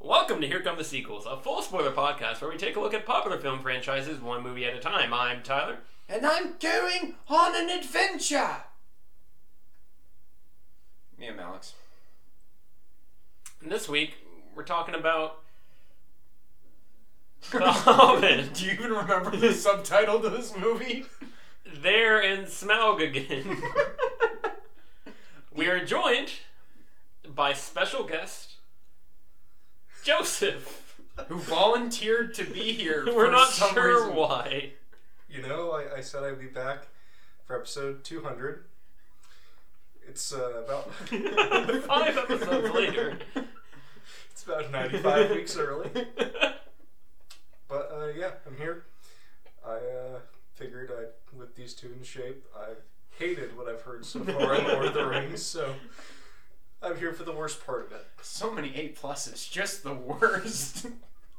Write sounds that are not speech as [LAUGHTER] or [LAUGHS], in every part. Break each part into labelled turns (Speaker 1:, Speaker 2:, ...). Speaker 1: Welcome to Here Come the Sequels, a full spoiler podcast where we take a look at popular film franchises one movie at a time. I'm Tyler.
Speaker 2: And I'm going on an adventure! Me
Speaker 1: [LAUGHS]
Speaker 2: and Alex.
Speaker 1: And this week, we're talking about The Hobbit.
Speaker 2: [LAUGHS] Do you even remember the subtitle to
Speaker 1: [LAUGHS]
Speaker 2: this movie?
Speaker 1: There in Smaug
Speaker 3: [LAUGHS]
Speaker 1: again. we are joined by special guest
Speaker 3: [LAUGHS]
Speaker 1: Joseph.
Speaker 2: Who volunteered to be here?
Speaker 1: [LAUGHS] We're
Speaker 2: for
Speaker 1: not
Speaker 2: some
Speaker 1: sure
Speaker 2: reason.
Speaker 1: why. [LAUGHS]
Speaker 3: [LAUGHS] You know, I, I said I'd be back for episode 200. It's uh, about [LAUGHS]
Speaker 1: Five episodes later.
Speaker 3: it's
Speaker 2: [LAUGHS]
Speaker 3: about 95 weeks early, but uh, yeah, I'm here. I uh, figured I, with these two in shape, I've hated what I've heard so far on Lord
Speaker 2: [LAUGHS]
Speaker 3: of the Rings, so I'm here for the worst part of it.
Speaker 2: So many A pluses, just
Speaker 1: [LAUGHS]
Speaker 2: the worst.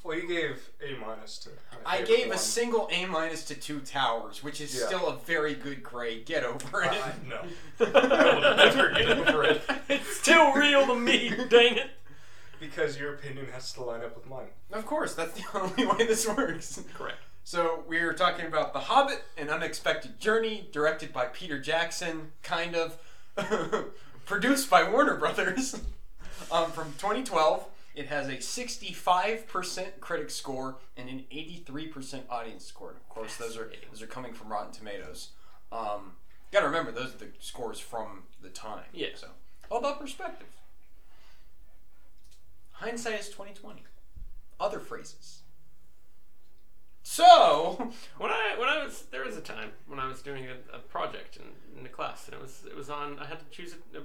Speaker 3: Well, you gave a minus to. my
Speaker 2: I
Speaker 3: favorite
Speaker 2: gave a
Speaker 3: one.
Speaker 2: single A minus to Two Towers, which is
Speaker 3: Yeah.
Speaker 2: still a very good grade. Get over it.
Speaker 3: I, no,
Speaker 1: I
Speaker 3: will never get over it.
Speaker 1: [LAUGHS] It's still real to me, dang it.
Speaker 3: because your opinion has to line up with mine. [LAUGHS]
Speaker 2: Of course, that's the [LAUGHS] only way this works.
Speaker 1: Correct.
Speaker 2: So we are talking about The Hobbit: An Unexpected Journey, directed by Peter Jackson, kind of [LAUGHS] produced by Warner Brothers, [LAUGHS] um, from 2012. It has a 65% critic score and an 83% audience score. And of course, those are those are coming from Rotten Tomatoes. Um, gotta remember those are the scores from the time.
Speaker 1: Yeah.
Speaker 2: So all about perspective. Hindsight is 2020. Other phrases. So, [LAUGHS]
Speaker 1: When I when I was there was a time when I was doing a, a project in, in the class and it was it was on I had to choose a, a-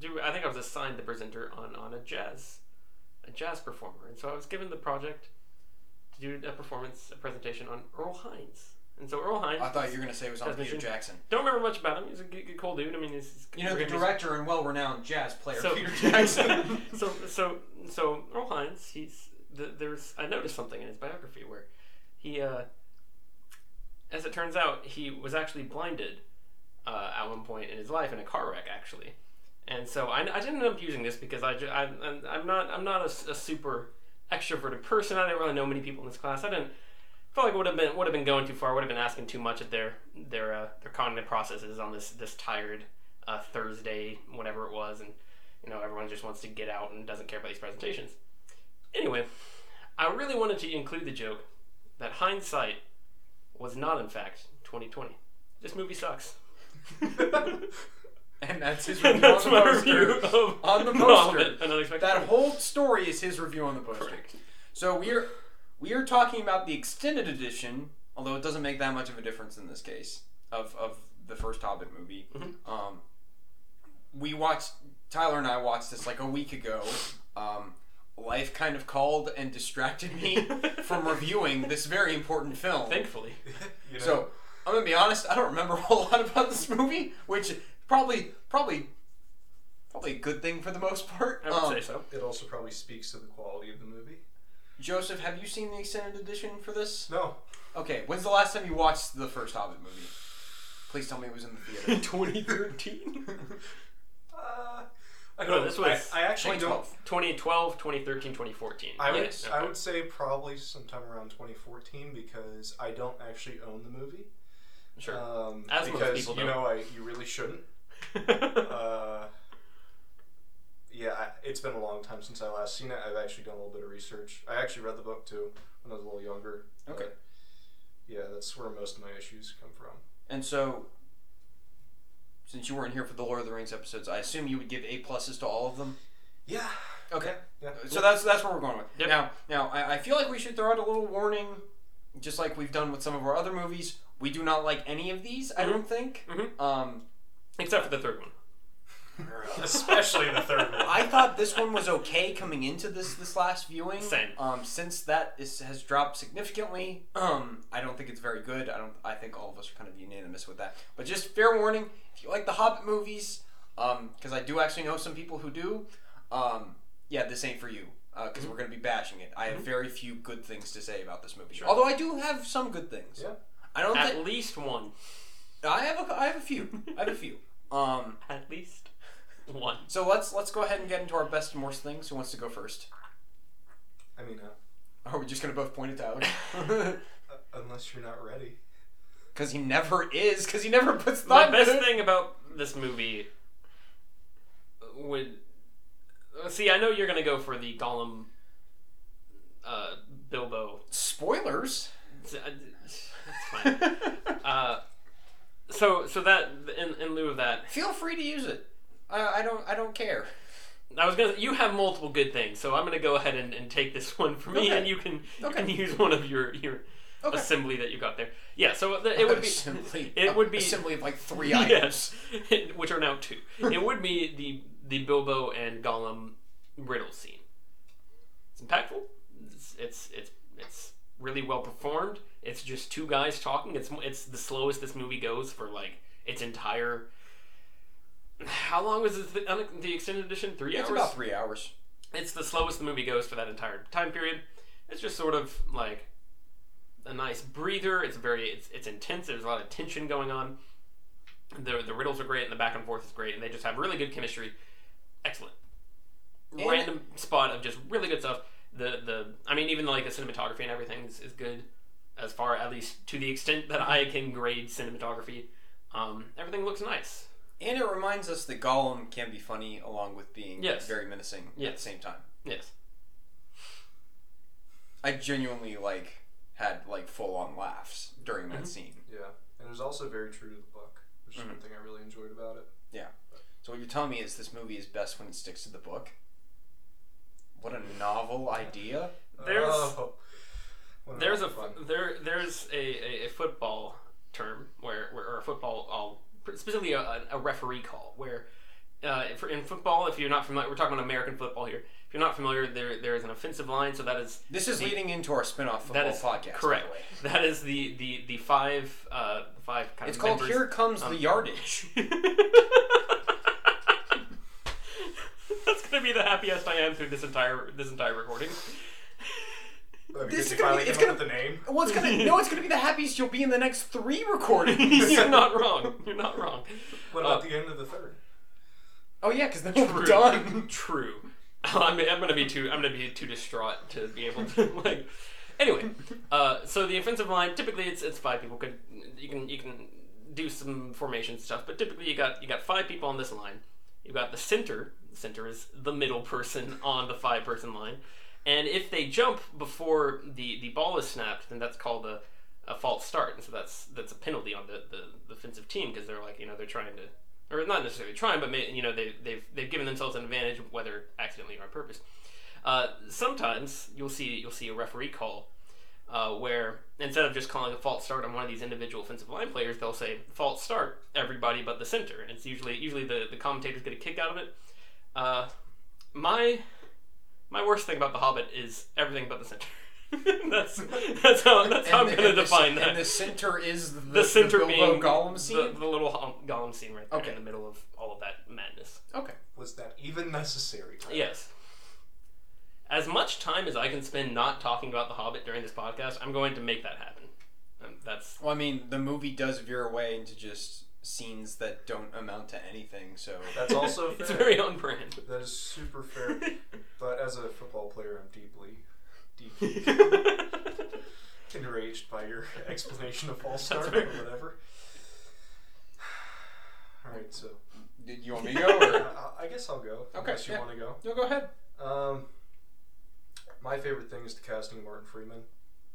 Speaker 1: do I think I was assigned the presenter on on a jazz a jazz performer and so I was given the project to do a performance a presentation on Earl Hines and so Earl Hines
Speaker 2: I thought you were going to say it was on
Speaker 1: That's
Speaker 2: Peter
Speaker 1: Mission.
Speaker 2: Jackson.
Speaker 1: don't remember much about him he's a good, good cool dude I mean he's, he's
Speaker 2: You know, the
Speaker 1: we're gonna be-
Speaker 2: director and well renowned jazz player
Speaker 1: So-
Speaker 2: Peter
Speaker 1: [LAUGHS]
Speaker 2: Jackson.
Speaker 1: so so so Earl Hines, he's th- there's I noticed something in his biography where he uh as it turns out he was actually blinded uh, at one point in his life in a car wreck actually. And so I, I didn't end up using this because I ju- I I'm, I'm not I'm not a s a a super extroverted person. I didn't really know many people in this class. I didn't felt like would have been would have been going too far. Would have been asking too much of their their uh, their cognitive processes on this this tired uh, Thursday, whatever it was, and you know everyone just wants to get out and doesn't care about these presentations. Anyway, I really wanted to include the joke that hindsight was not in fact 2020. This movie
Speaker 2: [LAUGHS]
Speaker 1: sucks.
Speaker 2: and
Speaker 1: [LAUGHS]
Speaker 2: that's his review
Speaker 1: And that's
Speaker 2: on the
Speaker 1: my
Speaker 2: poster.
Speaker 1: review of
Speaker 2: On
Speaker 1: [LAUGHS]
Speaker 2: the
Speaker 1: Hobbit,
Speaker 2: poster.
Speaker 1: An unexpected.
Speaker 2: That whole story is his review on the poster.
Speaker 1: Correct.
Speaker 2: So we are we are talking about the extended edition, although it doesn't make that much of a difference in this case of of the first Hobbit movie.
Speaker 1: Mm-hmm.
Speaker 2: Um, we watched Tyler and I watched this like a week ago. Um, life kind of called and distracted
Speaker 1: [LAUGHS]
Speaker 2: me from reviewing this very important film.
Speaker 1: Thankfully,
Speaker 3: You know,
Speaker 2: So I'm gonna be honest. I don't remember a whole [LAUGHS] lot about this movie, which probably probably probably a good thing for the most part.
Speaker 1: I would
Speaker 2: Um,
Speaker 1: say so.
Speaker 2: [LAUGHS]
Speaker 3: it also probably speaks to the quality of the movie.
Speaker 2: Joseph, have you seen the extended edition for this?
Speaker 3: No,
Speaker 2: Okay, when's the last time you watched the first Hobbit movie? Please tell me it was in the
Speaker 1: [LAUGHS]
Speaker 2: theater.
Speaker 1: 2013,
Speaker 3: Uh, I
Speaker 1: No,
Speaker 3: don't.
Speaker 1: this
Speaker 3: This
Speaker 1: was
Speaker 3: I, I actually don't.
Speaker 2: 2012.
Speaker 1: 2012, 2013, 2014.
Speaker 3: I would.
Speaker 1: Yes.
Speaker 3: I would say probably sometime around 2014 because I don't actually own the movie.
Speaker 1: Sure.
Speaker 3: Um,
Speaker 1: As most
Speaker 3: because
Speaker 1: people
Speaker 3: you
Speaker 1: don't.
Speaker 3: know, I you really shouldn't. Uh, yeah, I, it's been a long time since I last seen it. I've actually done a little bit of research. I actually read the book too when I was a little younger.
Speaker 2: Okay.
Speaker 3: but yeah, that's where most of my issues come from.
Speaker 2: And so, since you weren't here for the Lord of the Rings episodes, I assume you would give A pluses to all of them.
Speaker 3: Yeah.
Speaker 2: Okay.
Speaker 3: Yeah.
Speaker 2: So that's that's where we're going with.
Speaker 1: Yep.
Speaker 2: Now, now I, I feel like we should throw out a little warning, just like we've done with some of our other movies. We do not like any of these. I don't think.
Speaker 1: Mhm.
Speaker 2: Um,
Speaker 1: [LAUGHS] Except for the third one.
Speaker 3: Especially
Speaker 1: [LAUGHS]
Speaker 3: the third one.
Speaker 2: I thought this one was okay coming into this this last viewing.
Speaker 1: Same.
Speaker 2: Um, since that is, has dropped significantly, um, I don't think it's very good. I don't. I think all of us are kind of unanimous with that. But just fair warning, if you like the Hobbit movies, um, because I do actually know some people who do, um, yeah, this ain't for you. Because
Speaker 1: Mm-hmm.
Speaker 2: we're going to be bashing it. I have very few good things to say about this movie. Although I do have some good things.
Speaker 3: Yeah.
Speaker 2: I don't think
Speaker 1: At least one.
Speaker 2: I have a, I have a few. I have
Speaker 1: [LAUGHS]
Speaker 2: a few. Um,
Speaker 1: At least one.
Speaker 2: [LAUGHS] so let's let's go ahead and get into our best and worst things. Who wants to go first?
Speaker 3: I mean, uh,
Speaker 2: Are we just gonna both point it to Alex? [LAUGHS]
Speaker 3: uh, unless you're not ready.
Speaker 2: Because he never is. Because he never puts
Speaker 1: My
Speaker 2: thought.
Speaker 1: best
Speaker 2: into it.
Speaker 1: thing about this movie would uh, see. I know you're gonna go for the Gollum, uh, Bilbo.
Speaker 2: Spoilers.
Speaker 1: It's, uh, it's
Speaker 2: [LAUGHS]
Speaker 1: fine. uh, so so that in, in lieu of that,
Speaker 2: Feel free to use it. I, I don't. I don't care.
Speaker 1: I was gonna. You have multiple good things, so I'm gonna go ahead and, and take this [LAUGHS] one for me,
Speaker 2: Okay.
Speaker 1: and you can you
Speaker 2: Okay.
Speaker 1: can use one of your your
Speaker 2: Okay.
Speaker 1: assembly that you got there. Yeah. So the,
Speaker 2: [LAUGHS]
Speaker 1: it would be
Speaker 2: Assembly-
Speaker 1: it would be
Speaker 2: assembly of like three items.
Speaker 1: [LAUGHS] yes, [LAUGHS] which are now two. It would be the the Bilbo and Gollum riddle scene. It's impactful. It's it's it's, it's really well performed. It's just two guys talking. It's it's the slowest this movie goes for like its entire. [SIGHS] How long was this, the, the extended edition? Three
Speaker 2: It's
Speaker 1: hours
Speaker 2: about three hours.
Speaker 1: it's the slowest the movie goes for that entire time period. It's just sort of like a nice breather. It's very it's it's intense. There's a lot of tension going on. The the riddles are great and the back and forth is great and they just have really good chemistry. Excellent.
Speaker 2: And-
Speaker 1: Random spot of just really good stuff. The the I mean even like the cinematography and everything is, is good as far at least to the extent that I can grade cinematography. Um, everything looks nice.
Speaker 2: And it reminds us that Gollum can be funny along with being
Speaker 1: Yes.
Speaker 2: very menacing at
Speaker 1: Yes.
Speaker 2: the same time.
Speaker 1: Yes.
Speaker 2: I genuinely like had like full on laughs during
Speaker 1: Mm-hmm.
Speaker 2: that scene.
Speaker 3: Yeah, and it was also very true to the book, which is
Speaker 2: Mhm.
Speaker 3: something I really enjoyed about it.
Speaker 2: So what you're telling me is this movie is best when it sticks to the book. What a novel idea!
Speaker 1: There's-
Speaker 3: Oh, what
Speaker 1: There's a
Speaker 3: enough fun.
Speaker 1: there there's a, a, a football term where, where or a football all specifically a, a referee call where uh, for, in football if you're not familiar we're talking about American football here if you're not familiar there there is an offensive line so that is
Speaker 2: This is
Speaker 1: The-
Speaker 2: leading into our spin-off football
Speaker 1: that is
Speaker 2: podcast.
Speaker 1: correct
Speaker 2: By the
Speaker 1: [LAUGHS]
Speaker 2: way.
Speaker 1: that is the the the five uh five kind
Speaker 2: It's
Speaker 1: of
Speaker 2: called
Speaker 1: members.
Speaker 2: "Here Comes
Speaker 1: um, [LAUGHS]
Speaker 2: the Yardage."
Speaker 1: that's gonna be the happiest I am through this entire this entire
Speaker 2: [LAUGHS]
Speaker 1: recording [LAUGHS]
Speaker 3: Oh, Because
Speaker 2: This is
Speaker 3: you
Speaker 2: gonna
Speaker 3: finally
Speaker 2: be- it's
Speaker 3: came up
Speaker 2: gonna-
Speaker 3: with a
Speaker 2: [LAUGHS]
Speaker 3: name.
Speaker 2: Well, it's gonna no, it's gonna be the happiest you'll be in the next three
Speaker 1: [LAUGHS]
Speaker 2: recordings.
Speaker 1: you're not wrong you're not wrong
Speaker 3: What
Speaker 1: Uh,
Speaker 3: about the end of the third?
Speaker 2: Oh yeah, because then we're
Speaker 1: True.
Speaker 2: done.
Speaker 1: [LAUGHS] True. I'm, I'm gonna be too. I'm gonna be too distraught to be able to [LAUGHS] like. Anyway, uh, so the offensive line typically it's it's five people. Could you can you can do some formation stuff, but typically you got you got five people on this line. You got the center. The center is the middle person [LAUGHS] on the five person line, and if they jump before the the ball is snapped, then that's called a a false start, and so that's that's a penalty on the the, the offensive team because they're like you know they're trying to or not necessarily trying, but may, you know they, they've they've given themselves an advantage, whether accidentally or on purpose. Uh, sometimes you'll see you'll see a referee call uh, where instead of just calling a false start on one of these individual offensive line players, they'll say false start everybody but the center, and it's usually usually the the commentators get a kick out of it. Uh, my my worst thing about the Hobbit is everything but the center. [LAUGHS] that's that's how that's how I'm
Speaker 2: And the-
Speaker 1: gonna
Speaker 2: and the-
Speaker 1: define that
Speaker 2: And the center is the,
Speaker 1: the center
Speaker 2: the Bilbo
Speaker 1: being
Speaker 2: Gollum scene.
Speaker 1: the, the little hol- Gollum scene right there
Speaker 2: Okay.
Speaker 1: in the middle of all of that madness.
Speaker 2: Okay.
Speaker 3: Was that
Speaker 2: [LAUGHS]
Speaker 3: even necessary?
Speaker 1: Yes. As much time as I can spend not talking about The Hobbit during this podcast, I'm going to make that happen. Um, that's
Speaker 2: Well, I mean, the movie does veer away into just scenes that don't amount to anything. So
Speaker 3: That's also
Speaker 1: [LAUGHS] it's
Speaker 3: fair.
Speaker 1: very on brand.
Speaker 3: That is
Speaker 2: [LAUGHS]
Speaker 3: super fair. but as a football player, I'm deeply,
Speaker 2: [LAUGHS]
Speaker 3: deeply enraged by your explanation of false
Speaker 1: That's
Speaker 3: start or
Speaker 1: right.
Speaker 3: whatever. [SIGHS] All right, so
Speaker 2: [LAUGHS] Did you want me to go?
Speaker 1: [LAUGHS]
Speaker 2: Or?
Speaker 3: uh, I I guess I'll go.
Speaker 2: Okay,
Speaker 3: Unless you
Speaker 2: yeah.
Speaker 3: want to go.
Speaker 2: no, go ahead.
Speaker 3: Um, my favorite thing is the casting of Martin Freeman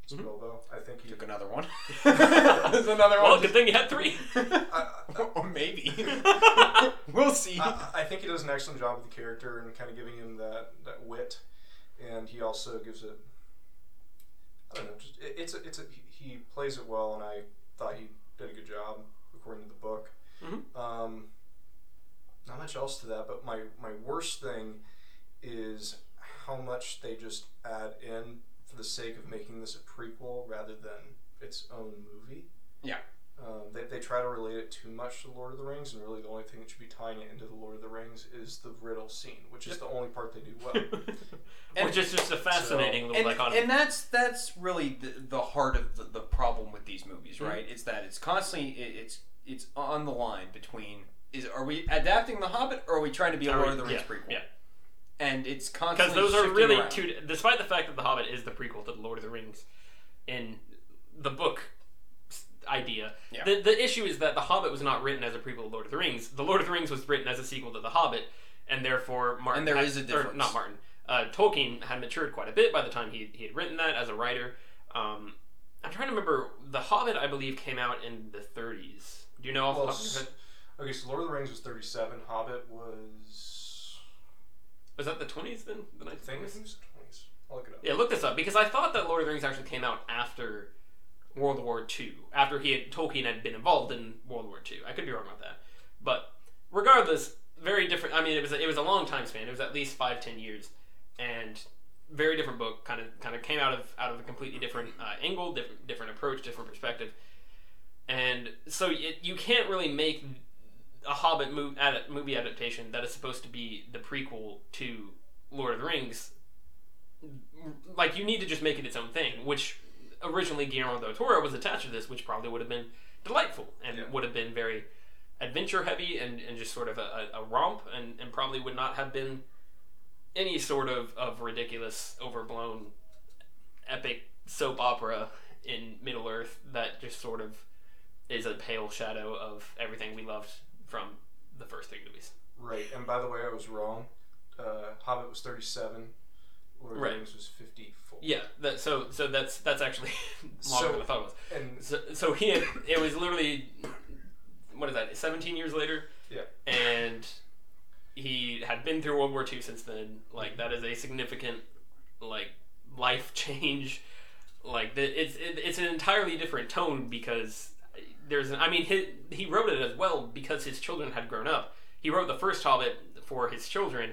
Speaker 3: as
Speaker 1: Mhm.
Speaker 3: Bilbo. I think he.
Speaker 2: Took
Speaker 1: [LAUGHS]
Speaker 2: another one. [LAUGHS] There's another
Speaker 1: [LAUGHS] well,
Speaker 2: one.
Speaker 1: good thing you had
Speaker 3: [LAUGHS]
Speaker 1: three.
Speaker 3: I, I,
Speaker 2: [LAUGHS] or
Speaker 1: [LAUGHS]
Speaker 2: maybe [LAUGHS] we'll see.
Speaker 3: I, I think he does an excellent job with the character and kind of giving him that, that wit, and he also gives it. I don't know. Just it, it's a, it's a, he- he plays it well, and I thought he did a good job according to the book.
Speaker 1: Mhm.
Speaker 3: Um, not much else to that, but my my worst thing is how much they just add in for the sake of making this a prequel rather than its own movie.
Speaker 2: Yeah.
Speaker 3: Um, they, they try to relate it too much to Lord of the Rings, and really the only thing that should be tying it into the Lord of the Rings is the riddle scene, which is the only part they do well.
Speaker 1: Which is just a fascinating little
Speaker 2: and,
Speaker 1: dichotomy.
Speaker 2: and that's that's really the, the heart of the, the problem with these movies
Speaker 1: Mm-hmm.
Speaker 2: right it's that it's constantly it, it's it's on the line between is are we adapting the hobbit or are we trying to be a
Speaker 1: Are
Speaker 2: lord
Speaker 1: we-
Speaker 2: of the rings
Speaker 1: yeah,
Speaker 2: prequel
Speaker 1: yeah.
Speaker 2: and it's
Speaker 1: because
Speaker 2: constantly
Speaker 1: those are
Speaker 2: shifting
Speaker 1: really
Speaker 2: around.
Speaker 1: two. Despite the fact that The Hobbit is the prequel to The Lord of the Rings, in the book s- idea,
Speaker 2: Yeah.
Speaker 1: the the issue is that The Hobbit was not written as a prequel to Lord of the Rings. The Lord of the Rings was written as a sequel to The Hobbit, and therefore Martin
Speaker 2: And there
Speaker 1: had-
Speaker 2: is a
Speaker 1: or
Speaker 2: difference.
Speaker 1: not Martin. Uh, Tolkien had matured quite a bit by the time he he had written that as a writer. Um, I'm trying to remember. The Hobbit, I believe, came out in the 30s. Do you know off
Speaker 3: Well,
Speaker 1: the top of your
Speaker 3: s-
Speaker 1: head?
Speaker 3: Okay, so Lord of the Rings was 37, Hobbit was.
Speaker 1: Was that the 20s then? The
Speaker 3: I think it
Speaker 1: 1920s?
Speaker 3: was 20s. I'll look it up.
Speaker 1: Yeah, look this up because I thought that Lord of the Rings actually came out after World War II, after he had, Tolkien had been involved in World War II. I could be wrong about that, but regardless, very different. I mean, it was a, it was a long time span. It was at least five ten years, and very different book. Kind of kind of came out of out of a completely different uh, angle, different different approach, different perspective, and so it, you can't really make a Hobbit move, ad, movie adaptation that is supposed to be the prequel to Lord of the Rings like you need to just make it its own thing, which originally Guillermo del Toro was attached to this, which probably would have been delightful and
Speaker 3: Yeah.
Speaker 1: would have been very adventure heavy and, and just sort of a, a, a romp and, and probably would not have been any sort of, of ridiculous, overblown, epic soap opera in Middle Earth that just sort of is a pale shadow of everything we loved from the first three movies.
Speaker 3: Right, and by the way, I was wrong. Uh, Hobbit was 37, Lord of
Speaker 1: Right.
Speaker 3: the Rings was 54.
Speaker 1: Yeah, that, so so that's that's actually [LAUGHS] longer
Speaker 3: So-
Speaker 1: than I thought it was.
Speaker 3: And
Speaker 1: So, so he had, it was literally, what is that, 17 years later?
Speaker 3: Yeah.
Speaker 1: And he had been through World War II since then. Like, that is a significant, like, life [LAUGHS] change. Like, the, it's it, it's an entirely different tone because there's an, I mean, he, he wrote it as well because his children had grown up. He wrote the first Hobbit for his children.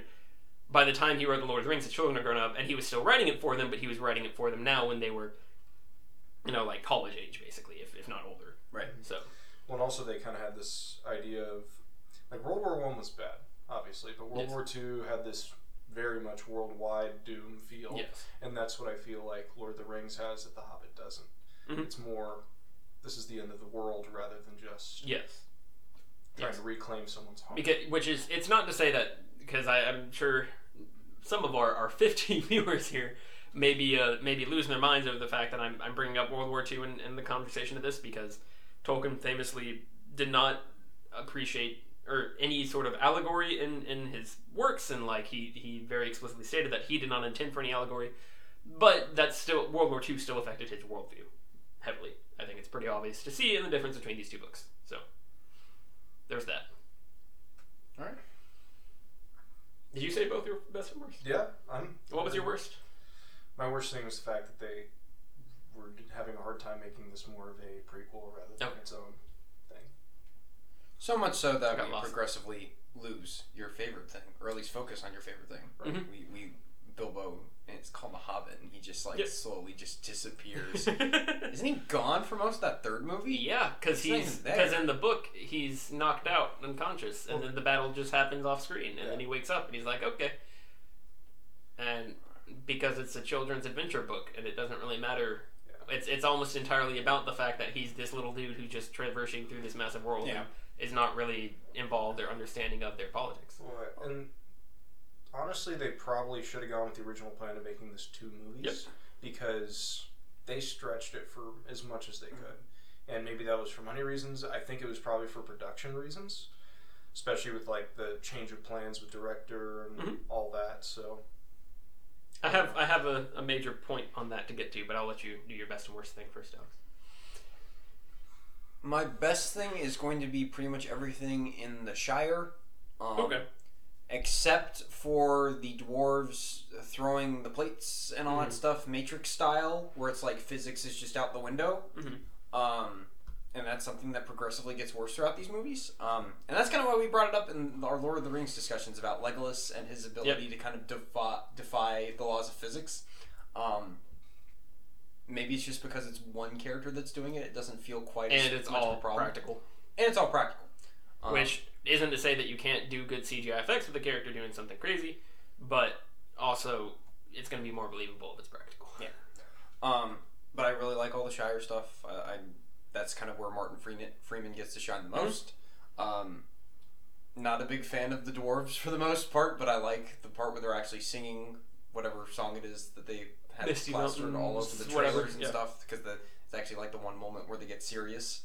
Speaker 1: By the time he wrote The Lord of the Rings, his children had grown up, and he was still writing it for them, but he was writing it for them now when they were you know, like college age, basically, if, if not older.
Speaker 2: Right.
Speaker 1: So,
Speaker 3: Well, and also they kind of had this idea of like World War One was bad, obviously, but World
Speaker 1: Yes.
Speaker 3: War Two had this very much worldwide doom feel,
Speaker 1: yes.
Speaker 3: and that's what I feel like Lord of the Rings has that The Hobbit doesn't.
Speaker 1: Mhm.
Speaker 3: It's more this is the end of the world rather than just
Speaker 1: Yes.
Speaker 3: trying
Speaker 1: Yes.
Speaker 3: to reclaim someone's home.
Speaker 1: Because, which is, it's not to say that, because I'm sure some of our, [LAUGHS] our 15 viewers here may be, uh, may be losing their minds over the fact that I'm, I'm bringing up World War II in, in the conversation of this because Tolkien famously did not appreciate or any sort of allegory in, in his works and like he, he very explicitly stated that he did not intend for any allegory but that's still world war ii still affected his worldview heavily i think it's pretty obvious to see in the difference between these two books so there's that
Speaker 2: All right.
Speaker 1: did you say both your best and worst
Speaker 3: yeah, I'm.
Speaker 1: what
Speaker 2: Uh,
Speaker 1: was your
Speaker 2: [LAUGHS]
Speaker 1: worst [LAUGHS]
Speaker 3: My worst thing was the fact that they were having a hard time making this more of a prequel rather than
Speaker 1: Okay.
Speaker 3: its own.
Speaker 2: So much so
Speaker 1: I
Speaker 2: that
Speaker 1: got
Speaker 2: we
Speaker 1: lost.
Speaker 2: progressively lose your favorite thing, or at least focus on your favorite thing. Right?
Speaker 1: Mhm.
Speaker 2: We we Bilbo, and it's called the Hobbit, and he just like
Speaker 1: Yep.
Speaker 2: slowly just disappears. [LAUGHS] Isn't he gone for most of that third movie?
Speaker 1: yeah because
Speaker 2: He's not
Speaker 1: he's
Speaker 2: even there.
Speaker 1: because in the book he's knocked out unconscious and then the battle just happens off screen and then he wakes up and he's like okay and because it's a children's adventure book and it doesn't really matter it's it's almost entirely about the fact that he's this little dude who's just traversing through this massive world
Speaker 2: Yeah.
Speaker 1: and is not really involved or understanding of their politics
Speaker 3: Right. And honestly, they probably should have gone with the original plan of making this two movies because they stretched it for as much as they could. And maybe that was for money reasons. I think it was probably for production reasons, especially with like the change of plans with director and
Speaker 1: Mhm.
Speaker 3: all that. So
Speaker 1: I have I have a, a major point on that to get to but I'll let you do your best and worst thing first Alex
Speaker 2: My best thing is going to be pretty much everything in the Shire. Um,
Speaker 1: okay
Speaker 2: Except for the dwarves throwing the plates and all
Speaker 1: Mm-hmm.
Speaker 2: that stuff, Matrix style, where it's like physics is just out the window.
Speaker 1: Mhm.
Speaker 2: Um, and that's something that progressively gets worse throughout these movies. Um, and that's kind of why we brought it up in our Lord of the Rings discussions about Legolas and his ability to kind of defy, defy the laws of physics. Um, maybe it's just because it's one character that's doing it; it doesn't feel quite as
Speaker 1: and it's
Speaker 2: much
Speaker 1: all
Speaker 2: of a problem.
Speaker 1: practical
Speaker 2: and it's all practical. Um,
Speaker 1: which isn't to say that you can't do good CGI effects with a character doing something crazy but also it's going to be more believable if it's practical
Speaker 2: Um, but I really like all the Shire stuff. I,
Speaker 1: Mm-hmm.
Speaker 2: I that's kind of where Martin Freeman Freeman gets to shine the most. Um, not a big fan of the dwarves for the most part, but I like the part where they're actually singing whatever song it is that they had
Speaker 1: Misty
Speaker 2: plastered all over
Speaker 1: Mountains,
Speaker 2: the trailers
Speaker 1: whatever,
Speaker 2: and
Speaker 1: yeah.
Speaker 2: stuff. Because it's actually like the one moment where they get serious.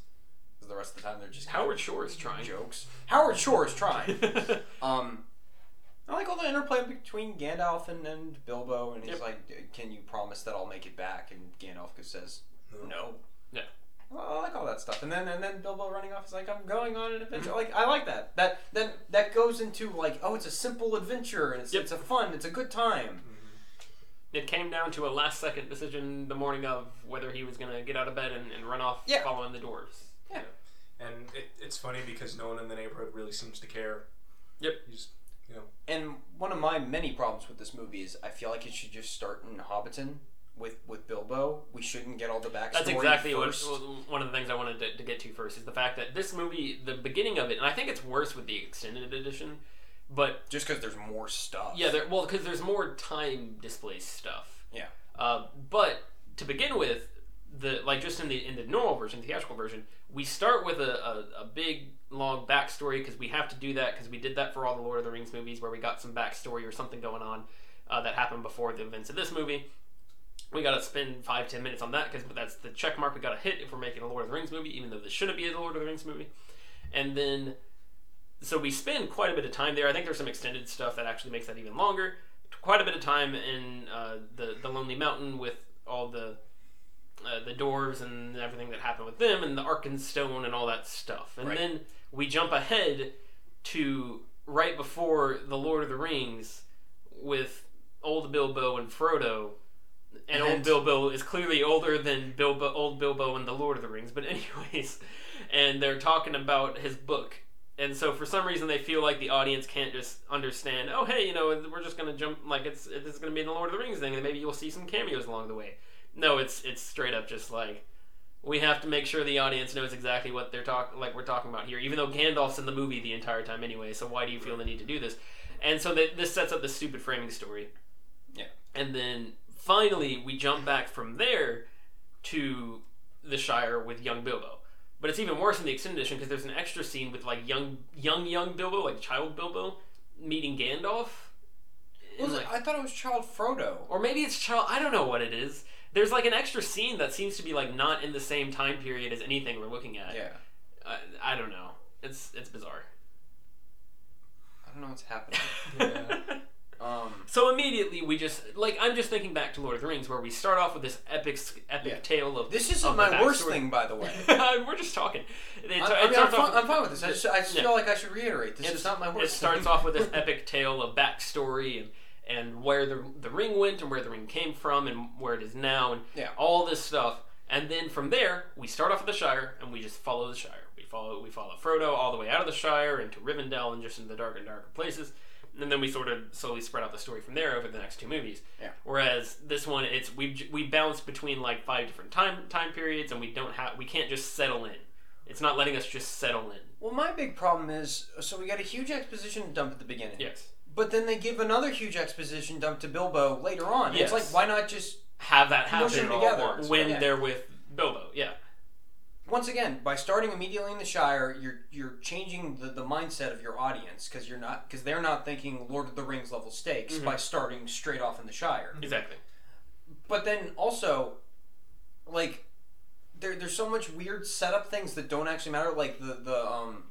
Speaker 2: 'Cause The rest of the time they're
Speaker 1: [LAUGHS]
Speaker 2: just
Speaker 1: Howard Shore is trying.
Speaker 2: jokes. Howard Shore is trying. Um, I like all the interplay between Gandalf and, and Bilbo, and he's
Speaker 1: Yep.
Speaker 2: like, "Can you promise that I'll make it back?" And Gandalf just says,
Speaker 3: No.
Speaker 2: "No."
Speaker 1: Yeah.
Speaker 2: I- I like all that stuff, and then and then Bilbo running off is like, "I'm going on an adventure." Like I like that. That that that goes into like, oh, it's a simple adventure, and it's
Speaker 1: Yep.
Speaker 2: it's a fun, it's a good time.
Speaker 1: [LAUGHS] it came down to a last second decision the morning of whether he was going to get out of bed and, and run off
Speaker 2: Yeah.
Speaker 1: following the dwarves.
Speaker 3: And it, it's funny because no one in the neighborhood really seems to care.
Speaker 1: Yep.
Speaker 3: You just,
Speaker 2: And one of my many problems with this movie is I feel like it should just start in Hobbiton with with Bilbo. We shouldn't get all the backstory.
Speaker 1: That's exactly what,
Speaker 2: first.
Speaker 1: one of the things I wanted to, to get to first is the fact that this movie, the beginning of it, and I think it's worse with the extended edition, but
Speaker 2: Just because there's more stuff.
Speaker 1: Yeah, there, well, because there's more time displaced stuff.
Speaker 2: Yeah.
Speaker 1: Uh, but to begin with, the like just in the in the normal version, the theatrical version, we start with a, a, a big long backstory because we have to do that because we did that for all the Lord of the Rings movies where we got some backstory or something going on uh, that happened before the events of this movie. We got to spend five ten minutes on that because that's the check mark we got to hit if we're making a Lord of the Rings movie, even though this shouldn't be a Lord of the Rings movie. And then so we spend quite a bit of time there. I think there's some extended stuff that actually makes that even longer. Quite a bit of time in uh, the the Lonely Mountain with all the uh, the dwarves and everything that happened with them, and the Arkenstone and all that stuff. And
Speaker 2: Right.
Speaker 1: then we jump ahead to right before the Lord of the Rings with old Bilbo and Frodo. And,
Speaker 2: And-
Speaker 1: old Bilbo is clearly older than Bilbo, old Bilbo in the Lord of the Rings. But [LAUGHS] anyways, and they're talking about his book and so for some reason they feel like the audience can't just understand oh hey you know we're just gonna jump like it's it's gonna be in the lord of the rings thing and maybe you'll see some cameos along the way no it's it's straight up just like we have to make sure the audience knows exactly what they're talking like we're talking about here even though gandalf's in the movie the entire time anyway so why do you feel the need to do this and so that this sets up the stupid framing story
Speaker 2: Yeah.
Speaker 1: and then finally we jump back from there to the shire with young bilbo but it's even worse in the extended edition because there's an extra scene with like young, young, young Bilbo, like child Bilbo, meeting Gandalf. And,
Speaker 2: Was it-
Speaker 1: like-
Speaker 2: I thought it was Child Frodo.
Speaker 1: or maybe it's child. I don't know what it is. There's like an extra scene that seems to be like not in the same time period as anything we're looking at.
Speaker 2: Yeah.
Speaker 1: I, I don't know. It's it's bizarre.
Speaker 2: I don't know
Speaker 1: [LAUGHS]
Speaker 2: what's happening.
Speaker 3: Yeah.
Speaker 2: Um,
Speaker 1: so immediately we just like I'm just thinking back to Lord of the Rings where we start off with this epic epic
Speaker 2: Yeah.
Speaker 1: tale of
Speaker 2: this
Speaker 1: of the
Speaker 2: isn't my worst
Speaker 1: backstory. [LAUGHS]
Speaker 2: thing, by the way.
Speaker 1: we're just talking. It,
Speaker 2: I,
Speaker 1: it
Speaker 2: I mean, I'm,
Speaker 1: starts
Speaker 2: fine,
Speaker 1: off with-
Speaker 2: I'm fine with this. I just, I just
Speaker 1: Yeah.
Speaker 2: feel like I should reiterate this
Speaker 1: It's-
Speaker 2: is not my worst.
Speaker 1: it starts
Speaker 2: thing.
Speaker 1: off
Speaker 2: [LAUGHS]
Speaker 1: with this epic tale of backstory and and where the the ring went and where the ring came from and where it is now and
Speaker 2: Yeah.
Speaker 1: all this stuff. And then from there, we start off with the Shire and we just follow the Shire. We follow we follow Frodo all the way out of the Shire into Rivendell and just into the darker and darker places. And then we sort of slowly spread out the story from there over the next two movies.
Speaker 2: Yeah.
Speaker 1: Whereas this one, it's we j- we bounce between like five different time time periods, and we don't have we can't just settle in. It's not letting us just settle in.
Speaker 2: Well, my big problem is so we got a huge exposition dump at the beginning,
Speaker 1: Yes.
Speaker 2: but then they give another huge exposition dump to Bilbo later on.
Speaker 1: Yes.
Speaker 2: It's like, why not just,
Speaker 1: have that
Speaker 2: Mush
Speaker 1: happen
Speaker 2: them together.
Speaker 1: when
Speaker 2: Yeah.
Speaker 1: they're with Bilbo. Yeah,
Speaker 2: once again, by starting immediately in the Shire, you're you're changing the, the mindset of your audience because you're not because they're not thinking Lord of the Rings level stakes
Speaker 1: Mm-hmm.
Speaker 2: by starting straight off in the Shire.
Speaker 1: exactly.
Speaker 2: But then also, like, there, there's so much weird setup things that don't actually matter. Like the the um,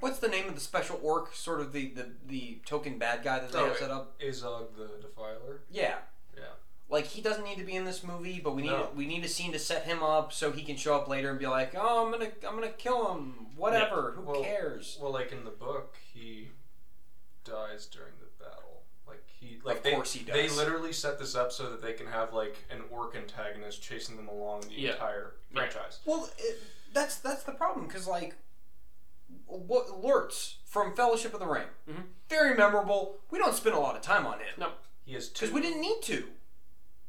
Speaker 2: what's the name of the special orc? Sort of the the, the token bad guy that they
Speaker 3: Oh,
Speaker 2: have
Speaker 3: yeah.
Speaker 2: set up.
Speaker 3: Azog the Defiler.
Speaker 2: Yeah.
Speaker 3: Yeah.
Speaker 2: Like he doesn't need to be in this movie, but we need
Speaker 3: No.
Speaker 2: we need a scene to set him up so he can show up later and be like, oh, I'm gonna I'm gonna kill him. Whatever. Who
Speaker 3: Well-
Speaker 2: cares?
Speaker 3: Well, like in the book, he dies during the battle. Like he, like
Speaker 2: Of
Speaker 3: they,
Speaker 2: course he does.
Speaker 3: They literally set this up so that they can have like an orc antagonist chasing them along the
Speaker 1: Yeah.
Speaker 3: entire
Speaker 1: Right.
Speaker 3: franchise.
Speaker 2: Well, it, that's that's the problem because like, what Lurtz from Fellowship of the Ring,
Speaker 1: Mhm.
Speaker 2: very memorable. We don't spend a lot of time on him
Speaker 3: He has two,
Speaker 2: because we didn't need to.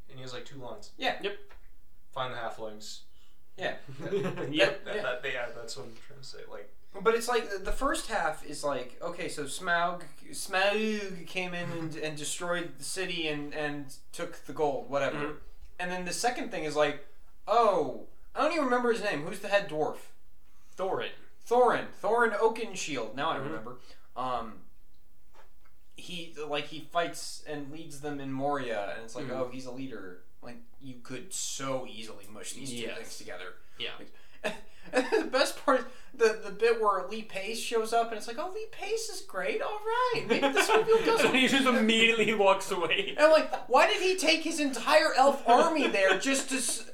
Speaker 3: and he has like two lines.
Speaker 2: Yeah.
Speaker 1: Yep.
Speaker 3: Find the halflings.
Speaker 2: Yeah.
Speaker 1: yep.
Speaker 3: That,
Speaker 2: Yeah.
Speaker 3: that, they, yeah, that's what I'm trying to say. Like,
Speaker 2: But it's like the- the first half is like okay, so Smaug Smaug came in and, and destroyed the city and and took the gold, whatever.
Speaker 1: Mhm.
Speaker 2: And then the second thing is like, oh, I don't even remember his name. Who's the head dwarf?
Speaker 1: Thorin.
Speaker 2: Thorin, Thorin Oakenshield. Now I
Speaker 1: Mhm.
Speaker 2: remember. Um, he like he fights and leads them in Moria, and it's like,
Speaker 1: Mhm.
Speaker 2: oh, he's a leader. Like you could so easily mush these two
Speaker 1: Yes.
Speaker 2: things together. [LAUGHS]
Speaker 1: Yeah.
Speaker 2: the best part is the, the bit where Lee Pace shows up and it's like, oh, Lee Pace is great. All right, maybe this movie
Speaker 1: [LAUGHS]
Speaker 2: will go
Speaker 1: and he just immediately walks away.
Speaker 2: and I'm like, why did he take his entire elf army there just to? s-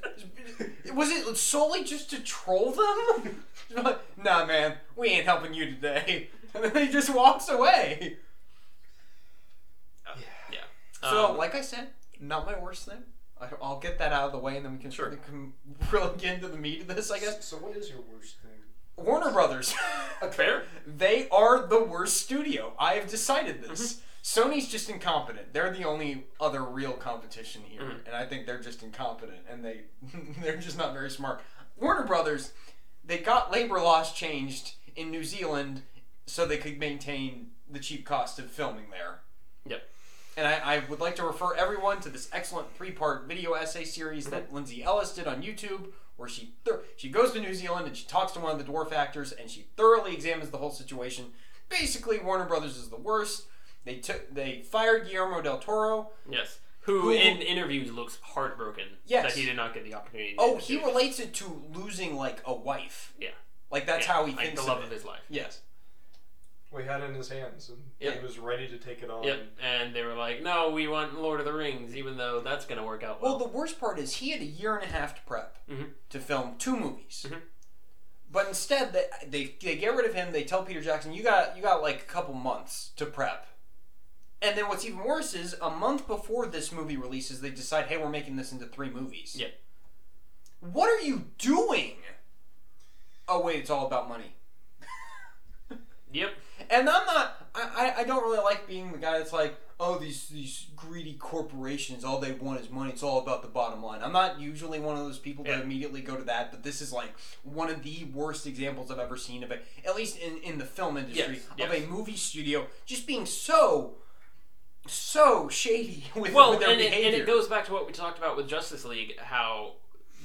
Speaker 2: Was it solely just to troll them? [LAUGHS] Like, nah, man, we ain't helping you today. [LAUGHS] And then he just walks away.
Speaker 1: Yeah.
Speaker 2: So,
Speaker 1: Um,
Speaker 2: like I said, not my worst thing. I, I'll get that out of the way, and then we can
Speaker 1: Sure.
Speaker 2: we can [LAUGHS] really get into the meat of this, I guess.
Speaker 3: So what is your worst thing?
Speaker 2: Warner
Speaker 1: [LAUGHS]
Speaker 2: Brothers. [LAUGHS]
Speaker 1: fair.
Speaker 2: They are the worst studio. I have decided this. Sony's just incompetent. They're the only other real competition here,
Speaker 1: Mhm.
Speaker 2: and I think they're just incompetent and they [LAUGHS] they're just not very smart. Warner Brothers, they got labor laws changed in New Zealand so they could maintain the cheap cost of filming there.
Speaker 1: Yep.
Speaker 2: And I, I would like to refer everyone to this excellent three-part video essay series that Lindsay Ellis did on YouTube, where she thor- she goes to New Zealand and she talks to one of the dwarf actors, and she thoroughly examines the whole situation. Basically, Warner Brothers is the worst. They took they fired Guillermo del Toro.
Speaker 1: Yes. Who,
Speaker 2: Who-
Speaker 1: in interviews looks heartbroken
Speaker 2: Yes.
Speaker 1: that he did not get the opportunity.
Speaker 2: Oh,
Speaker 1: to
Speaker 2: he
Speaker 1: do-
Speaker 2: relates it to losing like a wife.
Speaker 1: Yeah.
Speaker 2: Like that's
Speaker 1: yeah,
Speaker 2: how he
Speaker 1: like
Speaker 2: thinks
Speaker 1: the love
Speaker 2: of
Speaker 1: of
Speaker 2: it.
Speaker 1: his life.
Speaker 2: Yes.
Speaker 3: We had it in his hands, and
Speaker 1: Yeah.
Speaker 3: he was ready to take it on.
Speaker 1: Yep. And they were like, "No, we want Lord of the Rings," even though that's going to work out well.
Speaker 2: Well, the worst part is he had a year and a half to prep
Speaker 1: Mhm.
Speaker 2: to film two movies.
Speaker 1: Mhm.
Speaker 2: But instead, they, they they get rid of him. They tell Peter Jackson, "You got you got like a couple months to prep." And then what's even worse is a month before this movie releases, they decide, "Hey, we're making this into three movies."
Speaker 1: Yeah.
Speaker 2: What are you doing? Oh wait, it's all about money.
Speaker 1: yep.
Speaker 2: And I'm not. I, I, I don't really like being the guy that's like, oh, these these greedy corporations, all they want is money. It's all about the bottom line. I'm not usually one of those people
Speaker 1: Yeah.
Speaker 2: that immediately go to that, but this is like one of the worst examples I've ever seen of it, at least in, in the film industry,
Speaker 1: Yes,
Speaker 2: of a movie studio just being so so shady [LAUGHS] with,
Speaker 1: Well,
Speaker 2: with their
Speaker 1: and it,
Speaker 2: behavior.
Speaker 1: and it goes back to what we talked about with Justice League, how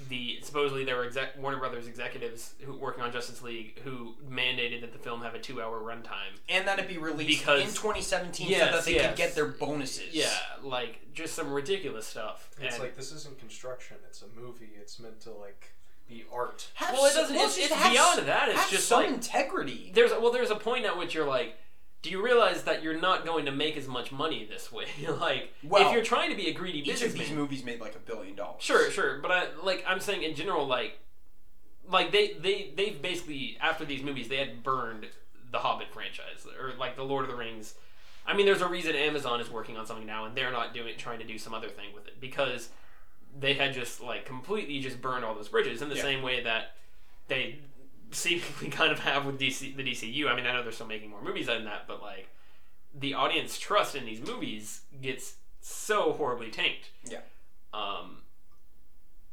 Speaker 1: the supposedly there were exec, Warner Brothers executives who working on Justice League who
Speaker 2: Mm-hmm.
Speaker 1: mandated that the film have a two-hour runtime.
Speaker 2: and that it be released
Speaker 1: Because-
Speaker 2: in 2017
Speaker 1: Yes,
Speaker 2: so that they
Speaker 1: yes.
Speaker 2: could get their bonuses.
Speaker 1: Yeah, like just some ridiculous stuff.
Speaker 3: It's
Speaker 1: And-
Speaker 3: like this isn't construction. It's a movie. It's meant to like be art.
Speaker 2: Have
Speaker 1: well, it
Speaker 2: some-
Speaker 1: doesn't.
Speaker 2: well,
Speaker 1: it's,
Speaker 2: just
Speaker 1: it's
Speaker 2: have
Speaker 1: beyond
Speaker 2: s-
Speaker 1: that. It's
Speaker 2: have
Speaker 1: just
Speaker 2: some
Speaker 1: like
Speaker 2: integrity.
Speaker 1: there's well, there's a point at which you're like, do you realize that you're not going to make as much money this way? [LAUGHS] like,
Speaker 2: Well,
Speaker 1: if you're trying to be a greedy
Speaker 2: each of these
Speaker 1: businessman,
Speaker 2: movies made like a billion dollars.
Speaker 1: Sure, sure, but I, like I'm saying in general, like, like they they they've basically after these movies they had burned the Hobbit franchise or like the Lord of the Rings. I mean, there's a reason Amazon is working on something now and they're not doing trying to do some other thing with it because they had just like completely just burned all those bridges in the
Speaker 2: Yeah.
Speaker 1: same way that they seemingly [LAUGHS] kind of have with DC the DCU. I mean, I know they're still making more movies than that, but like the audience trust in these movies gets so horribly tanked.
Speaker 2: Yeah.
Speaker 1: Um.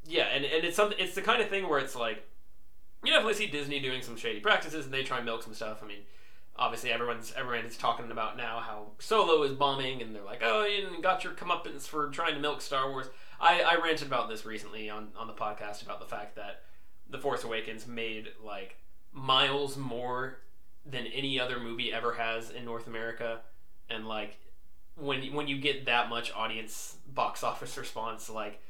Speaker 1: Yeah, and, and it's something. It's the kind of thing where it's like, you definitely see Disney doing some shady practices, and they try and milk some stuff. I mean, obviously everyone's everyone is talking about now how Solo is bombing, and they're like, oh, you got your comeuppance for trying to milk Star Wars. I, I ranted about this recently on on the podcast about the fact that the Force Awakens made like miles more than any other movie ever has in North America, and like when when you get that much audience box [LAUGHS] office response, like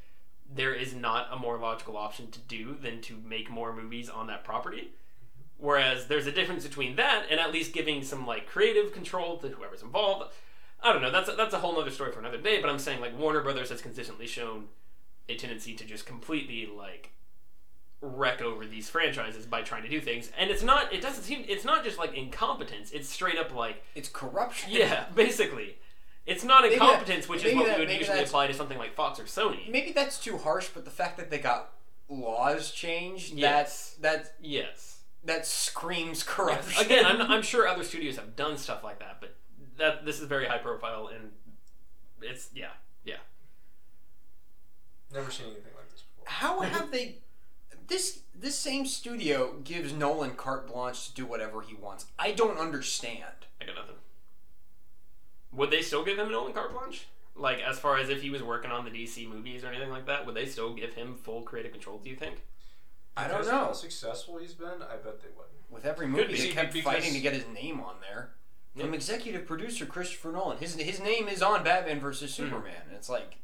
Speaker 1: there is not a more logical option to do than to make more movies on that property. Whereas there's a difference between that and at least giving some like creative control to whoever's involved. I don't know. That's a, that's a whole other story for another day. But I'm saying like Warner Brothers has consistently shown a tendency to just completely like wreck over these franchises by trying to do things, and it's not. It doesn't seem. It's not just like incompetence. It's straight up like
Speaker 2: It's corruption.
Speaker 1: yeah, [LAUGHS] basically. It's not
Speaker 2: Maybe
Speaker 1: incompetence,
Speaker 2: that-
Speaker 1: which is
Speaker 2: maybe
Speaker 1: what
Speaker 2: that-
Speaker 1: we would
Speaker 2: maybe
Speaker 1: usually
Speaker 2: that's-
Speaker 1: apply to something like Fox or Sony.
Speaker 2: Maybe that's too harsh, but the fact that they got laws changed
Speaker 1: Yes.
Speaker 2: that that
Speaker 1: Yes.
Speaker 2: that screams corruption.
Speaker 1: Again, I'm, I'm sure other studios have done stuff like that, but that this is very high profile, and it's yeah, yeah.
Speaker 3: Never seen anything like this before.
Speaker 2: how have they this this same studio gives Nolan carte blanche to do whatever he wants. I don't understand.
Speaker 1: I got nothing. Would they still give him Nolan carte blanche? Like as far as if he was working on the DC movies or anything like that, would they still give him full creative control? Do you think? [LAUGHS]
Speaker 2: I don't
Speaker 3: Because How
Speaker 2: know.
Speaker 3: successful he's been, I bet they would.
Speaker 2: With every movie,
Speaker 1: be,
Speaker 2: they kept
Speaker 3: because-
Speaker 2: fighting to get his name on there.
Speaker 1: Yeah.
Speaker 2: From executive producer Christopher Nolan, his his name is on Batman versus
Speaker 1: Hmm.
Speaker 2: Superman. And it's like,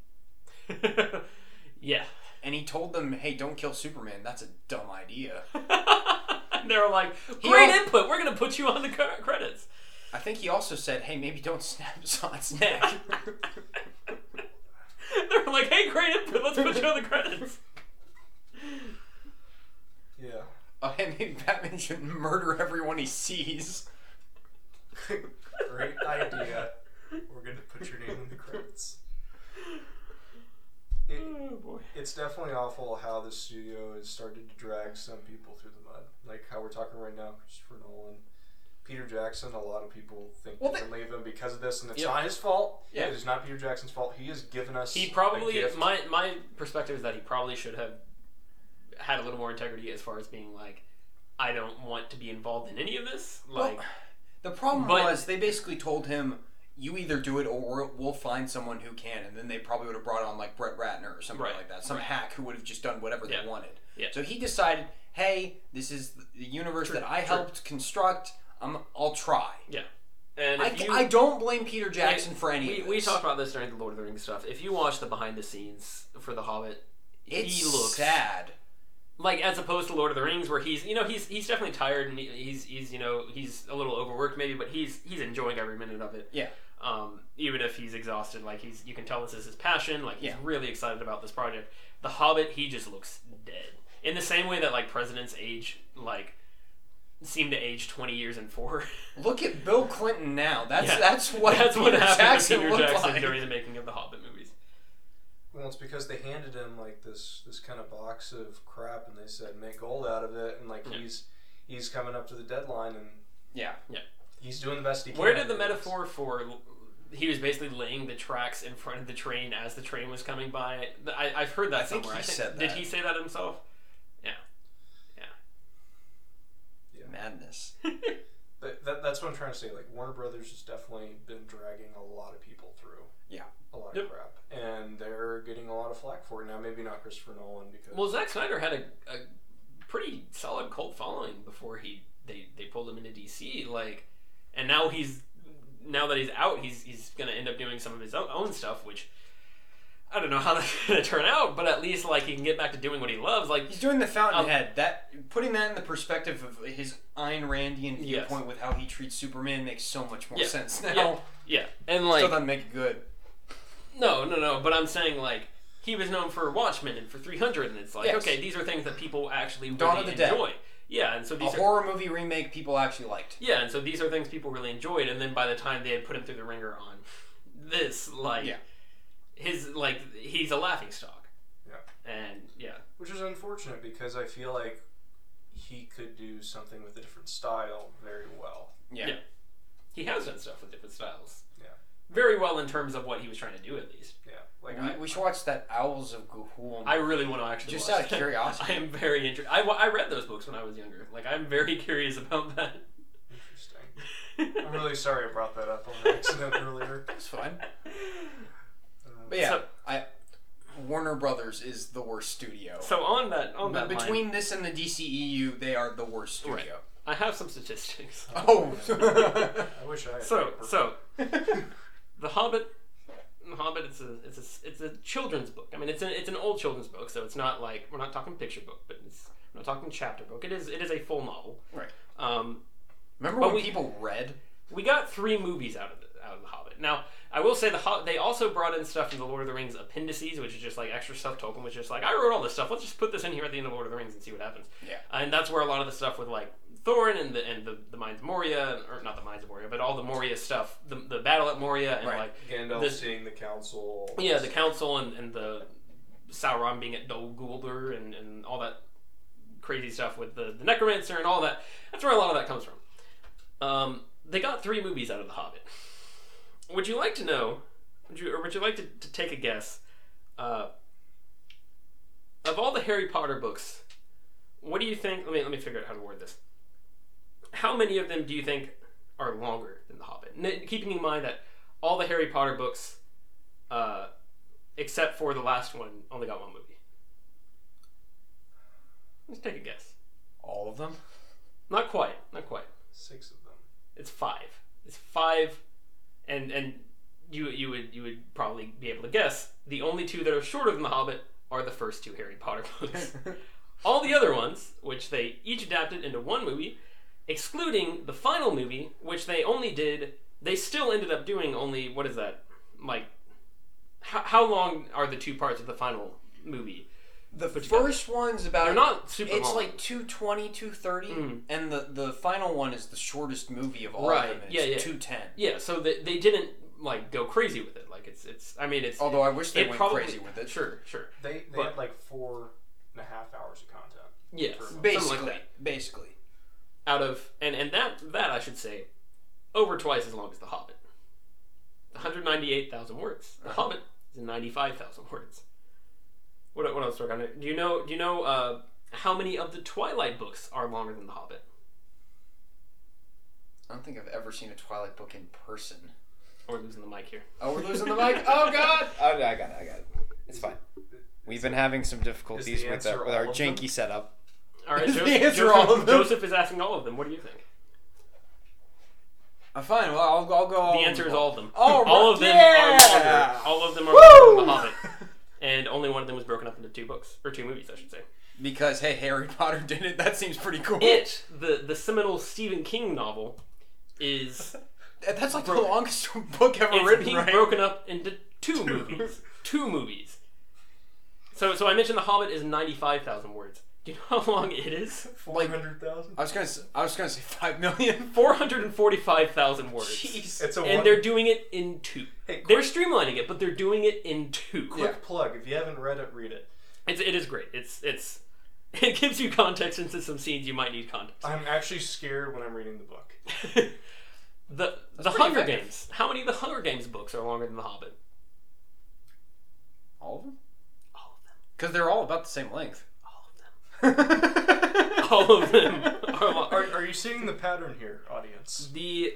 Speaker 1: yeah. [LAUGHS]
Speaker 2: and he told them, "Hey, don't kill Superman. That's a dumb idea."
Speaker 1: And they were like,
Speaker 2: He
Speaker 1: great
Speaker 2: al-
Speaker 1: input. We're going to put you on the cur-
Speaker 2: [LAUGHS]
Speaker 1: credits.
Speaker 2: I think he also said, "Hey, maybe don't snap [LAUGHS] Zod's neck."
Speaker 1: They were like, hey, great input. Let's put you on the
Speaker 2: [LAUGHS]
Speaker 1: credits.
Speaker 3: Yeah.
Speaker 2: oh, hey, maybe Batman should murder everyone he sees.
Speaker 3: [LAUGHS] Great idea. We're gonna put your name in the credits. It,
Speaker 1: Oh, boy.
Speaker 3: it's definitely awful how the studio has started to drag some people through the mud. Like how we're talking right now, Christopher Nolan, Peter Jackson. A lot of people think
Speaker 2: Well,
Speaker 3: they
Speaker 2: they-
Speaker 3: can leave him because of this, and it's
Speaker 2: Yeah.
Speaker 3: not his fault.
Speaker 2: Yeah.
Speaker 3: It is not Peter Jackson's fault. He has given us.
Speaker 1: He
Speaker 3: a
Speaker 1: probably
Speaker 3: gift.
Speaker 1: my my perspective is that he probably should have had a little more integrity as far as being like, I don't want to be involved in any of this. Like,
Speaker 2: The problem
Speaker 1: But-
Speaker 2: was they basically told him, "You either do it, or we'll- we'll find someone who can." And then they probably would have brought on like Brett Ratner or somebody
Speaker 1: Right.
Speaker 2: like that, some hack who would have just done whatever
Speaker 1: Yeah.
Speaker 2: they wanted.
Speaker 1: Yeah.
Speaker 2: So he decided, "Hey, this is the universe that I helped construct. I'm, I'll try."
Speaker 1: yeah. And
Speaker 2: I,
Speaker 1: if you,
Speaker 2: I don't blame Peter Jackson for any
Speaker 1: we,
Speaker 2: of
Speaker 1: we
Speaker 2: this.
Speaker 1: talked about this during the Lord of the Rings stuff. If you watch the behind the scenes for The Hobbit,
Speaker 2: it's
Speaker 1: he looks
Speaker 2: sad.
Speaker 1: like as opposed to Lord of the Rings, where he's you know he's he's definitely tired and he, he's he's you know he's a little overworked maybe, but he's he's enjoying every minute of it.
Speaker 2: Yeah.
Speaker 1: Um, even if he's exhausted, like he's you can tell this is his passion. Like he's
Speaker 2: Yeah.
Speaker 1: really excited about this project. The Hobbit, he just looks dead. In the same way that like presidents age like seem to age twenty years and four. [LAUGHS]
Speaker 2: Look at Bill Clinton now. That's
Speaker 1: Yeah.
Speaker 2: that's what
Speaker 1: That's
Speaker 2: Peter
Speaker 1: what happened
Speaker 2: Jackson
Speaker 1: to Peter
Speaker 2: looked
Speaker 1: Jackson
Speaker 2: like.
Speaker 1: during the making of the Hobbit movies.
Speaker 3: Well, it's because they handed him like this this kind of box of crap, and they said make gold out of it, and like
Speaker 1: Yeah.
Speaker 3: he's he's coming up to the deadline, and
Speaker 2: yeah.
Speaker 3: he's doing the best he can.
Speaker 1: Where did the metaphor for he was basically laying the tracks in front of the train as the train was coming by? I, I've heard that
Speaker 2: I think
Speaker 1: somewhere.
Speaker 2: he
Speaker 1: I
Speaker 2: said
Speaker 1: Did
Speaker 2: that.
Speaker 1: he say that himself? [LAUGHS]
Speaker 2: Madness.
Speaker 3: That, that, that's what I'm trying to say. Like Warner Brothers has definitely been dragging a lot of people through.
Speaker 2: Yeah.
Speaker 3: A lot
Speaker 1: Yep.
Speaker 3: of crap, and they're getting a lot of flack for it now. Maybe not Christopher Nolan because
Speaker 1: well, Zack Snyder had a, a pretty solid cult following before he they, they pulled him into DC. Like, and now he's now that he's out, he's he's gonna end up doing some of his own, own stuff, which. I don't know how that's [LAUGHS] gonna turn out, but at least like he can get back to doing what he loves. Like
Speaker 2: He's doing the Fountainhead.
Speaker 1: Um,
Speaker 2: that putting that in the perspective of his Ayn Randian
Speaker 1: Yes.
Speaker 2: viewpoint with how he treats Superman makes so much more
Speaker 1: Yeah.
Speaker 2: sense now.
Speaker 1: Yeah. yeah, and like
Speaker 2: Still doesn't make it good.
Speaker 1: No, no, no. But I'm saying like he was known for Watchmen and for 300, and it's like
Speaker 2: Yes.
Speaker 1: okay, these are things that people actually
Speaker 2: Dawn of
Speaker 1: really
Speaker 2: the Dead.
Speaker 1: enjoy. Yeah, and so
Speaker 2: A
Speaker 1: these are
Speaker 2: horror movie remake people actually liked.
Speaker 1: yeah, and so these are things people really enjoyed. And then by the time they had put him through the ringer on this, like
Speaker 2: Yeah.
Speaker 1: his like he's a laughing stock.
Speaker 3: Yeah.
Speaker 1: And yeah,
Speaker 3: which is unfortunate because I feel like he could do something with a different style very well.
Speaker 2: Yeah.
Speaker 1: Yeah. he has done stuff with different styles.
Speaker 3: Yeah.
Speaker 1: Very well in terms of what he was trying to do at least.
Speaker 3: Yeah, like
Speaker 2: We,
Speaker 3: I,
Speaker 2: we should watch that Owls of Gahul.
Speaker 1: I really want to actually
Speaker 2: Just
Speaker 1: watch
Speaker 2: out of
Speaker 1: that. [LAUGHS]
Speaker 2: curiosity.
Speaker 1: I am very interested. I, wa- I read those books when I was younger. Like I'm very [LAUGHS] curious about that.
Speaker 3: interesting.
Speaker 1: [LAUGHS]
Speaker 3: I'm really sorry I brought that up on accident earlier.
Speaker 2: It's fine.
Speaker 3: Uh,
Speaker 2: But yeah,
Speaker 1: So-
Speaker 2: I Warner Brothers is the worst studio.
Speaker 1: So on that on
Speaker 2: But
Speaker 1: that line-
Speaker 2: between this and the DCEU, they are the worst studio.
Speaker 1: [LAUGHS] I have some statistics.
Speaker 2: Oh. [LAUGHS]
Speaker 3: I wish I had
Speaker 1: So,
Speaker 3: paper.
Speaker 1: so the Hobbit, the Hobbit. It's a, it's a, it's a children's book. I mean, it's an, it's an old children's book, so it's not like we're not talking picture book, but it's we're not talking chapter book. It is, it is a full novel.
Speaker 2: Right.
Speaker 1: Um,
Speaker 2: Remember
Speaker 1: But
Speaker 2: when
Speaker 1: we-
Speaker 2: people read?
Speaker 1: we got three movies out of the, out of the Hobbit. Now, I will say the Hob- they also brought in stuff from the Lord of the Rings appendices, which is just like extra stuff. Tolkien was just like, I wrote all this stuff. Let's just put this in here at the end of Lord of the Rings and see what happens.
Speaker 2: Yeah.
Speaker 1: and that's where a lot of the stuff with like Thorin and the and the, the Mines of Moria, or not the Mines of Moria, but all the Moria stuff, the, the battle at Moria, and
Speaker 2: Right.
Speaker 1: like
Speaker 3: Gandalf
Speaker 1: this-
Speaker 3: seeing the council.
Speaker 1: yeah, the council and, and the Sauron being at Dol Guldur and, and all that crazy stuff with the, the Necromancer and all that. That's where a lot of that comes from. Um, they got three movies out of The Hobbit. Would you like to know, would you, or would you like to, to take a guess, uh, of all the Harry Potter books, what do you think? Let me, let me figure out how to word this. How many of them do you think are longer than The Hobbit? N- keeping in mind that all the Harry Potter books uh, except for the last one, only got one movie. Let's take a guess.
Speaker 2: All of them?
Speaker 1: Not quite. Not quite.
Speaker 3: Six of them.
Speaker 1: It's five. It's five, and and you you would you would probably be able to guess. The only two that are short of The Hobbit are the first two Harry Potter [LAUGHS]
Speaker 2: [LAUGHS]
Speaker 1: books. All the other ones, which they each adapted into one movie, excluding the final movie, which they only did. They still ended up doing only what is that? Like, how, how long are the two parts of the final movie?
Speaker 2: The
Speaker 1: together.
Speaker 2: first one's about
Speaker 1: They're not super
Speaker 2: It's
Speaker 1: long.
Speaker 2: like 220, 230,
Speaker 1: Mm.
Speaker 2: and the, the final one is the shortest movie of all
Speaker 1: Right,
Speaker 2: of them. and
Speaker 1: yeah,
Speaker 2: it's
Speaker 1: yeah.
Speaker 2: 210.
Speaker 1: yeah, so they, they didn't like go crazy with it. Like it's it's. I mean, it's
Speaker 2: Although I wish they
Speaker 1: it
Speaker 2: went
Speaker 1: probably-
Speaker 2: crazy with it.
Speaker 1: Sure, sure.
Speaker 3: They they
Speaker 1: But-
Speaker 3: had like four and a half hours of content.
Speaker 1: Yes,
Speaker 3: Sure.
Speaker 1: something like
Speaker 2: Basically.
Speaker 1: that.
Speaker 2: Basically.
Speaker 1: Out of and and that that I should say, over twice as long as The Hobbit. One hundred ninety-eight thousand words. The
Speaker 2: Uh-huh.
Speaker 1: Hobbit is ninety-five thousand words. What what else we're gonna? Do you know? Do you know uh, how many of the Twilight books are longer than The Hobbit?
Speaker 2: I don't think I've ever seen a Twilight book in person.
Speaker 1: Or losing the mic here.
Speaker 2: Oh, we're losing the [LAUGHS] mic. Oh, God. I, I got it. I got it. It's fine. We've been having some difficulties with,
Speaker 3: answer
Speaker 2: our with our
Speaker 3: all of them?
Speaker 2: janky setup.
Speaker 1: All right,
Speaker 2: [LAUGHS] The
Speaker 1: Joseph,
Speaker 2: answer
Speaker 1: Joseph,
Speaker 2: all of them.
Speaker 1: Joseph is asking all of them. What do you think?
Speaker 2: I'm Uh, fine. Well, I'll, I'll go.
Speaker 1: The answer is all of them.
Speaker 2: Oh,
Speaker 1: all of them are
Speaker 2: yeah.
Speaker 1: longer. All of them are longer than
Speaker 2: Woo!
Speaker 1: The Hobbit, and only one of them was broken up into two books or two movies, I should say.
Speaker 2: Because hey, Harry Potter did it. That seems pretty cool.
Speaker 1: It, the the seminal Stephen King novel, is
Speaker 2: That's like
Speaker 1: Broke-
Speaker 2: the longest [LAUGHS] book ever
Speaker 1: it's
Speaker 2: written,
Speaker 1: being
Speaker 2: right?
Speaker 1: broken up into two, movies. Two movies. So so I mentioned The Hobbit is ninety five thousand words. Do you know how long it is?
Speaker 3: Four hundred thousand.
Speaker 2: I was gonna. s- I was gonna say five million.
Speaker 1: Four hundred and forty five thousand words.
Speaker 2: Jeez.
Speaker 3: It's a
Speaker 1: And
Speaker 3: one.
Speaker 1: they're doing it in two.
Speaker 3: Hey, quick-
Speaker 1: they're streamlining it, but they're doing it in two.
Speaker 3: quick plug. If you haven't read it, read it.
Speaker 1: It's it is great. It's it's [LAUGHS] it gives you context into some scenes you might need context. [LAUGHS]
Speaker 3: I'm actually scared when I'm reading the book.
Speaker 1: the The
Speaker 2: pretty
Speaker 1: Hunger
Speaker 2: effective.
Speaker 1: Games. How many of the Hunger Games books are longer than The Hobbit?
Speaker 2: [LAUGHS] All of them.
Speaker 1: All of them.
Speaker 2: Because they're all about the same length.
Speaker 1: All of them.
Speaker 2: [LAUGHS] all
Speaker 1: all of them [LAUGHS] are, lo-
Speaker 3: Are,
Speaker 1: are-
Speaker 3: are you seeing the pattern here, audience?
Speaker 1: the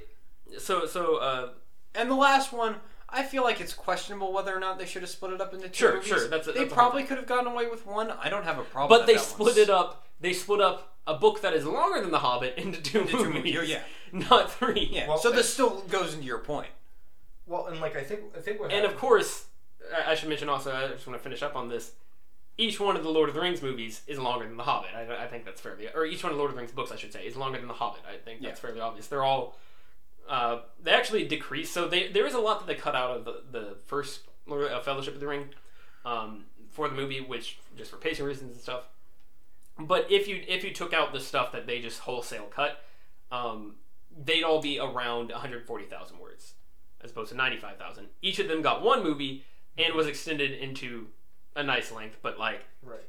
Speaker 1: so so uh
Speaker 2: And the last one, I feel like it's questionable whether or not they should have split it up into two.
Speaker 1: Sure,
Speaker 2: movies.
Speaker 1: sure, that's a-
Speaker 2: they
Speaker 1: that's a
Speaker 2: probably could have gotten away with one. I don't have a problem.
Speaker 1: but
Speaker 2: with
Speaker 1: they
Speaker 2: that
Speaker 1: split
Speaker 2: one.
Speaker 1: it up they split up a book that is longer than the hobbit into two
Speaker 2: Into two
Speaker 1: movies
Speaker 2: movies, oh, yeah.
Speaker 1: [LAUGHS] not three
Speaker 2: Yeah.
Speaker 3: Well,
Speaker 2: so this still goes into your point.
Speaker 3: Well, and like I think I think what
Speaker 1: and of
Speaker 3: happened-
Speaker 1: course I, I should mention also i just want to finish up on this each one of the lord of the rings movies is longer than the hobbit i, I think that's fairly or each one of the lord of the rings books i should say is longer than the hobbit i think that's fairly obvious they're all uh, they actually decrease so they, there is a lot that they cut out of the, the first Lord- uh, fellowship of the ring um, for the movie, which just for pacing reasons and stuff. But if you if you took out the stuff that they just wholesale cut, um, they'd all be around 140,000 words, as opposed to 95,000. Each of them got one movie and was extended into a nice length. But like,
Speaker 3: right.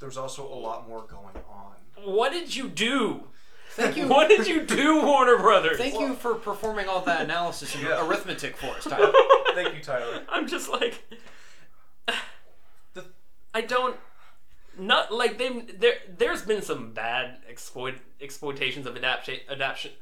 Speaker 3: There's also a lot more going [LAUGHS] on.
Speaker 1: what did you do?
Speaker 2: Thank you.
Speaker 1: [LAUGHS] What did you do, Warner Brothers?
Speaker 2: Thank you for performing all that analysis [LAUGHS] and
Speaker 3: Yeah.
Speaker 2: arithmetic [LAUGHS] for us, Tyler.
Speaker 3: Thank you, Tyler.
Speaker 1: I'm just like,
Speaker 3: The-
Speaker 1: I don't. Not like they there. There's been some bad exploit exploitations of adaptation adaptation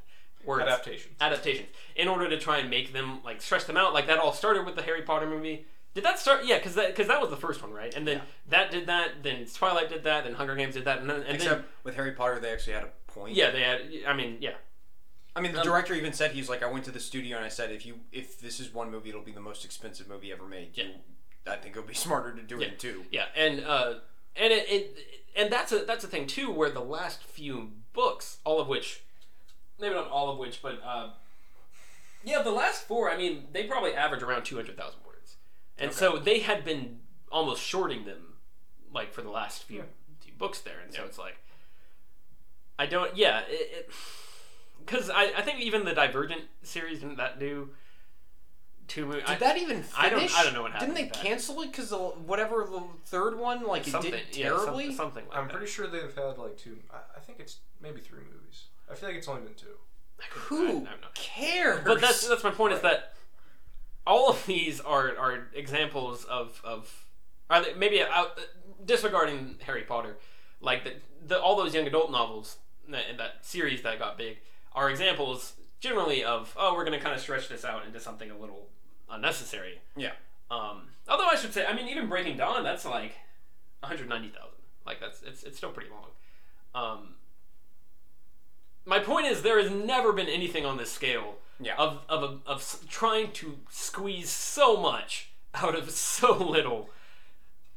Speaker 1: words
Speaker 3: Adaptations.
Speaker 1: adaptations in order to try and make them like stretch them out. Like that all started with the Harry Potter movie. Did that start? Yeah, because that because that was the first one, right? And then that did that. Then Twilight did that. Then Hunger Games did that. And then, and
Speaker 2: Except
Speaker 1: then
Speaker 2: with Harry Potter, they actually had a point.
Speaker 1: yeah, they had. I mean, yeah,
Speaker 2: I mean, the
Speaker 1: Um,
Speaker 2: director even said he's like, I went to the studio and I said, if you if this is one movie, it'll be the most expensive movie ever made.
Speaker 1: Yeah.
Speaker 2: You, I think it'll be [LAUGHS] smarter to do it in two.
Speaker 1: Yeah, and uh, and it, it and that's a that's a thing too, where the last few books, all of which, maybe not all of which, but uh, yeah, the last four. I mean, they probably average around two hundred thousand words, and so they had been almost shorting them, like for the last few, few books there, and so it's like, I don't, yeah, it. because I, I think even the Divergent series didn't that do two movies.
Speaker 2: Did that even finish?
Speaker 1: I don't- I don't know what happened
Speaker 2: Didn't
Speaker 1: with
Speaker 2: they
Speaker 1: that.
Speaker 2: cancel it because the whatever the third one like it
Speaker 1: something
Speaker 2: did
Speaker 1: yeah, some-
Speaker 2: terribly?
Speaker 1: something like
Speaker 3: I'm
Speaker 1: that.
Speaker 3: pretty sure they've had like two. I, I think it's maybe three movies. I feel like it's only been two.
Speaker 1: I- I
Speaker 2: Who
Speaker 1: don't know.
Speaker 2: cares?
Speaker 1: But that's that's my point is that all of these are are examples of of are they, maybe out, disregarding Harry Potter, like the, the all those young adult novels that, and that series that got big are examples generally of oh we're gonna kind of stretch this out into something a little unnecessary.
Speaker 2: yeah.
Speaker 1: Um, although I should say, I mean even Breaking Dawn that's like one hundred ninety thousand Like that's it's it's still pretty long. Um, my point is there has never been anything on this scale
Speaker 2: Yeah.
Speaker 1: of of a, of s- trying to squeeze so much [LAUGHS] out of so little,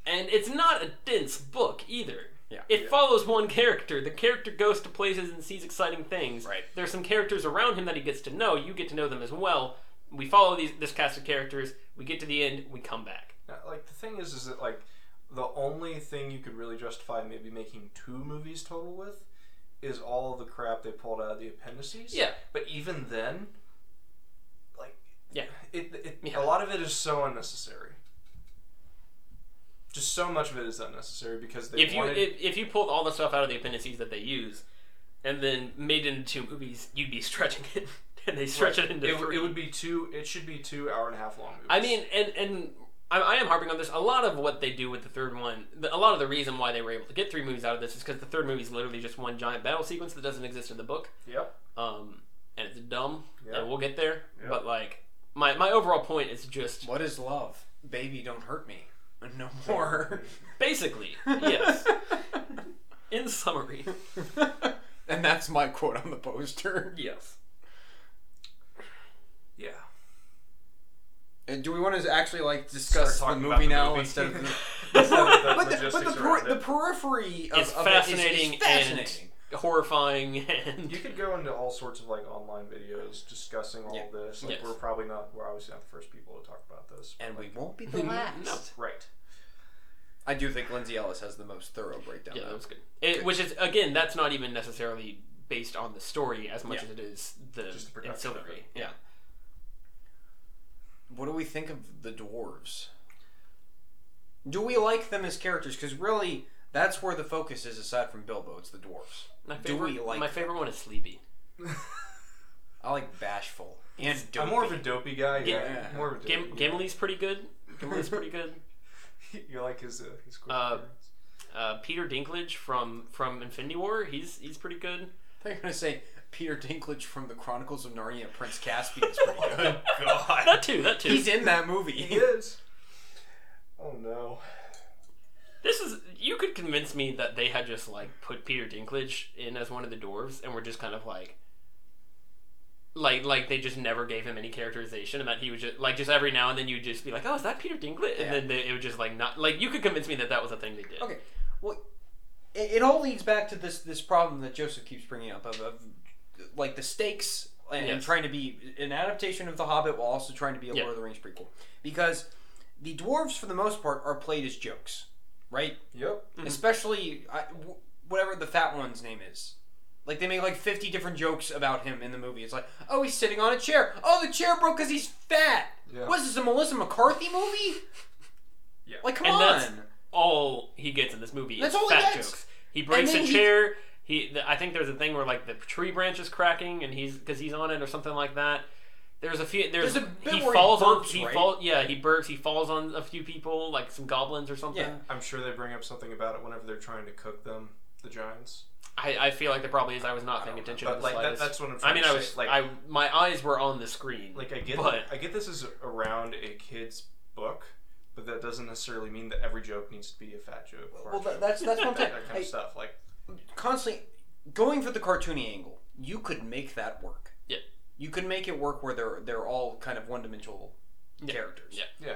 Speaker 1: and it's not a dense book either.
Speaker 2: Yeah.
Speaker 1: It follows one character. The character goes to places and sees exciting things.
Speaker 2: Right.
Speaker 1: There's some characters around him that he gets to know. You get to know them as well. We follow these this cast of characters. We get to the end. We come back.
Speaker 3: Now, like the thing is, is that like the only thing you could really justify maybe making two movies total with is all the crap they pulled out of the appendices.
Speaker 1: Yeah.
Speaker 3: But even then, like,
Speaker 1: Yeah.
Speaker 3: it, it
Speaker 1: Yeah.
Speaker 3: a lot of it is so unnecessary. Just so much of it is unnecessary because they
Speaker 1: if you
Speaker 3: wanted.
Speaker 1: if, if you pulled all the stuff out of the appendices that they use, and then made it into two movies, you'd be [LAUGHS] stretching it, and they stretch it into
Speaker 3: it, would-
Speaker 1: three.
Speaker 3: it would be two. It should be two hour and a half long movies.
Speaker 1: I mean, and and I, I am harping on this. A lot of what they do with the third one, the, a lot of the reason why they were able to get three movies out of this is because the third movie is literally just one giant battle sequence that doesn't exist in the book,
Speaker 3: yep.
Speaker 1: um, and it's dumb.
Speaker 3: Yeah.
Speaker 1: And we'll get there.
Speaker 3: Yeah.
Speaker 1: But like, my my overall point is just
Speaker 2: What is love? Baby, don't hurt me.
Speaker 1: [LAUGHS]
Speaker 2: No more.
Speaker 3: [LAUGHS]
Speaker 1: basically yes. In summary,
Speaker 2: [LAUGHS]
Speaker 1: [LAUGHS]
Speaker 2: and that's my quote on the poster.
Speaker 1: yes.
Speaker 3: Yeah.
Speaker 2: And do we want to actually like discuss
Speaker 3: Start
Speaker 2: the
Speaker 3: talking about
Speaker 2: movie
Speaker 3: the
Speaker 2: now
Speaker 3: movie.
Speaker 1: [LAUGHS]
Speaker 2: instead
Speaker 3: [LAUGHS]
Speaker 2: of the?
Speaker 3: That's the- the
Speaker 2: but the, but the,
Speaker 3: logistics
Speaker 2: per-
Speaker 3: around
Speaker 2: the
Speaker 3: it.
Speaker 2: periphery of,
Speaker 1: It's
Speaker 2: of it is- is
Speaker 1: fascinating and-
Speaker 2: fascinating.
Speaker 1: horrifying and
Speaker 3: You could go into all sorts of like online videos discussing all
Speaker 2: Yeah.
Speaker 3: of this. Like
Speaker 1: Yes.
Speaker 3: we're probably not we're obviously not the first people to talk about this.
Speaker 2: And, we won't be the
Speaker 1: Mm-hmm. [LAUGHS] No.
Speaker 2: last.
Speaker 3: Right.
Speaker 2: I do think Lindsay Ellis has the most thorough breakdown.
Speaker 1: yeah that
Speaker 2: though.
Speaker 1: was good it, which is again that's not even necessarily based on the story as much
Speaker 2: Yeah.
Speaker 1: as it is the
Speaker 3: Just the production of
Speaker 1: ancillary
Speaker 3: it.
Speaker 1: yeah
Speaker 2: What do we think of the dwarves? Do we like them as characters? Because really, that's where the focus is. Aside from Bilbo, it's the dwarves.
Speaker 1: my
Speaker 2: Do
Speaker 1: favorite,
Speaker 2: we like
Speaker 1: my
Speaker 2: them?
Speaker 1: favorite one is sleepy
Speaker 2: I like bashful and
Speaker 3: I'm
Speaker 2: dopey.
Speaker 3: more of a dopey guy. Yeah.
Speaker 2: Yeah.
Speaker 3: More of a
Speaker 1: Gim-
Speaker 3: dopey.
Speaker 1: Gimli's pretty good Gimli's pretty good
Speaker 3: guy. [LAUGHS] you like his uh, his quick
Speaker 1: Uh,
Speaker 3: appearance.
Speaker 1: uh, Peter Dinklage from from Infinity War he's he's pretty good
Speaker 2: They're gonna say Peter Dinklage from the Chronicles of Narnia, Prince Caspian is
Speaker 3: [LAUGHS]
Speaker 2: pretty good.
Speaker 1: that too that too
Speaker 2: He's in that
Speaker 3: He
Speaker 2: movie.
Speaker 3: is. Oh no.
Speaker 1: this is you could convince me that they had just like put Peter Dinklage in as one of the dwarves and were just kind of like like like they just never gave him any characterization and that he was just like just every now and then you'd just be like oh is that Peter Dinklage
Speaker 2: Yeah.
Speaker 1: and then they, it would just like not like you could convince me that that was a thing they did
Speaker 2: Okay, well, it, it all leads back to this this problem that Joseph keeps bringing up of, of like the stakes and, and
Speaker 1: Yes.
Speaker 2: trying to be an adaptation of The Hobbit while also trying to be a
Speaker 1: Yeah.
Speaker 2: Lord of the Rings prequel because the dwarves for the most part are played as jokes, right?
Speaker 3: Yep.
Speaker 1: Mm-hmm.
Speaker 2: Especially I, w- whatever the fat one's name is. Like they make like fifty different jokes about him in the movie. It's like, oh, he's sitting on a chair. Oh, the chair broke because he's fat.
Speaker 3: Yeah.
Speaker 2: What is this a Melissa McCarthy movie?
Speaker 3: Yeah.
Speaker 2: Like, come
Speaker 1: And
Speaker 2: on.
Speaker 1: that's- all he gets in this movie
Speaker 2: That's
Speaker 1: is
Speaker 2: all he
Speaker 1: fat
Speaker 2: gets.
Speaker 1: jokes he breaks
Speaker 2: then
Speaker 1: a
Speaker 2: he-
Speaker 1: chair he th I think there's a thing where like the tree branch is cracking and he's because he's on it or something like that there's a few there's,
Speaker 2: There's a bit
Speaker 1: he
Speaker 2: where he
Speaker 1: falls
Speaker 2: burps,
Speaker 1: on he
Speaker 2: right?
Speaker 1: fall yeah he burps he falls on a few people like some goblins or something
Speaker 2: Yeah.
Speaker 3: I'm sure they bring up something about it whenever they're trying to cook them, the giants.
Speaker 1: I, I feel like there probably is. I was not paying
Speaker 2: don't know,
Speaker 1: attention to
Speaker 3: But
Speaker 1: the
Speaker 3: like that,
Speaker 1: slightest.
Speaker 3: that's what I'm
Speaker 1: I
Speaker 3: trying
Speaker 1: mean,
Speaker 3: to
Speaker 1: I
Speaker 3: say.
Speaker 1: was
Speaker 3: like
Speaker 1: like, I my eyes were on the screen.
Speaker 3: like I get
Speaker 1: but-
Speaker 3: I get this is around a kid's book, but that doesn't necessarily mean that every joke needs to be a fat joke. or a
Speaker 2: well,
Speaker 3: joke,
Speaker 2: that, that's that's what I'm saying.
Speaker 3: that kind
Speaker 2: Hey,
Speaker 3: of stuff. Like [LAUGHS]
Speaker 2: constantly going for the cartoony angle, you could make that work.
Speaker 1: Yeah.
Speaker 2: You could make it work where they're they're all kind of one dimensional characters.
Speaker 1: Yeah.
Speaker 3: Yeah.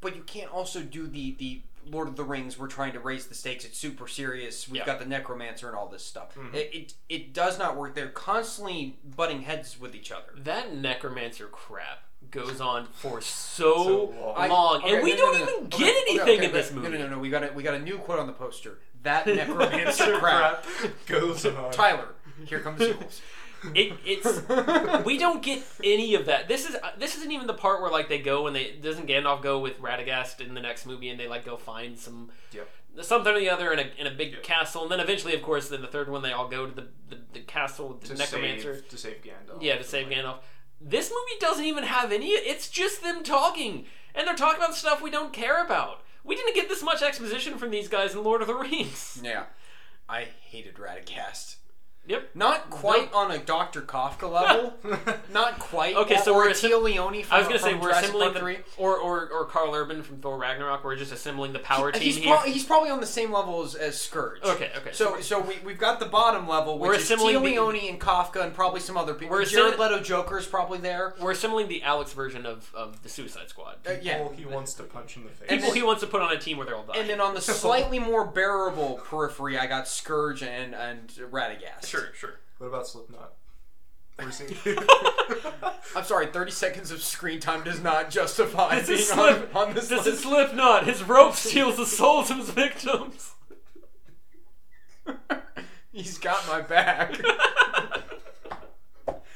Speaker 2: But you can't also do the the Lord of the Rings. We're trying to raise the stakes. It's super serious. We've
Speaker 1: Yeah.
Speaker 2: got the necromancer and all this stuff.
Speaker 3: Mhm.
Speaker 2: It, it it does not work. They're constantly butting heads with each other.
Speaker 1: that necromancer crap
Speaker 3: [LAUGHS]
Speaker 1: goes on for
Speaker 3: So
Speaker 1: so,
Speaker 3: long.
Speaker 2: I-
Speaker 1: long,
Speaker 2: okay,
Speaker 1: and we
Speaker 2: no, no,
Speaker 1: don't
Speaker 2: no, no.
Speaker 1: even
Speaker 2: Okay,
Speaker 1: get
Speaker 2: okay,
Speaker 1: anything
Speaker 2: okay,
Speaker 1: in this
Speaker 2: no,
Speaker 1: movie.
Speaker 2: No, no, no. We got a, we got a new quote on the poster.
Speaker 1: [LAUGHS]
Speaker 2: That necromancer crap.
Speaker 3: [LAUGHS] goes on.
Speaker 2: Tyler,
Speaker 3: [LAUGHS]
Speaker 2: here comes sequels.
Speaker 1: It, it's we don't get any of that. This is uh, this isn't even the part where like they go and they doesn't Gandalf go with Radagast in the next movie and they like go find some
Speaker 3: Yep.
Speaker 1: something or the other in a, in a big
Speaker 3: Yep.
Speaker 1: castle and then eventually of course then the third one they all go to the the, the castle with the
Speaker 3: to
Speaker 1: necromancer
Speaker 3: save, to save Gandalf.
Speaker 1: Yeah, to save Gandalf. This movie doesn't even have any. It's just them talking, and they're talking about stuff we don't care about. We didn't get this much exposition from these guys in Lord of the Rings.
Speaker 2: yeah. I hated Radagast.
Speaker 1: Yep.
Speaker 2: Not quite on a Dr. Kafka level.
Speaker 1: [LAUGHS]
Speaker 2: Not quite.
Speaker 1: Okay,
Speaker 2: Or-
Speaker 1: so
Speaker 2: or
Speaker 1: we're
Speaker 2: Tia Leone from,
Speaker 1: I was gonna say
Speaker 2: from
Speaker 1: we're
Speaker 2: Jurassic
Speaker 1: assembling
Speaker 2: Park
Speaker 1: the,
Speaker 2: 3.
Speaker 1: or, or or Carl Urban from Thor Ragnarok. We're just assembling the power team
Speaker 2: He's,
Speaker 1: here.
Speaker 2: prob- he's probably on the same level as, as Scourge.
Speaker 1: Okay, okay.
Speaker 2: So so we we've got the bottom level, which
Speaker 1: We're
Speaker 2: is
Speaker 1: assembling
Speaker 2: Tia
Speaker 1: the-
Speaker 2: Leone and Kafka and probably some other people.
Speaker 1: We're
Speaker 2: Jared
Speaker 1: assemb-
Speaker 2: Leto Joker is probably there.
Speaker 1: we're assembling the Alex version of, of the Suicide Squad.
Speaker 2: Uh, yeah.
Speaker 1: Oh,
Speaker 3: People he wants to punch in the face.
Speaker 1: People
Speaker 2: then-
Speaker 1: he wants to put on a team where they're all dying.
Speaker 2: And then
Speaker 1: [LAUGHS]
Speaker 2: on the slightly more bearable periphery, I got Scourge and and Radagast.
Speaker 1: sure, sure.
Speaker 3: What about Slipknot? We're seeing.
Speaker 1: [LAUGHS]
Speaker 2: I'm sorry, 30 seconds of screen time does not justify [LAUGHS]
Speaker 1: This is
Speaker 2: being on-
Speaker 1: Slip-
Speaker 2: on, this,
Speaker 1: This
Speaker 2: list.
Speaker 1: is Slipknot. His rope steals the souls of his victims. [LAUGHS]
Speaker 2: [LAUGHS] He's got my [LAUGHS] back.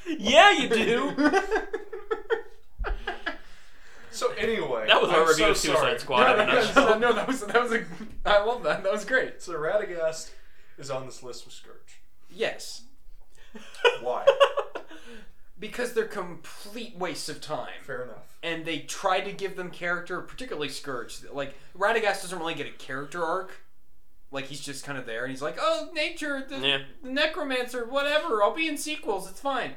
Speaker 1: yeah, you
Speaker 2: [LAUGHS]
Speaker 1: do.
Speaker 3: so anyway,
Speaker 1: That was
Speaker 3: I'm
Speaker 1: our review
Speaker 3: so
Speaker 1: of Suicide
Speaker 2: [LAUGHS]
Speaker 3: sorry.
Speaker 1: Squad.
Speaker 2: no,
Speaker 1: I'm not sure.
Speaker 2: no, that was that was a. I love that. That was great.
Speaker 3: [LAUGHS] So Radagast is on this list with Scourge.
Speaker 2: Yes,
Speaker 1: [LAUGHS]
Speaker 3: Why?
Speaker 2: because they're complete wastes of time.
Speaker 3: Fair enough.
Speaker 2: and they try to give them character, particularly Scourge. Like Radagast doesn't really get a character arc. Like he's just kind of there, and he's like, "Oh, nature, the,
Speaker 1: Yeah.
Speaker 2: the necromancer, whatever. I'll be in sequels. It's fine."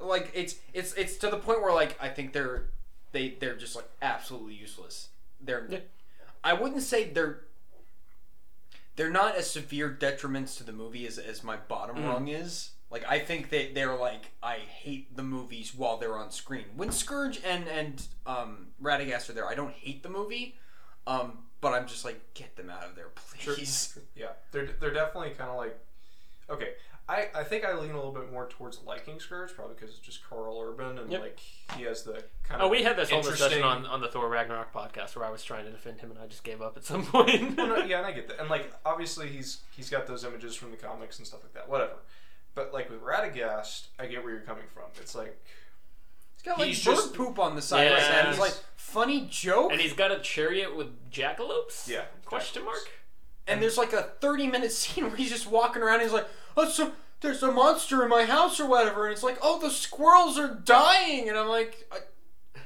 Speaker 2: Like it's it's it's to the point where like I think they're they they're just like absolutely useless. They're
Speaker 1: Yeah.
Speaker 2: I wouldn't say they're they're not as severe detriments to the movie as, as my bottom rung is. Like I think they they're like I hate the movies while they're on screen. When Scourge and and um, Radagast are there, I don't hate the movie, um, but I'm just like get them out of there, please.
Speaker 3: Yeah, they're they're definitely kind of like. Okay, I I think I lean a little bit more towards liking Scourge probably because it's just Carl Urban and
Speaker 1: Yep.
Speaker 3: like he has the kind
Speaker 1: Oh,
Speaker 3: of.
Speaker 1: we had this whole discussion
Speaker 3: Interesting.
Speaker 1: on, on the Thor Ragnarok podcast where I was trying to defend him and I just gave up at some [LAUGHS] point.
Speaker 3: Well, no, yeah, and I get that. And like, obviously, he's he's got those images from the comics and stuff like that. Whatever. But like with Radagast, I get where you're coming from. It's like
Speaker 2: He's got like
Speaker 3: He's
Speaker 2: bird
Speaker 3: just-
Speaker 2: poop on the side of his
Speaker 1: Yeah.
Speaker 2: head. He's like funny joke,
Speaker 1: And
Speaker 2: and,
Speaker 1: he's got a chariot with jackalopes?
Speaker 3: Yeah,
Speaker 1: Question mark?
Speaker 2: there's like a 30 minute [LAUGHS] scene where he's just walking around. and He's like, oh, so there's a monster in my house or whatever, and it's like, oh, the squirrels are dying, and I'm like. I,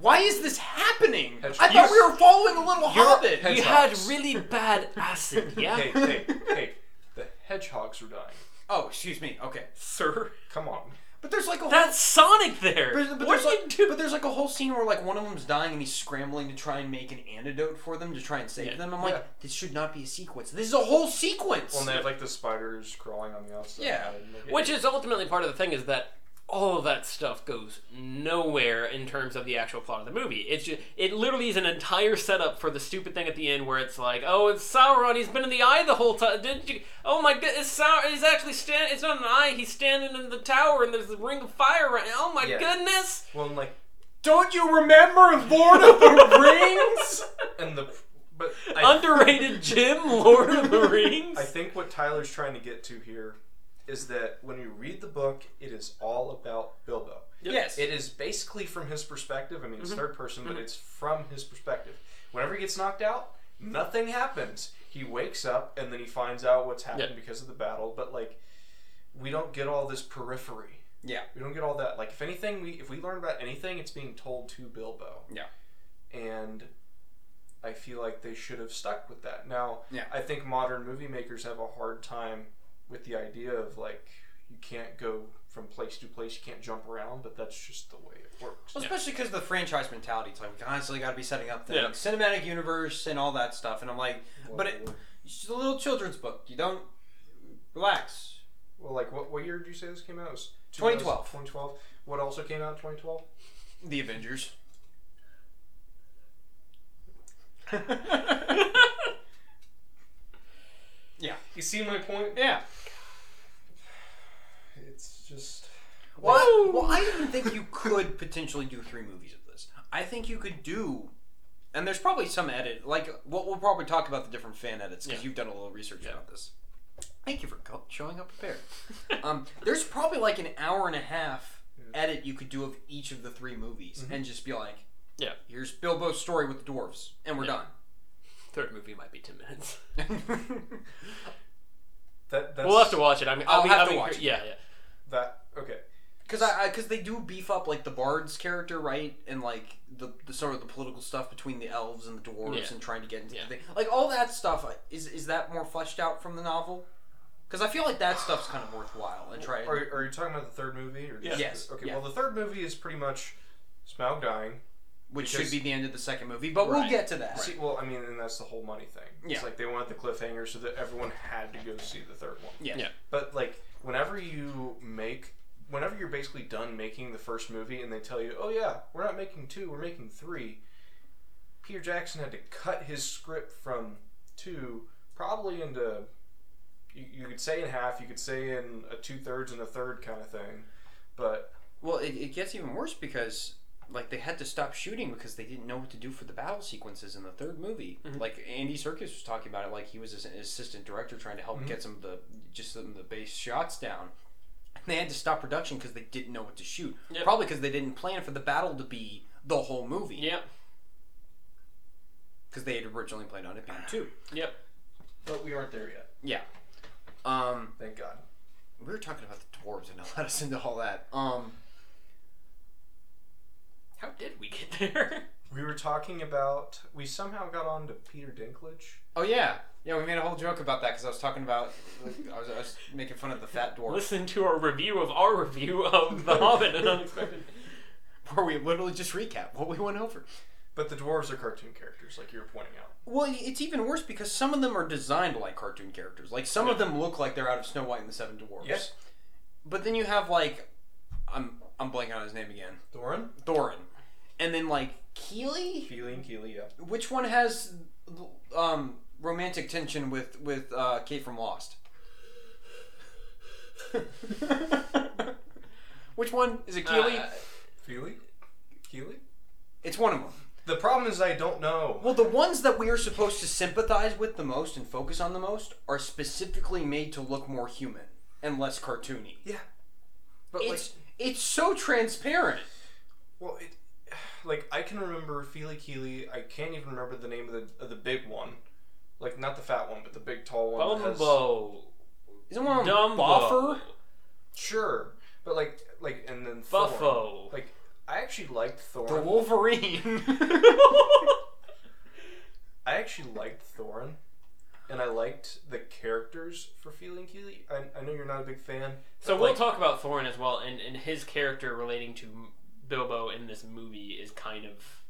Speaker 2: why is this happening? I
Speaker 3: Hedgehog.
Speaker 2: thought we were following the little hobbit.
Speaker 3: Hedgehog.
Speaker 1: You had really bad [LAUGHS] acid, yeah?
Speaker 3: hey, hey, hey, the hedgehogs are dying.
Speaker 2: Oh, excuse me. Okay,
Speaker 1: Sir.
Speaker 3: Come on.
Speaker 2: but there's like a whole,
Speaker 1: That's Sonic there!
Speaker 2: but,
Speaker 1: what
Speaker 2: but there's
Speaker 1: did
Speaker 2: like,
Speaker 1: you do?
Speaker 2: but there's like a whole scene where like one of them's dying and he's scrambling to try and make an antidote for them to try and save
Speaker 1: Yeah.
Speaker 2: them. I'm like,
Speaker 3: Yeah.
Speaker 2: this should not be a sequence. This is a whole sequence.
Speaker 3: Well, and they have like the spiders crawling on the outside.
Speaker 2: Yeah.
Speaker 1: [LAUGHS]
Speaker 3: Like,
Speaker 1: Which is ultimately part of the thing is that all of that stuff goes nowhere in terms of the actual plot of the movie. It's just, it literally is an entire setup for the stupid thing at the end where it's like, oh, it's Sauron. He's been in the eye the whole time. Didn't you? Oh my god, it's Sauron. He's actually standing. It's not an eye. He's standing in the tower, and there's a ring of fire. Right now. Oh my
Speaker 3: Yeah.
Speaker 1: goodness.
Speaker 3: well, and like,
Speaker 2: Don't you remember Lord of [LAUGHS] the Rings?
Speaker 3: and the but I,
Speaker 1: Underrated Jim, Lord of [LAUGHS] the Rings.
Speaker 3: I think what Tyler's trying to get to here is that when you read the book, it is all about Bilbo.
Speaker 2: Yes. Mm-hmm.
Speaker 3: It is basically from his perspective. I mean, it's third person, but it's from his perspective. Whenever he gets knocked out, nothing happens. He wakes up and then he finds out what's happened
Speaker 1: Yeah.
Speaker 3: because of the battle. But like, we don't get all this periphery.
Speaker 2: Yeah.
Speaker 3: We don't get all that. Like, if anything, we if we learn about anything, it's being told to Bilbo.
Speaker 2: Yeah.
Speaker 3: And I feel like they should have stuck with that. Now,
Speaker 2: Yeah.
Speaker 3: I think modern movie makers have a hard time with the idea of like you can't go from place to place, you can't jump around, but that's just the way it works.
Speaker 2: Well, especially because the franchise mentality. It's like we constantly got to be setting up the
Speaker 1: Yeah.
Speaker 2: cinematic universe and all that stuff. And I'm like, but it,
Speaker 3: Well-
Speaker 2: it's just a little children's book. You don't relax.
Speaker 3: Well, like what what year did you say this came out? It was
Speaker 2: 2012.
Speaker 3: 2012. What also came out in 2012?
Speaker 2: The Avengers. [LAUGHS]
Speaker 3: You see my point?
Speaker 2: yeah.
Speaker 3: It's just
Speaker 2: Well, I, well, I even think you could potentially do three movies of this. I think you could do, and there's probably some edit. Like, we'll, we'll probably talk about the different fan edits because
Speaker 1: Yeah.
Speaker 2: you've done a little research about this. Thank you for co- showing up prepared. um, there's probably like an hour and a half edit you could do of each of the three movies, and just be like,
Speaker 1: Mm-hmm. Yeah.
Speaker 2: here's Bilbo's story with the dwarves, and we're
Speaker 1: [LAUGHS] Third movie might be ten minutes.
Speaker 2: done." [LAUGHS]
Speaker 3: that. That's,
Speaker 1: We'll have to watch it. I mean, I'll,
Speaker 2: I'll
Speaker 1: be,
Speaker 2: have
Speaker 1: I'll
Speaker 2: to
Speaker 1: be,
Speaker 2: watch it.
Speaker 1: Yeah, yeah.
Speaker 3: that. Okay.
Speaker 2: Because I because they do beef up like the bard's character, right, and like the, the sort of the political stuff between the elves and the dwarves
Speaker 1: Yeah.
Speaker 2: and trying to get into
Speaker 1: Yeah.
Speaker 2: uh, the thing, like all that stuff. I- Is is that more fleshed out from the novel? Because I feel like that stuff's kind of worthwhile and try.
Speaker 3: Are, are you talking about the third movie? Or just
Speaker 2: Yes.
Speaker 3: the- okay.
Speaker 2: Yeah.
Speaker 3: Well, the third movie is pretty much Smaug dying.
Speaker 2: which
Speaker 3: because-
Speaker 2: should be the end of the second movie, but
Speaker 1: Right.
Speaker 2: we'll get to that.
Speaker 3: See, well, I mean, and that's the whole money thing.
Speaker 2: Yeah.
Speaker 3: It's like they wanted the cliffhanger so that everyone had to go see the third one.
Speaker 2: Yeah.
Speaker 1: Yeah.
Speaker 3: But like, whenever you make, whenever you're basically done making the first movie, and they tell you, "Oh yeah, we're not making two, we're making three, Peter Jackson had to cut his script from two probably into, you, you could say in half, you could say in a two thirds and a third kind of thing, but
Speaker 2: Well, it, it gets even worse because like they had to stop shooting because they didn't know what to do for the battle sequences in the third movie.
Speaker 1: Mhm.
Speaker 2: Like Andy Serkis was talking about it, like he was as an assistant director trying to help
Speaker 3: Mhm.
Speaker 2: get some of the just some of the base shots down. And they had to stop production because they didn't know what to shoot.
Speaker 1: Yep.
Speaker 2: Probably because they didn't plan for the battle to be the whole movie
Speaker 1: Yep.
Speaker 2: because they had originally planned on it being two.
Speaker 1: Yep.
Speaker 3: but we aren't there yet.
Speaker 2: Um,
Speaker 3: Thank God.
Speaker 2: we were talking about the dwarves and let us into all that. Um,
Speaker 1: How did we get there?
Speaker 3: We were talking about we somehow got on to Peter Dinklage.
Speaker 2: oh yeah, yeah, we made a whole joke about that because I was talking about like, I, was, I was making fun of the fat
Speaker 1: [LAUGHS]
Speaker 2: dwarf.
Speaker 1: Listen to our review of our review [LAUGHS] of The Hobbit and Unexpected.
Speaker 2: [LAUGHS] where we literally just recap what we went over.
Speaker 3: But the dwarves are cartoon characters, like you were pointing out.
Speaker 2: Well, it's even worse because some of them are designed like cartoon characters. Like some of them look like they're out of Snow White and the Seven Dwarfs.
Speaker 3: Yes.
Speaker 2: But then you have like, I'm I'm blanking on his name again,
Speaker 3: Thorin,
Speaker 2: Thorin, and then like Keeley,
Speaker 3: Feely, and Keely, yeah.
Speaker 2: which one has um romantic tension with with uh, Kate from [LAUGHS] Lost? which one is it? Keeley?
Speaker 1: Uh,
Speaker 3: Feely, Keely.
Speaker 2: it's one of them.
Speaker 3: The problem is I don't know.
Speaker 2: Well, the ones that we are supposed to sympathize with the most and focus on the most are specifically made to look more human and less cartoony.
Speaker 3: Yeah, but
Speaker 2: It's it's so transparent.
Speaker 3: like, well, it, [SIGHS] like I can remember Feely Keely. I can't even remember the name of the of the big one, like not the fat one, but the big tall one. that has-
Speaker 1: Bumbo.
Speaker 2: Isn't one of them
Speaker 1: Dumbo.
Speaker 2: Buffer?
Speaker 3: Sure, but like like and then Thorin.
Speaker 1: Buffo.
Speaker 3: Like I actually liked Thorin.
Speaker 2: The Wolverine. [LAUGHS]
Speaker 3: I actually liked Thorin, and I liked the characters for Feeling Keely. I, I know you're not a big fan.
Speaker 1: so
Speaker 3: but,
Speaker 1: we'll
Speaker 3: like,
Speaker 1: talk about Thorin as well, and, and his character relating to Bilbo in this movie is kind of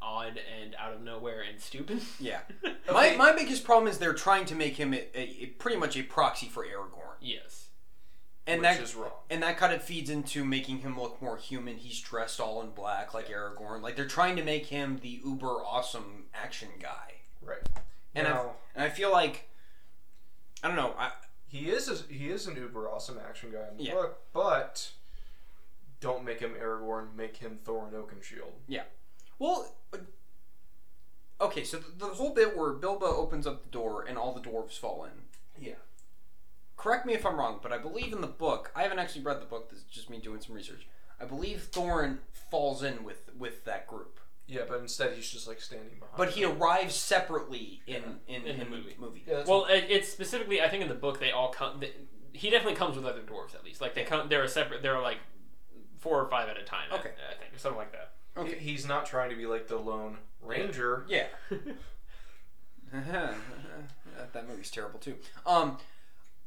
Speaker 1: odd and out of nowhere and stupid.
Speaker 2: yeah.
Speaker 3: Okay.
Speaker 2: My, my biggest problem is they're trying to make him a, a, a- pretty much a proxy for Aragorn.
Speaker 1: [LAUGHS] yes.
Speaker 2: And
Speaker 3: which
Speaker 2: that
Speaker 3: is wrong.
Speaker 2: and that kind of feeds into making him look more human. He's dressed all in black like Aragorn. Like they're trying to make him the uber awesome action guy.
Speaker 3: Right.
Speaker 2: And I
Speaker 3: Now-
Speaker 2: and I feel like I don't know. I,
Speaker 3: He is a, he is an uber awesome action guy in the
Speaker 2: Yeah.
Speaker 3: book, but don't make him Aragorn. Make him Thorin Oakenshield.
Speaker 2: Well, uh, okay, so the, the whole bit where Bilbo opens up the door and all the dwarves fall in.
Speaker 3: Yeah.
Speaker 2: Correct me if I'm wrong, but I believe in the book. I haven't actually read the book. This is just me doing some research. I believe Thorin falls in with with that group,
Speaker 3: Yeah, but instead he's just like standing behind.
Speaker 2: but he
Speaker 3: him.
Speaker 2: arrives separately in in,
Speaker 1: In the
Speaker 2: in
Speaker 1: movie.
Speaker 3: Yeah, that's
Speaker 1: Well, it, it's specifically, I think in the book they all come. th he definitely comes with other dwarves at least. Like they come, they're a separate. They're like four or five at a time. I-
Speaker 2: Okay.
Speaker 1: I, think something like
Speaker 2: [LAUGHS]
Speaker 1: that.
Speaker 3: He-
Speaker 2: Okay.
Speaker 3: he's not trying to be like the lone ranger.
Speaker 2: Yeah. [LAUGHS] that movie's terrible too. Um,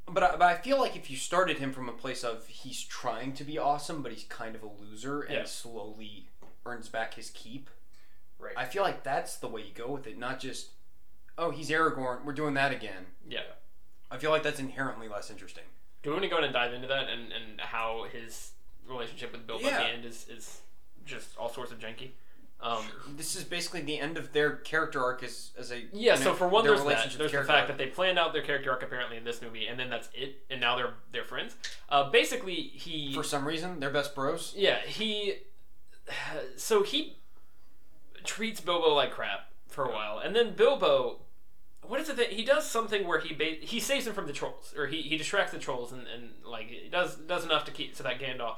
Speaker 2: but I, but I feel like if you started him from a place of he's trying to be awesome, but he's kind of a loser and
Speaker 1: Yeah.
Speaker 2: slowly earns back his keep.
Speaker 3: Right.
Speaker 2: I feel like that's the way you go with it, not just oh he's Aragorn, we're doing that again.
Speaker 1: Yeah.
Speaker 2: I feel like that's inherently less interesting.
Speaker 1: Do we want to go in and dive into that and, and how his relationship with Bilbo at
Speaker 2: Yeah.
Speaker 1: the end is, is just all sorts of janky? Um,
Speaker 2: This is basically the end of their character arc as, as a
Speaker 1: Yeah,
Speaker 2: you
Speaker 1: so
Speaker 2: know,
Speaker 1: for one,
Speaker 2: their
Speaker 1: there's that.
Speaker 2: relationship
Speaker 1: There's the
Speaker 2: character
Speaker 1: fact that
Speaker 2: arc.
Speaker 1: they planned out their character arc apparently in this movie, and then that's it. And now they're they're friends. Uh, basically, he
Speaker 2: for some reason they're best bros.
Speaker 1: yeah he so he treats Bilbo like crap for a while, and then Bilbo, what is it that he does something where he ba- he saves him from the trolls, or he, he distracts the trolls, and, and like he does does enough to keep so that Gandalf.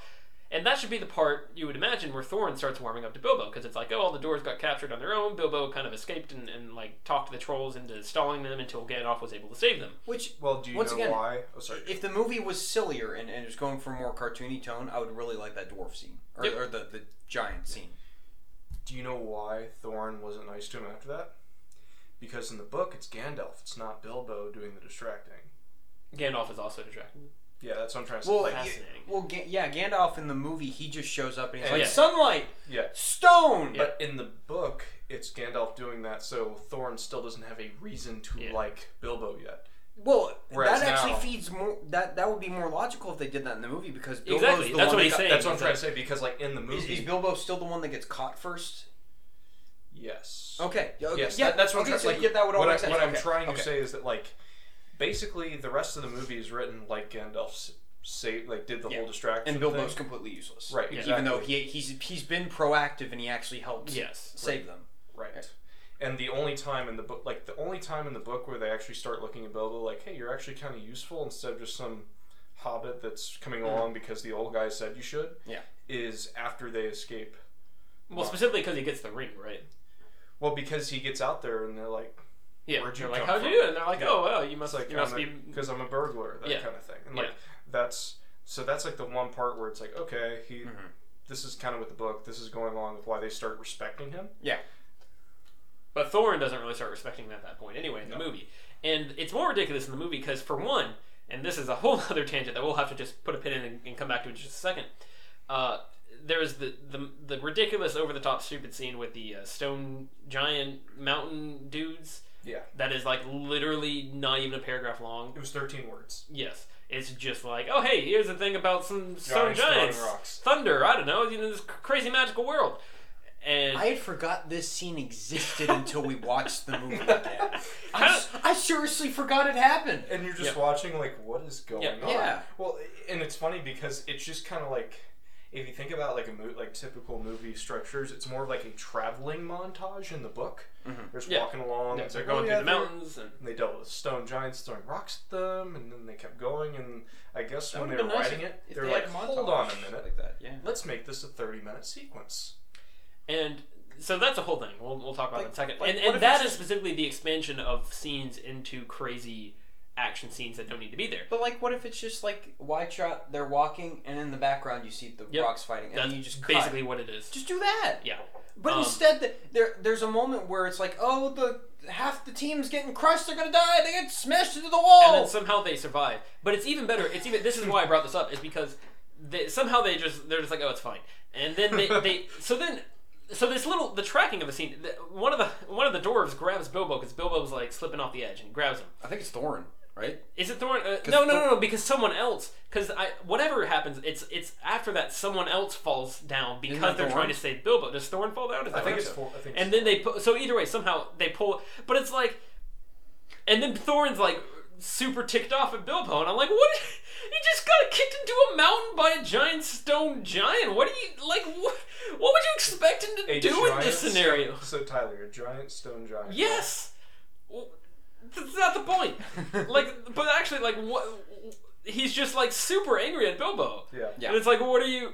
Speaker 1: And that should be the part you would imagine where Thorin starts warming up to Bilbo because it's like, oh, all the doors got captured on their own. Bilbo kind of escaped and, and like talked to the trolls into stalling them until Gandalf was able to save them.
Speaker 2: Which
Speaker 3: Well, do you
Speaker 2: Once
Speaker 3: know
Speaker 2: again,
Speaker 3: why? Oh, sorry.
Speaker 2: If the movie was sillier and, and it was going for a more cartoony tone, I would really like that dwarf scene or,
Speaker 1: Yep.
Speaker 2: or the, the giant scene.
Speaker 3: Do you know why Thorin wasn't nice to him after that? Because in the book, it's Gandalf. It's not Bilbo doing the distracting.
Speaker 1: Gandalf is also distracting.
Speaker 3: Yeah, that's what I'm trying to say.
Speaker 2: Well,
Speaker 1: Fascinating.
Speaker 2: well, Ga- yeah, Gandalf in the movie he just shows up and he's
Speaker 3: Yeah.
Speaker 2: like sunlight,
Speaker 3: yeah.
Speaker 2: stone.
Speaker 3: But in the book, it's Gandalf doing that, so Thorin still doesn't have a reason to
Speaker 1: Yeah.
Speaker 3: like Bilbo yet.
Speaker 2: Well,
Speaker 3: Whereas
Speaker 2: that actually
Speaker 3: now-
Speaker 2: feeds more. That that would be more logical if they did that in the movie because Bilbo's
Speaker 1: Exactly,
Speaker 2: The
Speaker 1: that's
Speaker 2: one
Speaker 1: what
Speaker 2: that
Speaker 1: he's
Speaker 2: got-
Speaker 1: saying.
Speaker 3: That's what I'm
Speaker 1: is
Speaker 3: trying to say because, like, in the movie,
Speaker 2: Is, is Bilbo still the one that gets caught first?
Speaker 3: yes,
Speaker 2: Okay. yeah, Oh, okay,
Speaker 3: yes,
Speaker 2: Yeah,
Speaker 3: that- that's what
Speaker 2: okay,
Speaker 3: I'm trying.
Speaker 2: so
Speaker 3: like,
Speaker 2: yeah, that would all
Speaker 3: what, I,
Speaker 2: make sense.
Speaker 3: what I'm
Speaker 2: Okay,
Speaker 3: trying
Speaker 2: okay.
Speaker 3: to say is that, like, basically, the rest of the movie is written like Gandalf's say, like, did the
Speaker 2: Yeah.
Speaker 3: whole distraction
Speaker 2: And Bilbo's
Speaker 3: thing.
Speaker 2: completely useless.
Speaker 3: Right,
Speaker 1: Yeah.
Speaker 2: Even though
Speaker 3: exactly.
Speaker 2: he he's he's been proactive and he actually helped
Speaker 1: Yes.
Speaker 2: save them.
Speaker 3: Right. And the only time in the book, like the only time in the book where they actually start looking at Bilbo, like, hey, you're actually kind of useful instead of just some hobbit that's
Speaker 1: Mm.
Speaker 3: coming along because the old guy said you should.
Speaker 2: Yeah.
Speaker 3: Is after they escape.
Speaker 1: Well, specifically because he gets the ring, right?
Speaker 3: Well, because he gets out there and they're like,
Speaker 1: Yeah.
Speaker 3: Where'd you
Speaker 1: they're like,
Speaker 3: come
Speaker 1: how'd you
Speaker 3: from?"
Speaker 1: do it? And they're like,
Speaker 3: Yeah.
Speaker 1: oh, well, you
Speaker 3: it's
Speaker 1: must,
Speaker 3: like
Speaker 1: you must be.
Speaker 3: because I'm a burglar, that
Speaker 1: Yeah.
Speaker 3: kind of thing. And
Speaker 1: Yeah.
Speaker 3: like that's so that's like the one part where it's like, okay, he.
Speaker 1: Mm-hmm.
Speaker 2: Mhm.
Speaker 3: This is kind of with the book. This is going along with why they start respecting him.
Speaker 1: But Thorin doesn't really start respecting him at that point anyway in the
Speaker 3: No.
Speaker 1: movie. And it's more ridiculous in the movie because, for one, and this is a [LAUGHS] whole other tangent that we'll have to just put a pin in and, and come back to in just a second. Uh, there's the, the the ridiculous, over the top, stupid scene with the uh, stone giant mountain dudes
Speaker 3: Yeah.
Speaker 1: that is like literally not even a paragraph long.
Speaker 3: It was 13 words.
Speaker 1: Yes, it's just like, oh hey, here's the thing about some stone
Speaker 3: Giants throwing
Speaker 1: giants,
Speaker 3: rocks.
Speaker 1: thunder. I don't know, you know, this cr- crazy magical world. And
Speaker 2: I had forgot this scene existed until we watched the movie
Speaker 1: [LAUGHS]
Speaker 2: again. I, s- I seriously forgot it happened.
Speaker 3: and you're just
Speaker 1: Yeah.
Speaker 3: watching like what is going
Speaker 1: Yeah.
Speaker 3: on
Speaker 2: Yeah.
Speaker 3: well and it's funny because it's just kind of like if you think about like a mo- like typical movie structures it's more of like a traveling montage in the book they're just
Speaker 1: Mm-hmm. Yeah.
Speaker 3: walking along
Speaker 1: Yeah,
Speaker 3: it's
Speaker 1: they're
Speaker 3: like
Speaker 1: going
Speaker 3: oh, yeah,
Speaker 1: through the
Speaker 3: they're-
Speaker 1: mountains, and
Speaker 3: and they dealt with stone giants throwing rocks at them and then they kept going and i guess when they were writing it they were like hold on a minute
Speaker 2: like that. Yeah.
Speaker 3: let's make this a 30 minute sequence
Speaker 1: and so that's a whole thing. We'll, we'll talk about
Speaker 2: Like-
Speaker 1: it in a second.
Speaker 2: like,
Speaker 1: and
Speaker 2: what
Speaker 1: and
Speaker 2: if
Speaker 1: that
Speaker 2: it's
Speaker 1: is specifically the expansion of scenes into crazy action scenes that don't need to be there.
Speaker 2: But like, what if it's just like wide shot? They're walking, and in the background you see the
Speaker 1: Yep.
Speaker 2: rocks fighting, and
Speaker 1: That's
Speaker 2: then you just cut.
Speaker 1: basically what it is.
Speaker 2: just do that.
Speaker 1: Yeah.
Speaker 2: But
Speaker 1: Um,
Speaker 2: instead, th there there's a moment where it's like, oh, the half the team's getting crushed. They're gonna die. They get smashed into the wall.
Speaker 1: and then somehow they survive. But it's even better. It's even this is why I brought this up is because they, somehow they just they're just like oh it's fine, and then they, they so then so this little the tracking of a scene the, one of the one of the dwarves grabs Bilbo because Bilbo's like slipping off the edge and grabs him.
Speaker 2: I think it's Thorin, right?
Speaker 1: Is it Thorin? Uh, no, no, no, no. Because someone else. Because I whatever happens, it's it's after that someone else falls down because
Speaker 2: that
Speaker 1: they're
Speaker 2: Thorin?
Speaker 1: trying to save Bilbo. Does Thorin fall down? Is that
Speaker 3: i think
Speaker 1: what
Speaker 3: it's
Speaker 1: it is?
Speaker 3: four i think
Speaker 1: And then they pu- so either way somehow they pull. But it's like, and then Thorin's like super ticked off at Bilbo, and I'm like, what? You just got kicked into a mountain by a giant stone giant. What do you like? What, what would you expect him to
Speaker 3: a
Speaker 1: do in
Speaker 3: giant
Speaker 1: this
Speaker 3: stone-
Speaker 1: scenario?
Speaker 3: [LAUGHS] so tyler a giant stone giant
Speaker 1: Yes. W- That's not the point. like, but actually, like, what? He's just like super angry at Bilbo,
Speaker 3: yeah
Speaker 2: Yeah.
Speaker 1: and it's like, what are you?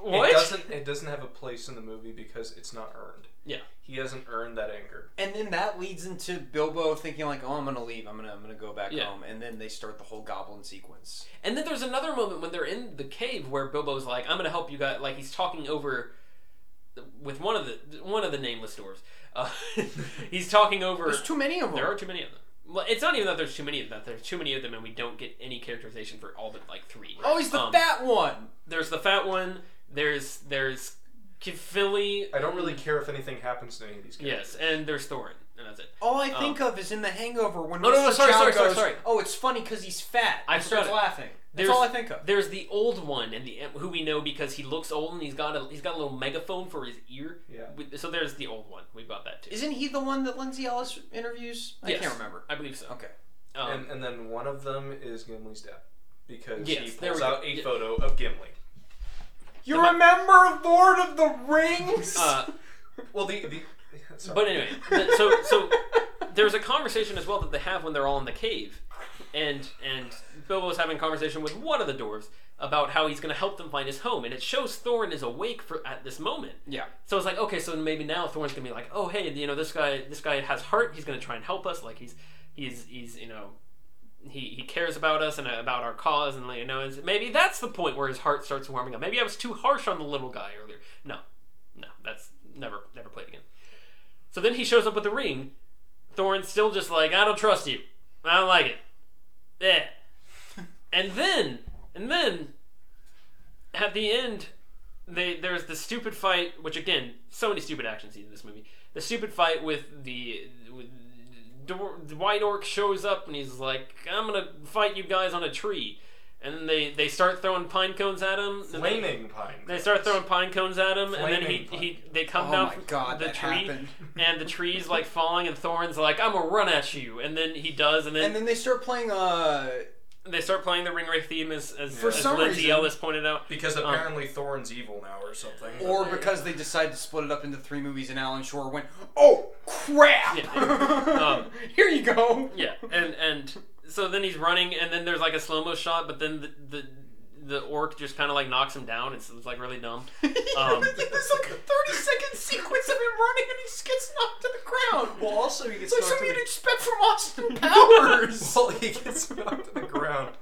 Speaker 1: What?
Speaker 3: It doesn't. It doesn't have a place in the movie because it's not earned.
Speaker 1: Yeah.
Speaker 3: He hasn't earned that anger.
Speaker 2: And then that leads into Bilbo thinking like, oh, I'm gonna leave. I'm gonna I'm gonna go back
Speaker 1: Yeah.
Speaker 2: home. And then they start the whole goblin sequence.
Speaker 1: And then there's another moment when they're in the cave where Bilbo's like, "I'm gonna help you guys." Like he's talking over with one of the one of the nameless dwarves. Uh, [LAUGHS] he's talking over.
Speaker 2: There's too many of them.
Speaker 1: There are too many of them. Well, it's not even that there's too many of them. There's too many of them, and we don't get any characterization for all but like three.
Speaker 2: oh, he's the
Speaker 1: Um,
Speaker 2: fat one.
Speaker 1: There's the fat one. There's there's Philly.
Speaker 3: I don't really care if anything happens to any of these
Speaker 1: Yes,
Speaker 3: characters.
Speaker 1: and there's Thorin, and that's it.
Speaker 2: All I think of is in The Hangover when
Speaker 1: um, No,
Speaker 2: Mr.
Speaker 1: no, no, sorry,
Speaker 2: Chow
Speaker 1: sorry, sorry,
Speaker 2: goes,
Speaker 1: sorry.
Speaker 2: "Oh, it's funny because he's fat."
Speaker 1: I
Speaker 2: and starts
Speaker 1: forgot
Speaker 2: laughing. That's
Speaker 1: There's-
Speaker 2: all I think of.
Speaker 1: There's the old one, and the who we know because he looks old and he's got a he's got a little megaphone for his ear.
Speaker 3: Yeah.
Speaker 1: We- So there's the old one. We got that too.
Speaker 2: Isn't he the one that Lindsay Ellis interviews? I
Speaker 1: Yes.
Speaker 2: can't remember.
Speaker 1: I believe so.
Speaker 2: Okay.
Speaker 1: Um,
Speaker 3: And, and then one of them is Gimli's dad because
Speaker 1: Yes,
Speaker 3: he
Speaker 1: there
Speaker 3: pulls
Speaker 1: we go.
Speaker 3: out a
Speaker 1: Yeah.
Speaker 3: photo of Gimli.
Speaker 2: You're a member of Lord of the Rings.
Speaker 1: uh,
Speaker 3: Well, the the. sorry.
Speaker 1: but anyway, th- so
Speaker 2: [LAUGHS]
Speaker 1: so
Speaker 2: Oh
Speaker 1: there's a conversation as well that they have when they're all in the cave, and and Bilbo's having a conversation with one of the dwarves about how he's going to help them find his home, and it shows Thorin is awake for at this moment.
Speaker 2: yeah.
Speaker 1: So it's like, okay, so maybe now Thorne's gonna be like, oh hey, you know this guy, this guy has heart. He's gonna try and help us. Like he's, he's, he's, you know, he he cares about us and about our cause. And you know, it's, maybe that's the point where his heart starts warming up. Maybe I was too harsh on the little guy earlier. No, no, that's never never played again. So then he shows up with the
Speaker 2: [LAUGHS]
Speaker 1: ring. Thorne's still just like, I don't trust you. I don't like it. Eh. And then, and then, at the end, they there's the stupid fight, which again, so many stupid action scenes in this movie. The stupid fight with the. With, Dwar- the White Orc shows up and he's like, "I'm gonna fight you guys on a tree," and then they they start throwing pine cones at him. and they-
Speaker 3: Flaming pine.
Speaker 1: They start throwing pine cones at him, and then
Speaker 3: Flaming
Speaker 1: he,
Speaker 3: pine
Speaker 1: he
Speaker 3: cones.
Speaker 1: they come
Speaker 2: Oh
Speaker 1: down
Speaker 2: my
Speaker 1: from
Speaker 2: God,
Speaker 1: the
Speaker 2: that
Speaker 1: tree,
Speaker 2: happened.
Speaker 1: and the tree's like falling, and Thorn's like, "I'm gonna run at you," and then he does, and then,
Speaker 2: And then they start playing. Uh,
Speaker 1: they start playing the Ring Ray theme as as,
Speaker 2: For
Speaker 1: as
Speaker 2: some
Speaker 1: Lindsay
Speaker 2: reason-
Speaker 1: Ellis pointed out.
Speaker 3: Because apparently Thorne's evil now or something.
Speaker 2: or because they decided to split it up into three movies, and Alan Shore went, "Oh crap! [LAUGHS]
Speaker 1: Yeah. Um,
Speaker 2: Here you go." [LAUGHS]
Speaker 1: Yeah, and and so then he's running, and then there's like a slow mo shot, but then the the, the orc just kind of like knocks him down. It's, it's like really dumb. Um,
Speaker 2: There's like a 30 second sequence of him running and he just gets knocked to the ground.
Speaker 3: Well, also he gets
Speaker 2: it's like
Speaker 3: knocked
Speaker 2: something
Speaker 3: to
Speaker 2: you'd
Speaker 3: the-
Speaker 2: expect from
Speaker 1: [LAUGHS]
Speaker 2: Austin [LAUGHS] Powers.
Speaker 3: Well, he gets knocked to the ground.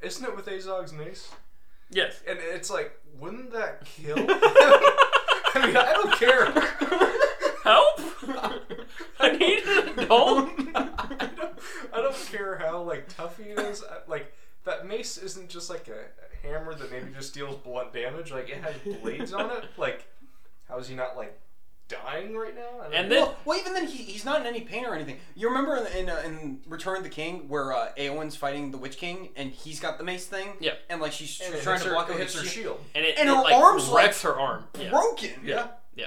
Speaker 3: Isn't it with Azog's mace?
Speaker 2: [LAUGHS]
Speaker 1: Yes.
Speaker 3: And it's like, wouldn't that kill? I mean, I don't care.
Speaker 2: [LAUGHS]
Speaker 1: Help! I need an adult.
Speaker 3: [LAUGHS] I don't, I don't care how like tough he is. I, like that mace isn't just like a, a hammer that maybe just deals blunt damage. Like it has blades on it. Like how is he not like dying right now? I don't
Speaker 1: And
Speaker 3: know.
Speaker 1: then-
Speaker 2: Well, well, even then, he, he's not in any pain or anything. You remember in in, uh, in Return of the King where uh, Aowen's fighting the Witch King and he's got the mace thing?
Speaker 1: Yeah.
Speaker 2: And like she's
Speaker 3: And it
Speaker 2: trying
Speaker 3: hits
Speaker 2: to
Speaker 3: her-
Speaker 2: block
Speaker 3: it
Speaker 2: it with
Speaker 3: hits her shield.
Speaker 1: And it,
Speaker 2: And
Speaker 1: it,
Speaker 2: her
Speaker 1: like,
Speaker 2: arm's, like,
Speaker 1: wrecks her arm. Yeah.
Speaker 2: Broken.
Speaker 3: Yeah.
Speaker 1: yeah.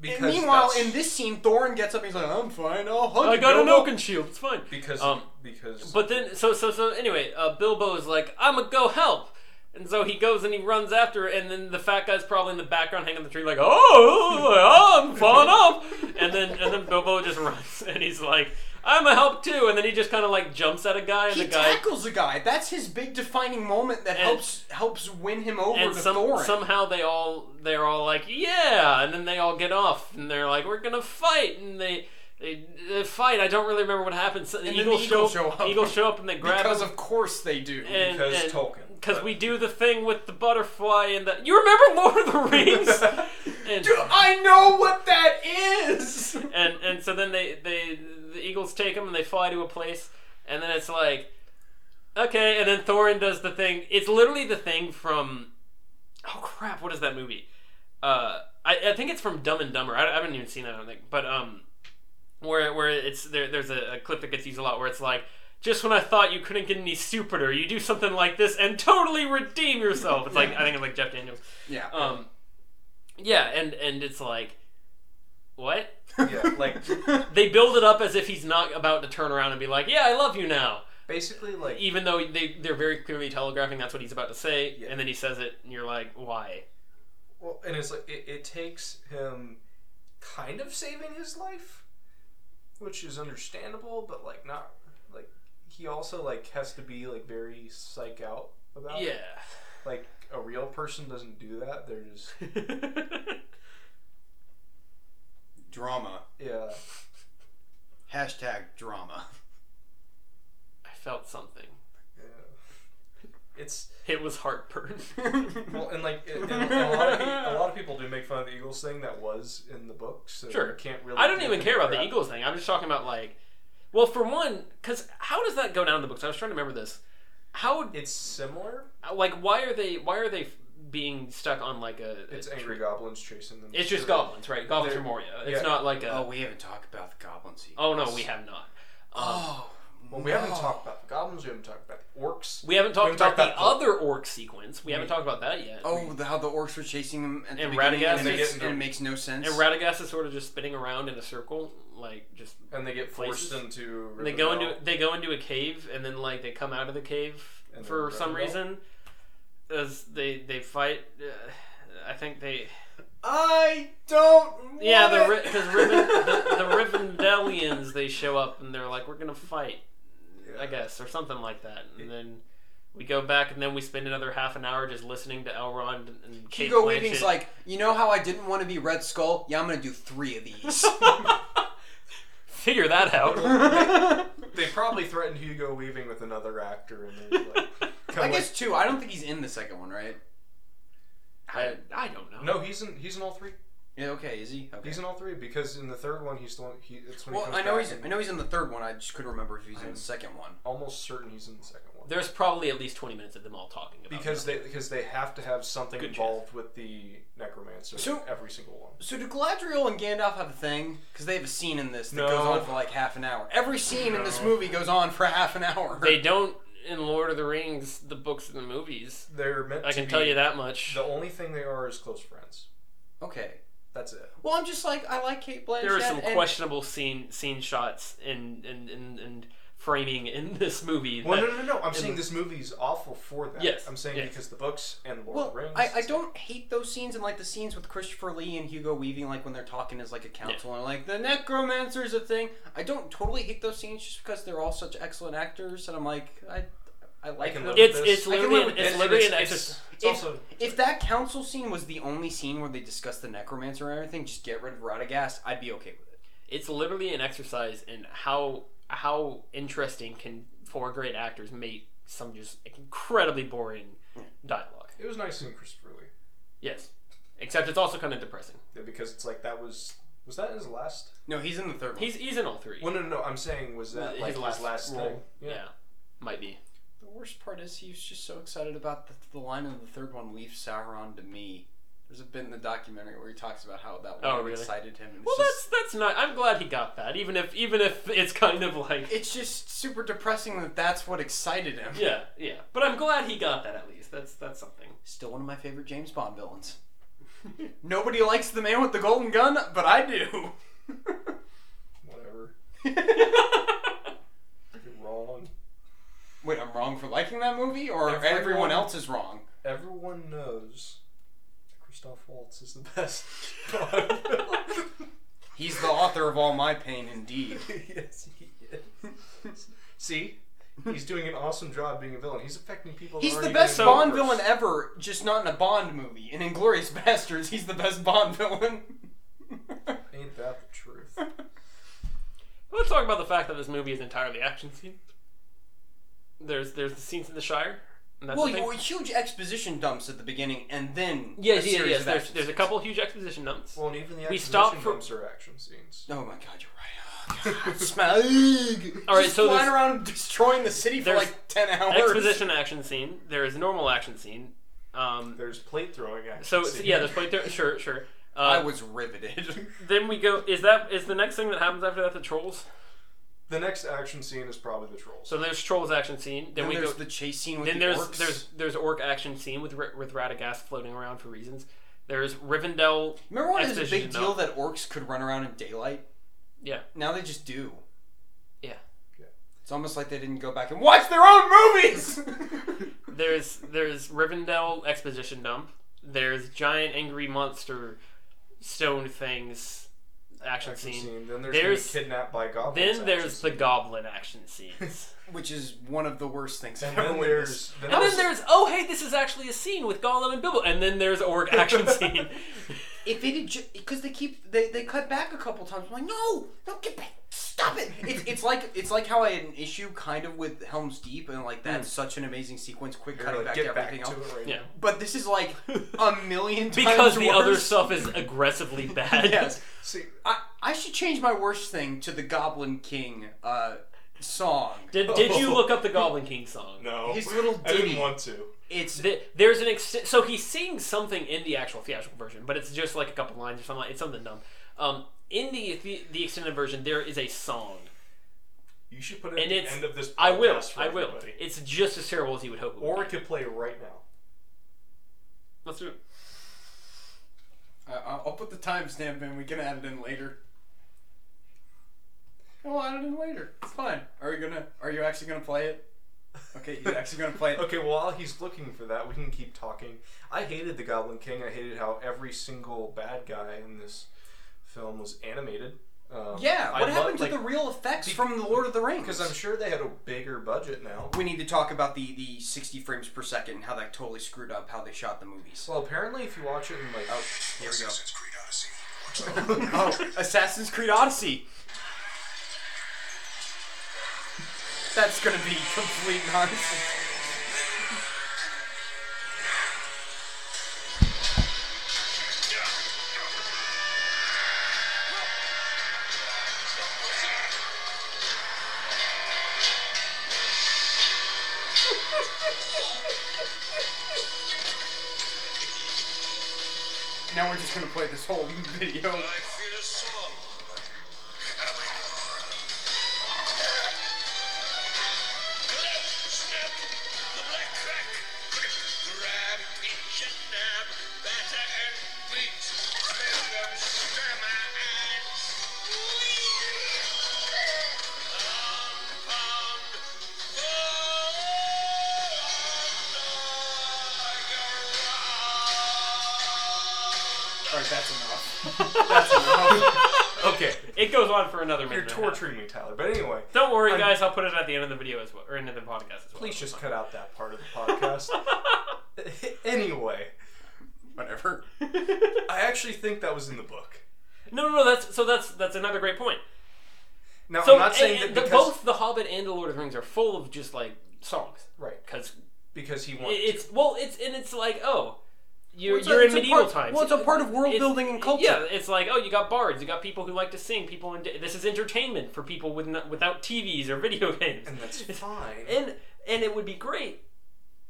Speaker 3: Because
Speaker 2: And meanwhile,
Speaker 3: that's-
Speaker 2: in this scene, Thorin gets up and he's like, I'm fine, I'll hug
Speaker 1: I
Speaker 2: you,
Speaker 1: got an
Speaker 2: Bilbo."
Speaker 1: Oaken shield. It's fine.
Speaker 3: because
Speaker 1: um,
Speaker 3: because
Speaker 1: But then, so so so. Anyway, uh, Bilbo is like, "I'm gonna go help," and so he goes and he runs after. her, And then the fat guy's probably in the background, hanging on the tree, like, "Oh, oh, I'm falling off." And then and then Bilbo just runs, [LAUGHS] and he's like, "I'm gonna help too." And then he just kind of like jumps at a guy, and
Speaker 2: He
Speaker 1: the guy
Speaker 2: tackles a guy. That's his big defining moment that helps helps win him over
Speaker 1: and
Speaker 2: to
Speaker 1: some,
Speaker 2: Thorin.
Speaker 1: somehow they all they're all like, "Yeah," and then they all get off, and they're like, "We're gonna fight," and they. They, they fight. I don't really remember what happens. The
Speaker 2: And then the
Speaker 1: eagles
Speaker 2: eagles
Speaker 1: show,
Speaker 2: show up.
Speaker 1: Eagles show up and they
Speaker 2: [LAUGHS]
Speaker 1: grab
Speaker 2: because
Speaker 1: him.
Speaker 2: of course they do.
Speaker 1: and-
Speaker 3: because
Speaker 1: and-
Speaker 3: Tolkien.
Speaker 1: Because
Speaker 3: but-
Speaker 1: we do the thing with the butterfly and the. You remember Lord of the
Speaker 3: [LAUGHS]
Speaker 1: Rings? and,
Speaker 2: Dude, I know what that
Speaker 1: [LAUGHS]
Speaker 2: is.
Speaker 1: and and so then they they the eagles take them and they fly to a place, and then it's like, okay, and then Thorin does the thing. It's literally the thing from. Oh crap! What is that movie? Uh, I, I think it's from Dumb and Dumber. I, I haven't even seen that. I don't think, but um, where where it's there. There's a, a clip that gets used a lot where it's like. Just when I thought you couldn't get any stupider, you do something like this and totally redeem yourself. It's like I think it's like Jeff Daniels.
Speaker 2: Yeah.
Speaker 1: Um, yeah, and and it's like, what?
Speaker 3: [LAUGHS] yeah, like
Speaker 1: They build it up as if he's not about to turn around and be like, "Yeah, I love you now,"
Speaker 3: basically like
Speaker 1: even though they they're very clearly telegraphing that's what he's about to say,
Speaker 3: Yeah.
Speaker 1: and then he says it, and you're like, "Why?"
Speaker 3: Well, and it's like it, it takes him kind of saving his life, which is understandable, but like not like he also like has to be like very psych out about
Speaker 1: Yeah.
Speaker 3: it. Like a real person doesn't do that. They're just
Speaker 2: drama.
Speaker 3: yeah.
Speaker 2: Hashtag drama.
Speaker 1: [LAUGHS] I felt something.
Speaker 3: yeah. It's
Speaker 1: It was
Speaker 3: [LAUGHS]
Speaker 1: heartburn.
Speaker 3: well, and like it, and a,
Speaker 1: [LAUGHS]
Speaker 3: lot of, pe- a lot of people do make fun of the Eagles thing that was in the book, so
Speaker 1: Sure.
Speaker 3: you can't really.
Speaker 1: I don't
Speaker 3: give
Speaker 1: even
Speaker 3: them
Speaker 1: care about the
Speaker 3: crap.
Speaker 1: Eagles thing. I'm just talking about like, well, for one, because how does that go down in the books? I was trying to remember this. How
Speaker 3: It's similar.
Speaker 1: like why are they why are they being stuck on like a
Speaker 3: It's angry goblins chasing them.
Speaker 1: It's just goblins, right? Goblins are Moria. It's
Speaker 3: yeah.
Speaker 1: not like a.
Speaker 2: Oh,
Speaker 1: Oh,
Speaker 2: we haven't talked about the goblins. yet.
Speaker 1: no, we have not. Um,
Speaker 2: Oh.
Speaker 3: Well, we haven't talked about the goblins. We haven't talked about the orcs.
Speaker 1: We haven't talked
Speaker 3: haven't
Speaker 1: about
Speaker 3: talked
Speaker 1: the
Speaker 3: about
Speaker 1: other orc sequence. We haven't talked about that yet.
Speaker 2: Oh, the, how the orcs were chasing them at the
Speaker 1: And
Speaker 2: beginning,
Speaker 1: Radagast
Speaker 2: and it,
Speaker 1: is-
Speaker 2: makes, and it makes no sense.
Speaker 1: And Radagast is sort of just spinning around in a circle, like just.
Speaker 3: and they get
Speaker 1: Places.
Speaker 3: forced into
Speaker 1: They go into they go into a cave and then like they come out of the cave
Speaker 3: And they're
Speaker 1: for some
Speaker 3: Rivendell?
Speaker 1: reason, as they they fight. Uh, I think they
Speaker 2: I don't. Want
Speaker 1: yeah the
Speaker 2: it.
Speaker 1: because Riven, the, the
Speaker 2: [LAUGHS]
Speaker 1: Rivendellians they show up and they're like we're gonna fight I guess, or something like that. And then we go back, and then we spend another half an hour just listening to Elrond and- and Kate
Speaker 2: Hugo
Speaker 1: Blanchett.
Speaker 2: Weaving's like, you know how I didn't want to be Red Skull? Yeah, I'm gonna do three of
Speaker 1: [LAUGHS]
Speaker 2: these.
Speaker 1: figure that out.
Speaker 2: I
Speaker 3: They probably threatened Hugo Weaving with another actor, and they're
Speaker 1: [LAUGHS]
Speaker 3: like, kinda like-
Speaker 2: guess two. I don't think he's in the second one, right?
Speaker 1: I, I don't know.
Speaker 3: no, he's in he's in all three.
Speaker 2: Yeah, okay, is he? Okay.
Speaker 3: He's in all three because in the third one he's the one. He, it's when he
Speaker 2: well,
Speaker 3: comes
Speaker 2: I know
Speaker 3: back
Speaker 2: he's
Speaker 3: and-
Speaker 2: I know he's in the third one. I just couldn't remember if he's in
Speaker 3: I'm-
Speaker 2: the second one.
Speaker 3: almost certain he's in the second one
Speaker 1: There's probably at least 20 minutes of them all talking about
Speaker 3: because they because they have to have something
Speaker 1: Good
Speaker 3: involved with the necromancer.
Speaker 2: So-
Speaker 3: every single one.
Speaker 2: So do Galadriel and Gandalf have a thing? Because they have a scene in this that
Speaker 3: No.
Speaker 2: goes on for like half an hour. Every scene in this
Speaker 3: No.
Speaker 2: movie goes on for [LAUGHS] half an hour.
Speaker 1: They don't in Lord of the Rings, the books and the movies.
Speaker 3: They're meant.
Speaker 1: I
Speaker 3: to
Speaker 1: can
Speaker 3: be-
Speaker 1: tell you that much.
Speaker 3: The only thing they are is close friends.
Speaker 2: okay.
Speaker 3: That's it.
Speaker 2: Well, I'm just like I like Kate Blanchett.
Speaker 1: there are some
Speaker 2: and-
Speaker 1: questionable scene scene shots and and, and, and framing in this movie.
Speaker 3: Well,
Speaker 1: that-
Speaker 3: no, no, no. I'm saying this movie is awful for that.
Speaker 1: Yes,
Speaker 3: I'm saying
Speaker 1: yes.
Speaker 3: because the books and Lord of
Speaker 2: Well,
Speaker 3: the Rings.
Speaker 2: I, I don't hate those scenes and like the scenes with Christopher Lee and Hugo Weaving, like when they're talking as like a council and like the necromancer's a thing. I don't totally hate those scenes just because they're all such excellent actors, and I'm like I, I like
Speaker 3: can
Speaker 2: them.
Speaker 3: live
Speaker 1: it's it's
Speaker 3: I can
Speaker 1: literally
Speaker 2: live
Speaker 1: an,
Speaker 2: with
Speaker 1: it's
Speaker 2: this.
Speaker 1: literally an
Speaker 3: It's-
Speaker 1: exercise.
Speaker 3: It's
Speaker 2: if-
Speaker 3: also
Speaker 2: If that council scene was the only scene where they discussed the necromancer and everything, just get rid of Radagast, I'd be okay with it.
Speaker 1: It's literally an exercise in how how interesting can four great actors make some just incredibly boring dialogue.
Speaker 3: it was nice in Christopher Lee
Speaker 1: Yes, except it's also kind of depressing.
Speaker 3: Yeah, because it's like that was was that his last.
Speaker 2: No, he's in the third one.
Speaker 1: He's he's in all three.
Speaker 3: Well, no, no, no. I'm saying was that
Speaker 1: His
Speaker 3: like his
Speaker 1: last
Speaker 3: last,
Speaker 1: role.
Speaker 3: thing?
Speaker 1: yeah. might be.
Speaker 2: The worst part is he was just so excited about the, the line in the third one, "Leave Sauron to me." There's a bit in the documentary where he talks about how that
Speaker 1: Oh,
Speaker 2: line
Speaker 1: really?
Speaker 2: excited him. and it's
Speaker 1: Well,
Speaker 2: just-
Speaker 1: that's that's not. I'm glad he got that, even if even if it's kind of like
Speaker 2: It's just super depressing that that's what excited him.
Speaker 1: [LAUGHS] yeah yeah. But I'm glad he got that at least. That's that's something. [LAUGHS]
Speaker 2: Still one of my favorite James Bond villains. [LAUGHS] Nobody likes the man with the golden gun, but I do. [LAUGHS]
Speaker 3: Whatever. You're wrong.
Speaker 2: Wait, I'm wrong for liking that movie, or
Speaker 3: Everyone-
Speaker 2: everyone else is wrong?
Speaker 3: Everyone knows that Christoph Waltz is the best. [LAUGHS] Bond.
Speaker 2: He's the author of all my pain, indeed.
Speaker 3: yes, he is. See, he's doing an awesome job being a villain. He's affecting people. that
Speaker 2: He's the
Speaker 3: aren't
Speaker 2: best
Speaker 3: even
Speaker 2: Bond
Speaker 3: members.
Speaker 2: villain ever, just not in a Bond movie. In Inglorious [LAUGHS] Bastards, he's the best Bond villain. e-
Speaker 3: Ain't that the truth?
Speaker 1: Let's talk about the fact that this movie is entirely action scenes. There's there's the scenes in the Shire. And that's
Speaker 2: well,
Speaker 1: the thing.
Speaker 2: you huge exposition dumps at the beginning, and then
Speaker 1: yes,
Speaker 2: a
Speaker 1: yes,
Speaker 2: series
Speaker 1: yes.
Speaker 2: of
Speaker 1: There's,
Speaker 2: action
Speaker 1: there's a
Speaker 2: scenes.
Speaker 1: couple huge exposition dumps.
Speaker 3: Well, and even the
Speaker 1: We
Speaker 3: exposition
Speaker 1: stop for-
Speaker 3: dumps are action scenes.
Speaker 2: Oh my god, you're right. Oh, God. [LAUGHS] Smell. All
Speaker 1: right,
Speaker 2: right,
Speaker 1: so
Speaker 2: so flying
Speaker 1: there's-
Speaker 2: around destroying the city for
Speaker 1: there's
Speaker 2: like ten hours.
Speaker 1: Exposition action scene. There is normal action scene. Um,
Speaker 3: There's plate throwing action.
Speaker 1: so, so
Speaker 3: scenes.
Speaker 1: yeah, there's plate. There, sure, sure.
Speaker 2: I
Speaker 1: Uh,
Speaker 2: was riveted.
Speaker 1: then we go. Is that is the next thing that happens after that the trolls?
Speaker 3: The next action scene is probably the trolls.
Speaker 1: So there's trolls action scene. Then,
Speaker 2: then
Speaker 1: we
Speaker 2: there's
Speaker 1: go.
Speaker 2: the chase scene with
Speaker 1: then
Speaker 2: the
Speaker 1: there's
Speaker 2: orcs.
Speaker 1: there's there's orc action scene with Ra- with Radagast floating around for reasons. There's Rivendell.
Speaker 2: Remember when it was a
Speaker 1: exposition
Speaker 2: big
Speaker 1: dump.
Speaker 2: deal that orcs could run around in daylight?
Speaker 1: Yeah.
Speaker 2: Now they just do.
Speaker 1: Yeah.
Speaker 3: Yeah.
Speaker 2: It's almost like they didn't go back and watch their own
Speaker 3: [LAUGHS]
Speaker 2: movies.
Speaker 1: There's there's Rivendell exposition dump. There's giant angry monster stone things action,
Speaker 3: action
Speaker 1: scene.
Speaker 3: scene. Then there's,
Speaker 1: There's-
Speaker 3: being kidnapped by goblins.
Speaker 1: Then
Speaker 3: action
Speaker 1: there's the
Speaker 3: scene.
Speaker 1: goblin action scenes.
Speaker 2: Which is one of the worst things I've
Speaker 3: And
Speaker 2: ever
Speaker 3: then
Speaker 2: witnessed.
Speaker 3: there's then
Speaker 1: and
Speaker 3: there's,
Speaker 1: then there's oh hey this is actually a scene with Gollum and Bilbo. And then there's orc action scene.
Speaker 2: If it had because they keep they, they cut back a couple times. I'm like, no, no, get back, stop
Speaker 3: [LAUGHS]
Speaker 2: it. It's it's like it's like how I had an issue kind of with Helm's Deep and like that's such an amazing sequence, quick
Speaker 3: Hmm. You're
Speaker 2: cutting
Speaker 3: like,
Speaker 2: back to
Speaker 3: get back
Speaker 2: everything
Speaker 3: to
Speaker 2: else.
Speaker 3: it right
Speaker 1: Yeah.
Speaker 3: now.
Speaker 2: But this is like a million
Speaker 1: [LAUGHS]
Speaker 2: times
Speaker 1: because the other
Speaker 2: worse.
Speaker 1: stuff is aggressively bad.
Speaker 2: [LAUGHS] Yes,
Speaker 3: See,
Speaker 2: I I should change my worst thing to the Goblin King uh song.
Speaker 1: Did, did you look up the Goblin King song?
Speaker 3: no,
Speaker 2: His little
Speaker 3: [LAUGHS] I
Speaker 2: ditty.
Speaker 3: didn't want to.
Speaker 2: It's uh,
Speaker 1: Th- There's an ex- so he sings something in the actual theatrical version, but it's just like a couple lines or something. Like, it's something dumb. Um, in the, the the extended version, there is a song.
Speaker 3: You should put it
Speaker 1: And
Speaker 3: at the
Speaker 1: it's-
Speaker 3: end of this. Podcast
Speaker 1: I will.
Speaker 3: For
Speaker 1: I will.
Speaker 3: everybody.
Speaker 1: It's just as terrible as you would hope. It would
Speaker 3: Or
Speaker 1: be.
Speaker 3: it could play right now.
Speaker 1: let's do it.
Speaker 2: I- I'll I'll put the timestamp in. We can add it in later. I'll add it in later. It's fine. Are you gonna? Are you actually gonna play it? Okay, you're actually gonna [LAUGHS] play it.
Speaker 3: Okay, well, while he's looking for that, we can keep talking. I hated the Goblin King. I hated how every single bad guy in this film was animated. Um,
Speaker 2: Yeah,
Speaker 3: I
Speaker 2: what
Speaker 3: love-
Speaker 2: happened
Speaker 3: like,
Speaker 2: to the real effects from the Lord of the Rings?
Speaker 3: Because I'm sure they had a bigger budget now.
Speaker 2: we need to talk about the the 60 frames per second and how that totally screwed up how they shot the movies.
Speaker 3: Well, apparently, if you watch it in like, oh,
Speaker 2: Here we go.
Speaker 4: Assassin's Creed Odyssey. Watch out.
Speaker 2: Oh, Assassin's
Speaker 1: [LAUGHS]
Speaker 2: Creed Odyssey. That's gonna be complete nonsense.
Speaker 4: Yeah.
Speaker 2: Now we're just gonna play this whole [LAUGHS] video.
Speaker 4: I feel a song. Glad snap, the black crack, the red peach and nab, batter and beat, smell them stammer and squeak. Compound for
Speaker 2: Alright, that's enough.
Speaker 3: Okay,
Speaker 1: It goes on for another
Speaker 3: you're
Speaker 1: minute. and a half.
Speaker 3: torturing me, Tyler. But anyway,
Speaker 1: Don't worry, guys. I'll put it at the end of the video as well, or end of the podcast as well.
Speaker 3: please just cut out that part of the podcast. anyway,
Speaker 2: Whatever.
Speaker 3: I actually think that was in the book.
Speaker 1: [LAUGHS] no, no, no. That's so. That's that's another great point.
Speaker 3: Now
Speaker 1: So
Speaker 3: I'm not saying
Speaker 1: and-
Speaker 3: that
Speaker 1: the,
Speaker 3: because
Speaker 1: both the Hobbit and the Lord of the Rings are full of just like songs
Speaker 3: right
Speaker 1: because
Speaker 3: because he wanted to.
Speaker 1: it's well, it's and it's like oh, you're
Speaker 2: Well, it's a-
Speaker 1: you're
Speaker 2: it's
Speaker 1: in
Speaker 2: a
Speaker 1: medieval
Speaker 2: part-
Speaker 1: times.
Speaker 2: well, it's a part of world
Speaker 1: It's-
Speaker 2: building and culture.
Speaker 1: Yeah, it's like oh, you got bards, you got people who like to sing, people in this is entertainment for people with no, without TVs or video [LAUGHS] games.
Speaker 3: and that's
Speaker 1: It's-
Speaker 3: fine.
Speaker 1: and and it would be great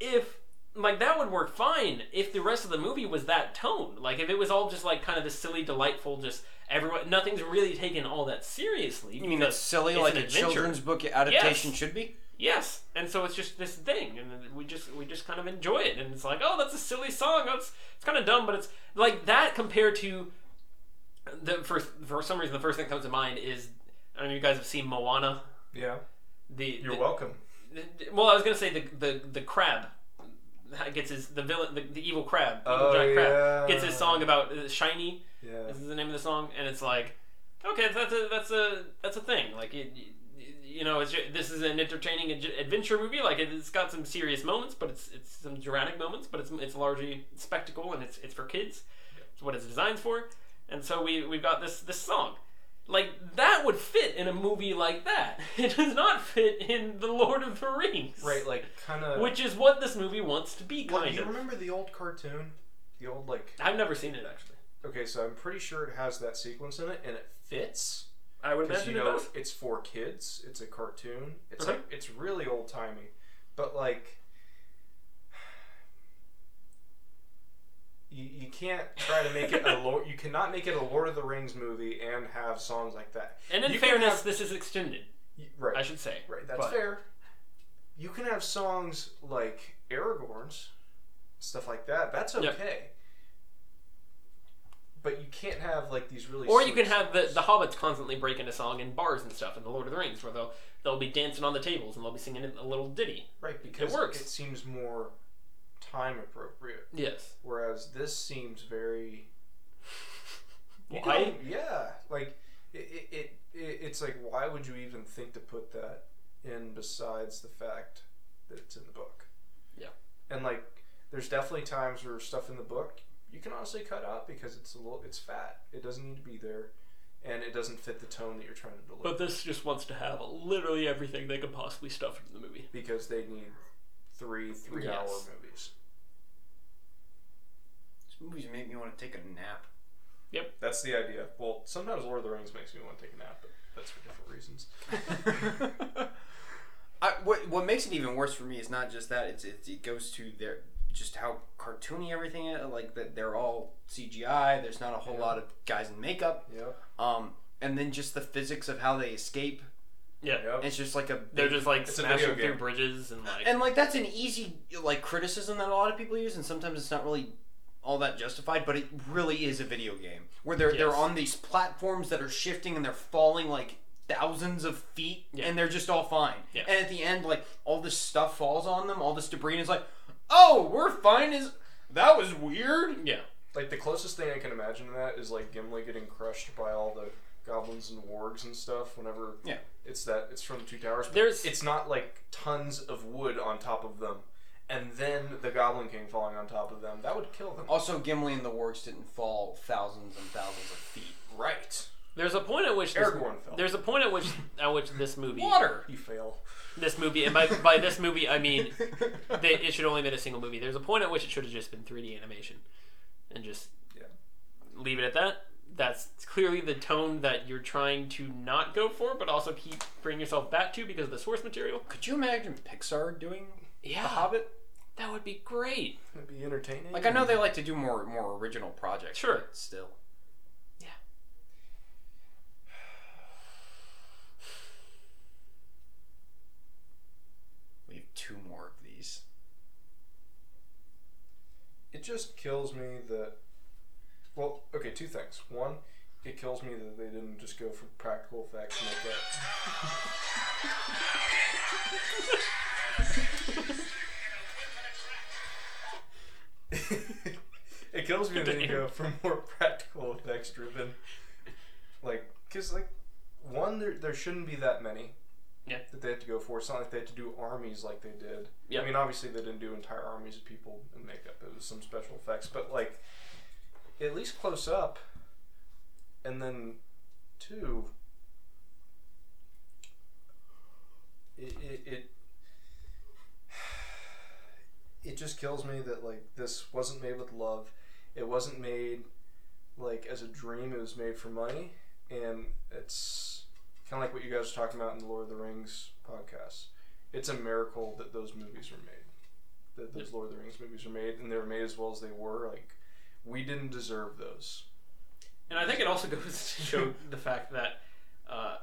Speaker 1: if like that would work fine if the rest of the movie was that tone like if it was all just like kind of this silly delightful just everyone nothing's really taken all that seriously
Speaker 2: You mean
Speaker 1: because
Speaker 2: [LAUGHS] that's silly,
Speaker 1: it's
Speaker 2: like
Speaker 1: an
Speaker 2: a
Speaker 1: adventure.
Speaker 2: children's book adaptation should be?
Speaker 1: yes and so it's just this thing and then we just we just kind of enjoy it and it's like oh that's a silly song oh, it's, it's kind of dumb but it's like that compared to the for for some reason the first thing that comes to mind is I don't know if you guys have seen Moana
Speaker 3: yeah,
Speaker 1: the
Speaker 3: you're
Speaker 1: the-
Speaker 3: welcome.
Speaker 1: Well, I was gonna say the the the crab gets his the villain the, the evil crab evil
Speaker 3: Oh,
Speaker 1: giant
Speaker 3: yeah.
Speaker 1: crab gets his song about uh, shiny
Speaker 3: Yeah,
Speaker 1: is the name of the song and it's like okay that's a that's a that's a thing like it, you know it's ju- this is an entertaining ad- adventure movie like it, it's got some serious moments but it's it's some dramatic moments but it's it's largely spectacle and it's it's for kids it's what it's designed for and so we we've got this this song like that would fit in a movie like that [LAUGHS] it does not fit in the lord of the rings
Speaker 3: right. Like kind of.
Speaker 1: which is what this movie wants to be
Speaker 3: Well,
Speaker 1: kind
Speaker 3: you
Speaker 1: of
Speaker 3: remember the old cartoon, the old like.
Speaker 1: i've never seen it actually
Speaker 3: Okay, so I'm pretty sure it has that sequence in it, and it fits.
Speaker 1: i would
Speaker 3: because
Speaker 1: imagine
Speaker 3: you
Speaker 1: it
Speaker 3: know
Speaker 1: does
Speaker 3: it's for kids. It's a cartoon. It's
Speaker 1: Okay.
Speaker 3: like it's really old timey, but like you, you can't try to make
Speaker 1: [LAUGHS]
Speaker 3: it a Lord. You cannot make it a Lord of the Rings movie and have songs like that.
Speaker 1: and in
Speaker 3: you can
Speaker 1: fairness
Speaker 3: have-
Speaker 1: this is extended
Speaker 3: You-
Speaker 1: i
Speaker 3: right,
Speaker 1: should say
Speaker 3: right. That's
Speaker 1: but-
Speaker 3: fair. You can have songs like Aragorn's, stuff like that. That's okay.
Speaker 1: Yep.
Speaker 3: But you can't have like these really.
Speaker 1: Or you
Speaker 3: sweet
Speaker 1: can have the,
Speaker 3: songs.
Speaker 1: the hobbits constantly breaking a song in bars and stuff in the Lord of the Rings, where they'll they'll be dancing on the tables and they'll be singing a little ditty.
Speaker 3: Right, because
Speaker 1: works.
Speaker 3: it seems more time appropriate,
Speaker 1: Yes.
Speaker 3: whereas this
Speaker 1: [LAUGHS]
Speaker 3: seems very. you
Speaker 1: Why?
Speaker 3: don't- Yeah, like it, it, it, it. It's like why would you even think to put that in besides the fact that it's in the book?
Speaker 1: Yeah.
Speaker 3: and like there's definitely times where stuff in the book you can honestly cut out because it's a little it's fat. It doesn't need to be there, and it doesn't fit the tone that you're trying to deliver.
Speaker 1: this just wants to have literally everything they could possibly stuff into the movie.
Speaker 3: because they need three three-hour
Speaker 1: Yes.
Speaker 3: movies.
Speaker 2: These movies make me want to take a nap. [LAUGHS]
Speaker 3: That's the idea. Well, sometimes Lord of the Rings makes me want to take a nap, but that's for different reasons.
Speaker 2: I, what what makes it even worse for me is not just that; it's it, it goes to their just how cartoony everything is. Like that, they're all CGI. There's not a whole lot of guys in makeup.
Speaker 3: Yep.
Speaker 2: Um, and then just the physics of how they escape.
Speaker 1: Yeah.
Speaker 3: Yep.
Speaker 2: It's just like a big-
Speaker 1: They're just like
Speaker 3: It's a
Speaker 1: smashing
Speaker 3: video game.
Speaker 1: through bridges and like
Speaker 2: and like that's an easy like criticism that a lot of people use, and sometimes it's not really all that justified. But it really is a video game where they're they're
Speaker 1: Yes.
Speaker 2: on these platforms that are shifting and they're falling like thousands of feet,
Speaker 1: Yeah.
Speaker 2: and they're just all fine.
Speaker 1: Yeah.
Speaker 2: And at the end, like all this stuff falls on them, all this debris, and it's like, oh, we're fine. Is that was weird?
Speaker 1: yeah.
Speaker 3: Like the closest thing I can imagine to that is like Gimli getting crushed by all the goblins and wargs and stuff. Whenever
Speaker 2: Yeah.
Speaker 3: it's that it's from the Two Towers. but
Speaker 1: There's-
Speaker 3: it's not like tons of wood on top of them, and then the Goblin King falling on top of them. That would kill them.
Speaker 2: Also, Gimli and the wargs didn't fall thousands and thousands of feet.
Speaker 3: Right.
Speaker 1: There's a point at which this,
Speaker 3: Aragorn fell.
Speaker 1: there's a point at which at which this movie
Speaker 2: Water.
Speaker 3: You fail. [LAUGHS]
Speaker 1: this movie and by by this movie I mean they, it should only been a single movie. There's a point at which it should have just been 3D animation, and just
Speaker 3: Yeah.
Speaker 1: leave it at that. That's clearly the tone that you're trying to not go for, but also keep bring yourself back to because of the source material.
Speaker 2: Could you imagine Pixar doing
Speaker 1: Yeah,
Speaker 2: The Hobbit.
Speaker 1: that would be great.
Speaker 3: It'd be entertaining.
Speaker 2: Like I know they like to do more more original projects.
Speaker 1: Sure.
Speaker 2: but Still.
Speaker 1: Yeah.
Speaker 2: We have two more of these.
Speaker 3: It just kills me that. Well, okay, two things. One, it kills me that they didn't just go for practical effects and make that. [LAUGHS] it kills me that they didn't go for more practical effects driven. Like, because, like, one, there, there shouldn't be that many.
Speaker 1: Yeah.
Speaker 3: That they have to go for. It's not like they had to do armies like they did.
Speaker 1: Yeah.
Speaker 3: I mean, obviously they didn't do entire armies of people in makeup. It was some special effects, but like, at least close up. And then, two. It it it, it just kills me that like this wasn't made with love. It wasn't made like as a dream. It was made for money, and it's kind of like what you guys were talking about in the Lord of the Rings podcast. It's a miracle that those movies were made. That those Lord of the Rings movies were made, and they were made as well as they were. Like, we didn't deserve those.
Speaker 1: And I think it also [LAUGHS] goes to show the fact that uh,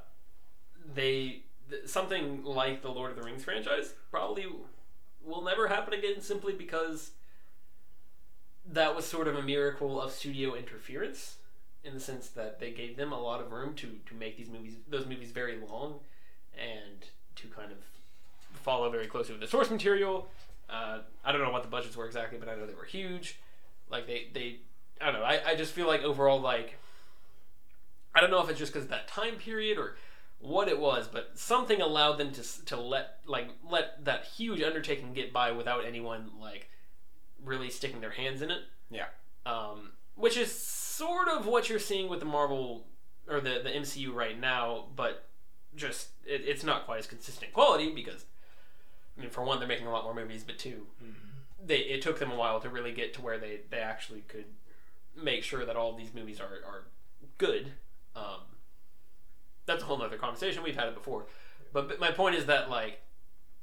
Speaker 1: they th- something like the Lord of the Rings franchise probably will never happen again simply because that was sort of a miracle of studio interference in the sense that they gave them a lot of room to to make these movies those movies very long and to kind of follow very closely with the source material. Uh, I don't know what the budgets were exactly, but I know they were huge. Like they they I don't know. I, I just feel like overall like I don't know if it's just because that time period or what it was, but something allowed them to s- to let like let that huge undertaking get by without anyone like really sticking their hands in it.
Speaker 2: Yeah.
Speaker 1: Um, which is sort of what you're seeing with the Marvel or the the MCU right now, but just it, it's not quite as consistent quality because I mean, for one, they're making a lot more movies, but 2 they it took them a while to really get to where they they actually could make sure that all of these movies are are good. Um, that's a whole nother conversation. We've had it before, but, but my point is that like.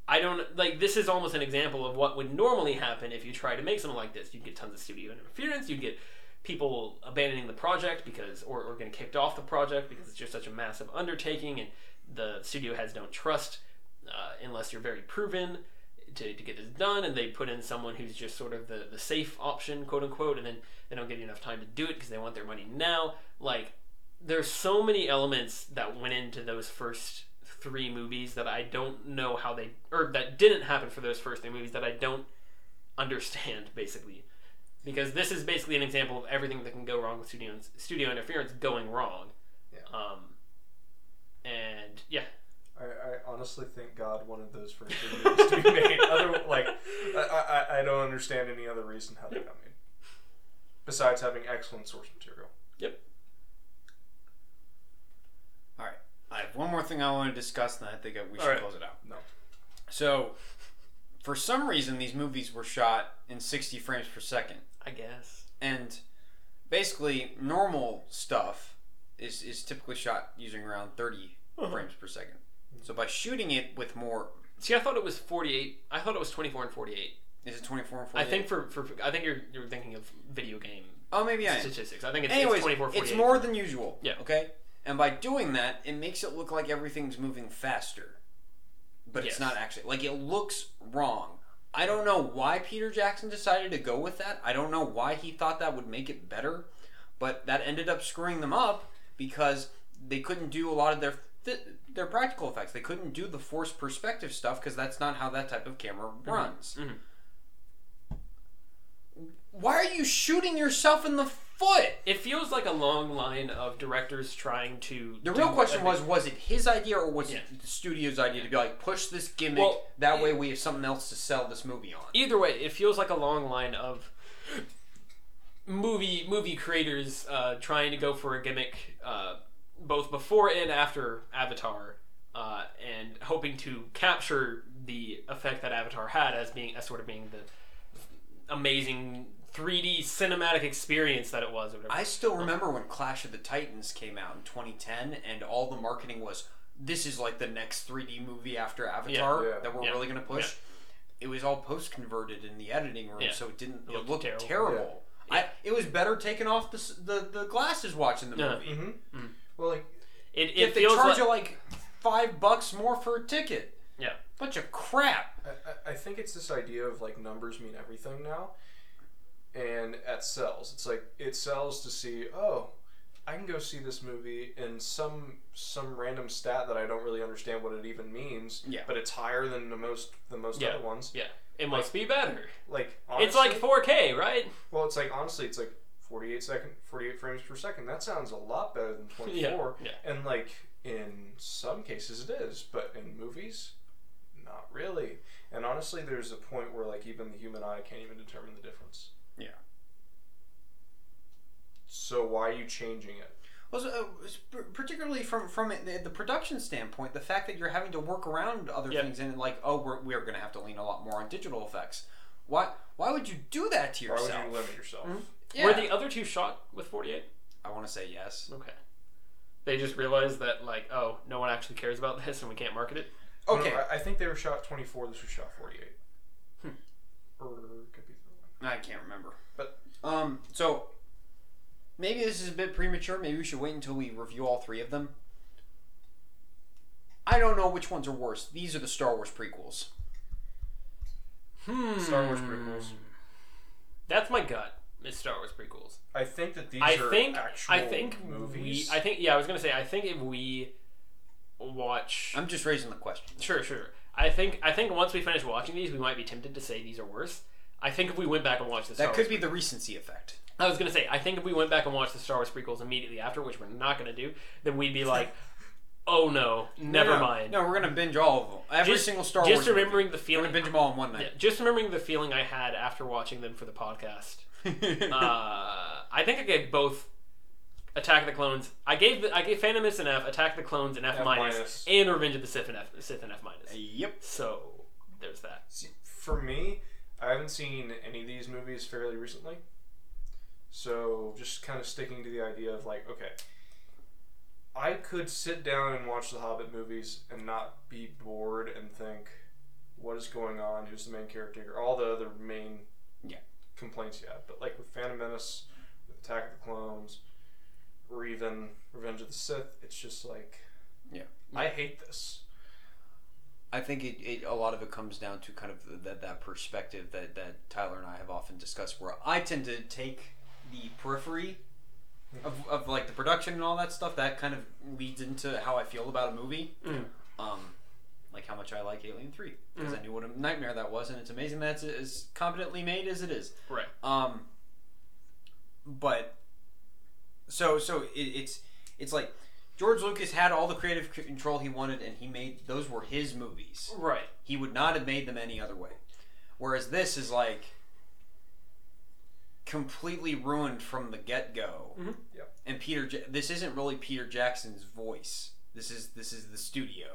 Speaker 1: I don't like this is almost an example of what would normally happen if you try to make something like this. You'd get tons of studio interference, you'd get people abandoning the project because or, or getting kicked off the project because it's just such a massive undertaking and the studio heads don't trust uh, unless you're very proven to, to get this done and they put in someone who's just sort of the, the safe option quote unquote and then they don't give you enough time to do it because they want their money now like there's so many elements that went into those first three movies that i don't know how they or that didn't happen for those first three movies that i don't understand [LAUGHS] basically because this is basically an example of everything that can go wrong with studio, studio interference going wrong
Speaker 3: Yeah.
Speaker 1: um, and yeah
Speaker 3: I, I honestly think God wanted those first movies to be made. Other, like, I, I, I don't understand any other reason how they got made. Besides having excellent source material.
Speaker 2: All right. I have one more thing I want to discuss, and I think we should
Speaker 1: All right.
Speaker 2: close it out.
Speaker 3: No.
Speaker 2: So, for some reason, these movies were shot in 60 frames per second,
Speaker 1: i guess
Speaker 2: and basically, normal stuff is is typically shot using around 30
Speaker 1: Uh-huh.
Speaker 2: frames per second. So by shooting it with more,
Speaker 1: See, I thought it was forty-eight. I thought it was twenty-four and forty-eight.
Speaker 2: is it 24 and 48?
Speaker 1: I think for, for I think you're you're thinking of video game
Speaker 2: Oh, maybe I. am.
Speaker 1: statistics. I think it's,
Speaker 2: Anyways,
Speaker 1: it's twenty-four. 48.
Speaker 2: it's more than usual.
Speaker 1: Yeah.
Speaker 2: Okay. And by doing that, it makes it look like everything's moving faster, but
Speaker 1: Yes.
Speaker 2: it's not actually. Like it looks wrong. I don't know why Peter Jackson decided to go with that. I don't know why he thought that would make it better, but that ended up screwing them up because they couldn't do a lot of their th- their practical effects. They couldn't do the forced perspective stuff because that's not how that type of camera runs.
Speaker 1: mhm.
Speaker 2: Why are you shooting yourself in the foot?
Speaker 1: It feels like a long line of directors trying to.
Speaker 2: The
Speaker 1: do
Speaker 2: real question
Speaker 1: everything.
Speaker 2: was: Was it his idea or was
Speaker 1: Yeah.
Speaker 2: it the studio's idea to be like push this gimmick?
Speaker 1: Well,
Speaker 2: that
Speaker 1: it-
Speaker 2: way we have something else to sell this movie on.
Speaker 1: Either way, it feels like a long line of movie movie creators uh, trying to go for a gimmick, uh, both before and after Avatar, uh, and hoping to capture the effect that Avatar had as being as sort of being the amazing 3D cinematic experience that it was. Or whatever.
Speaker 2: I still remember when Clash of the Titans came out in 2010, and all the marketing was this is like the next 3D movie after Avatar
Speaker 3: Yeah.
Speaker 2: that we're
Speaker 1: Yeah.
Speaker 2: really going to push. it was all post converted in the editing room,
Speaker 1: Yeah.
Speaker 2: so it didn't
Speaker 1: It
Speaker 2: it
Speaker 1: looked
Speaker 2: looked
Speaker 1: terrible.
Speaker 2: terrible.
Speaker 1: Yeah.
Speaker 2: I it was better taking off the s- the, the glasses watching the
Speaker 1: Yeah.
Speaker 2: movie.
Speaker 3: Mm-hmm.
Speaker 1: Mm.
Speaker 3: Well, like
Speaker 1: It, it
Speaker 2: If they
Speaker 1: feels
Speaker 2: charge
Speaker 1: like,
Speaker 2: you like five bucks more for a ticket,
Speaker 1: Yeah.
Speaker 2: bunch of crap.
Speaker 3: I- I, I think it's this idea of like numbers mean everything now, and at sells, it's like it sells to see oh, I can go see this movie and some some random stat that I don't really understand what it even means.
Speaker 2: Yeah.
Speaker 3: But it's higher than the most the most
Speaker 1: Yeah.
Speaker 3: other ones.
Speaker 1: yeah, it must be better.
Speaker 3: Like honestly,
Speaker 1: it's like 4K, right?
Speaker 3: well, it's like honestly, it's like. 48 second 48 frames per second that sounds a lot better than 24
Speaker 1: [LAUGHS] Yeah,
Speaker 3: and like in some cases it is but in movies not really and honestly there's a point where like even the human eye can't even determine the difference
Speaker 2: Yeah.
Speaker 3: so why are you changing it
Speaker 2: Was uh, was p- particularly from from it- the, the production standpoint, the fact that you're having to work around other
Speaker 1: Yep.
Speaker 2: things and like, oh, we're we're gonna have to lean a lot more on digital effects. Why why would you do that to
Speaker 3: why
Speaker 2: yourself?
Speaker 3: would you limit yourself
Speaker 2: Yeah.
Speaker 1: Were the other two shot with 48?
Speaker 2: I want to say yes.
Speaker 1: Okay. They just realized that like, oh, no one actually cares about this, and we can't market it.
Speaker 2: Okay,
Speaker 3: No, I, I think they were shot 24 this was shot 48
Speaker 1: Hmm.
Speaker 3: or it could be
Speaker 2: I can't remember.
Speaker 3: But-
Speaker 2: um, so maybe this is a bit premature. Maybe we should wait until we review all three of them. I don't know which ones are worse. These are the Star Wars prequels.
Speaker 1: Hmm.
Speaker 3: Star Wars prequels.
Speaker 1: That's my gut. Is Star Wars prequels.
Speaker 3: I think that these
Speaker 1: I
Speaker 3: are
Speaker 1: think.
Speaker 3: actual
Speaker 1: I think
Speaker 3: movies.
Speaker 1: we. I think. Yeah, I was gonna say. I think if we watch.
Speaker 2: I'm just raising the question.
Speaker 1: Sure, sure. I think. I think once we finish watching these, we might be tempted to say these are worse. I think if we went back and watched the Star
Speaker 2: That could
Speaker 1: Wars
Speaker 2: be the recency effect.
Speaker 1: I was gonna say, I think if we went back and watched the Star Wars prequels immediately after, which we're not gonna do, then we'd be
Speaker 2: [LAUGHS]
Speaker 1: like, "Oh no, never
Speaker 2: No, no,
Speaker 1: mind."
Speaker 2: No, we're gonna binge all of them. Every
Speaker 1: Just-
Speaker 2: single Star
Speaker 1: just
Speaker 2: Wars.
Speaker 1: remembering the
Speaker 2: movie. We're
Speaker 1: feeling.
Speaker 2: gonna binge them all in one
Speaker 1: Yeah,
Speaker 2: night.
Speaker 1: just remembering the feeling I had after watching them for the podcast. [LAUGHS]
Speaker 2: [LAUGHS]
Speaker 1: Uh, I think I gave both Attack of the Clones. I gave the, I gave Phantom Menace an F, Attack of the Clones an F,
Speaker 3: F
Speaker 1: minus,
Speaker 3: minus.
Speaker 1: and Revenge of the Sith an F, Sith an F minus.
Speaker 2: yep.
Speaker 1: So there's that.
Speaker 3: See, for me, I haven't seen any of these movies fairly recently. So just kind of sticking to the idea of like, okay, I could sit down and watch the Hobbit movies and not be bored and think, what is going on? Who's the main character? All the other main
Speaker 2: Yeah.
Speaker 3: complaints you have. But like with Phantom Menace, with Attack of the Clones, or even Revenge of the Sith, it's just like,
Speaker 2: Yeah.
Speaker 3: I hate this.
Speaker 2: I think it, it a lot of it comes down to kind of that that perspective that that Tyler and I have often discussed, where I tend to take the periphery of, of like the production and all that stuff. That kind of leads into how I feel about a movie,
Speaker 1: Mm.
Speaker 2: um, like how much I like Alien Three because I knew what a nightmare that was, and it's amazing that it's as competently made as it is.
Speaker 1: Right.
Speaker 2: Um, but so so it, it's it's like George Lucas had all the creative c- control he wanted, and he made those were his movies.
Speaker 1: Right.
Speaker 2: He would not have made them any other way. Whereas this is like completely ruined from the get go.
Speaker 1: Mhm.
Speaker 3: Yep.
Speaker 2: And Peter, Ja- this isn't really Peter Jackson's voice. This is this is the studio.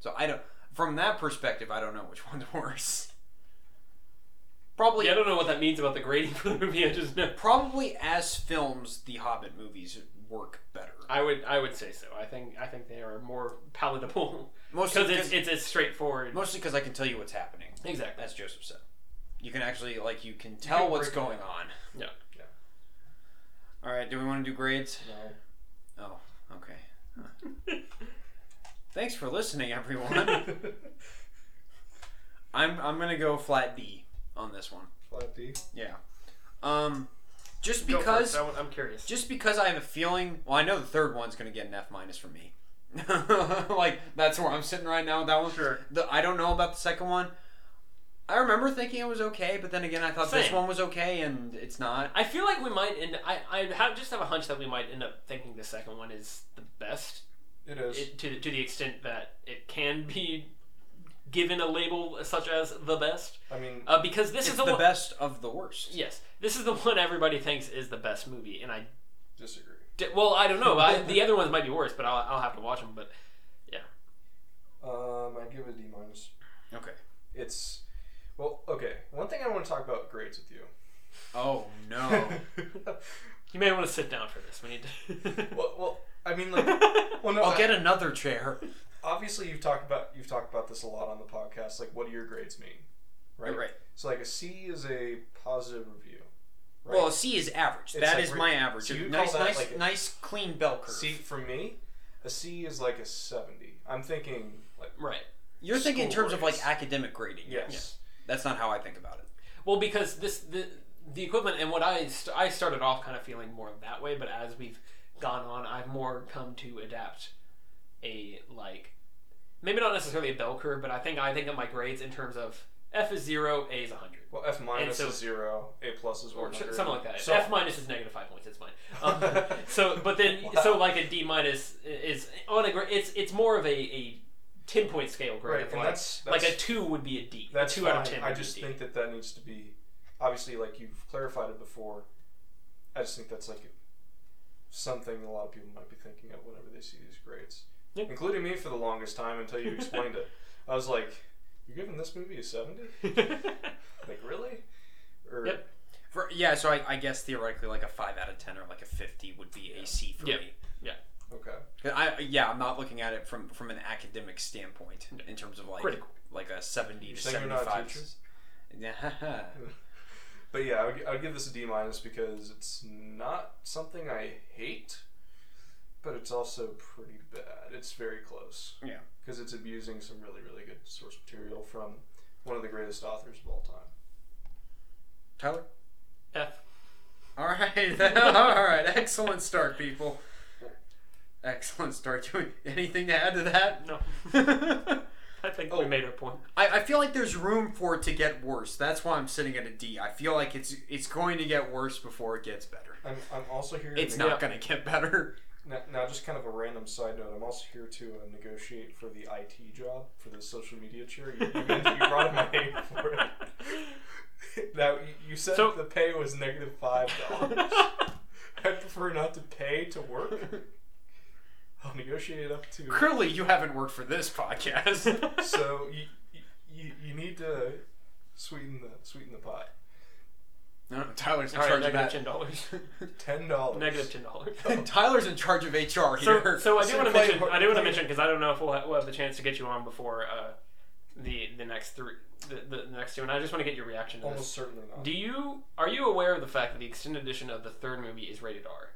Speaker 2: So I don't. From that perspective, I don't know which [LAUGHS] one's worse. Probably
Speaker 1: Yeah, I don't know what that means about the grading [LAUGHS] for the movie. I just know.
Speaker 2: probably as films, the Hobbit movies work better.
Speaker 1: I would I would say so. I think I think they are more [LAUGHS] palatable
Speaker 2: Mostly
Speaker 1: because it's
Speaker 2: because
Speaker 1: it's as straightforward.
Speaker 2: mostly because I can tell you what's happening,
Speaker 1: Exactly.
Speaker 2: as Joseph said. You can actually like you can tell
Speaker 3: can
Speaker 2: what's
Speaker 3: break it
Speaker 2: going on.
Speaker 1: Yeah. [LAUGHS]
Speaker 3: Yeah.
Speaker 2: All right. Do we want to do grades?
Speaker 3: No.
Speaker 2: Oh, okay. Huh. Thanks for listening, everyone.
Speaker 1: [LAUGHS]
Speaker 2: I'm I'm gonna go flat D on this one.
Speaker 3: Flat D.
Speaker 2: Yeah. Um, just
Speaker 1: Go for it.
Speaker 2: because
Speaker 1: That one- I'm curious.
Speaker 2: just because I have a feeling. Well, I know the third one's gonna get an F minus from me. [LAUGHS] like that's where I'm sitting right now with that one.
Speaker 1: Sure.
Speaker 2: The, I don't know about the second one. I remember thinking it was okay, but then again, I thought this
Speaker 1: Same.
Speaker 2: one was okay, and it's not.
Speaker 1: I feel like we might end. I I have, just have a hunch that we might end up thinking the second one is the best
Speaker 3: It is.
Speaker 1: it, to to the extent that it can be given a label such as the best
Speaker 3: I mean,
Speaker 1: uh, because this
Speaker 2: It's
Speaker 1: is the,
Speaker 2: the
Speaker 1: one.
Speaker 2: best of the worst.
Speaker 1: Yes, this is the one everybody thinks is the best movie, and I
Speaker 3: disagree.
Speaker 1: d- well I don't know. I, the other ones might be worse, but I'll I'll have to watch them. But
Speaker 3: Um, I give it a D minus.
Speaker 2: Okay.
Speaker 3: It's well, okay. One thing I want to talk about grades with you.
Speaker 2: Oh
Speaker 3: [LAUGHS]
Speaker 2: no.
Speaker 1: you may want to sit down for this. We need to. [LAUGHS]
Speaker 3: well, well, I mean, like, well, no,
Speaker 2: I'll
Speaker 3: I-
Speaker 2: get another chair.
Speaker 3: obviously you've talked about you've talked about this a lot on the podcast. Like, what do your grades mean? Right.
Speaker 2: Right.
Speaker 3: So like a C is a positive review. Right.
Speaker 2: Well, C is average.
Speaker 3: It's
Speaker 2: that
Speaker 3: like
Speaker 2: is
Speaker 3: we're-
Speaker 2: my average.
Speaker 3: so you call
Speaker 2: nice,
Speaker 3: that
Speaker 2: nice,
Speaker 3: like a-
Speaker 2: nice, clean bell curve.
Speaker 3: C for me, a C is like a seventy. I'm thinking like
Speaker 1: Right.
Speaker 2: You're thinking in
Speaker 3: school
Speaker 2: terms of
Speaker 3: grades.
Speaker 2: like academic grading.
Speaker 3: yes,
Speaker 2: That's not how I think about it.
Speaker 1: Well, because this the the equivalent and what I st- I started off kind of feeling more that way, but as we've gone on, I've more come to adapt a like maybe not necessarily a bell curve, but I think I think of my grades in terms of F is zero, A is hundred.
Speaker 3: well F minus
Speaker 1: so-
Speaker 3: is zero, A plus is
Speaker 1: Or
Speaker 3: one
Speaker 1: sh-
Speaker 3: hundred,
Speaker 1: something like that.
Speaker 3: So
Speaker 1: F minus is negative five points. It's fine. Um, [LAUGHS] so, but
Speaker 3: [LAUGHS]
Speaker 1: then, so like a D minus is on a grade. It's it's more of a, a ten point scale grade.
Speaker 3: Right,
Speaker 1: of
Speaker 3: and
Speaker 1: like,
Speaker 3: that's-
Speaker 1: like a
Speaker 3: that's-
Speaker 1: two would be a D. A
Speaker 3: that's
Speaker 1: two out of
Speaker 3: fine.
Speaker 1: ten.
Speaker 3: I
Speaker 1: would be
Speaker 3: just
Speaker 1: a D.
Speaker 3: think that that needs to be obviously like you've clarified it before. I just think that's like something a lot of people might be thinking of whenever they see these grades,
Speaker 1: Yeah.
Speaker 3: including me for the longest time until you
Speaker 1: [LAUGHS]
Speaker 3: explained it. I was like, "You're giving this movie a 70? Like really?" Or
Speaker 1: Yep.
Speaker 2: For, yeah, so I, I guess theoretically, like a five out of ten or like a fifty would be a C for
Speaker 1: Yeah.
Speaker 2: me.
Speaker 3: okay,
Speaker 2: 'Cause I yeah, I'm not looking at it from from an academic standpoint in terms of like
Speaker 1: Critical.
Speaker 2: like a seventy to
Speaker 3: saying you're not a
Speaker 2: seventy five.
Speaker 3: teacher?
Speaker 2: Yeah,
Speaker 3: but yeah, I would, I would give this a D minus because it's not something I hate, but it's also pretty bad. It's very close.
Speaker 2: Yeah.
Speaker 3: because it's abusing some really really good source material from one of the greatest authors of all time.
Speaker 2: [LAUGHS] Tyler.
Speaker 1: [LAUGHS] F.
Speaker 2: All right, [LAUGHS] all right, excellent start, people. Excellent start. Do we- Anything to add to that?
Speaker 3: [LAUGHS]
Speaker 1: No, I think we
Speaker 3: Oh.
Speaker 1: made our point.
Speaker 2: I, I feel like there's room for it to get worse. That's why I'm sitting at a D. I feel like it's it's going to get worse before it gets better.
Speaker 3: I'm, I'm also here.
Speaker 2: It's
Speaker 3: to
Speaker 2: not going to get better.
Speaker 3: Now, now, just kind of a random side note. I'm also here to uh, negotiate for the IT job for the social media chair. You, you, mentioned- you brought up my name
Speaker 1: [LAUGHS]
Speaker 3: for it. [LAUGHS] Now you- you said
Speaker 1: So-
Speaker 3: the pay was negative five dollars. I prefer not to pay to work.
Speaker 1: [LAUGHS]
Speaker 3: I'll negotiate it up to.
Speaker 2: Clearly, you haven't worked for this
Speaker 1: [LAUGHS]
Speaker 2: podcast.
Speaker 3: So you, you- you you need to sweeten the sweeten the pot.
Speaker 2: No, Tyler's in
Speaker 1: All right,
Speaker 2: charge
Speaker 1: negative
Speaker 2: of that.
Speaker 1: ten dollars.
Speaker 3: [LAUGHS] Ten dollars.
Speaker 1: negative ten dollars.
Speaker 2: Tyler's in charge of
Speaker 1: So,
Speaker 2: HR here.
Speaker 1: so I do
Speaker 3: So
Speaker 1: want to
Speaker 3: play-
Speaker 1: mention. I do want to
Speaker 3: play-
Speaker 1: mention because I don't know if we'll, ha- we'll have the chance to get you on before uh, the the next three, the, the, the next two, and I just want to get your reaction to this.
Speaker 3: Almost certainly not.
Speaker 1: Do you are you aware of the fact that the extended edition of the third movie is rated R?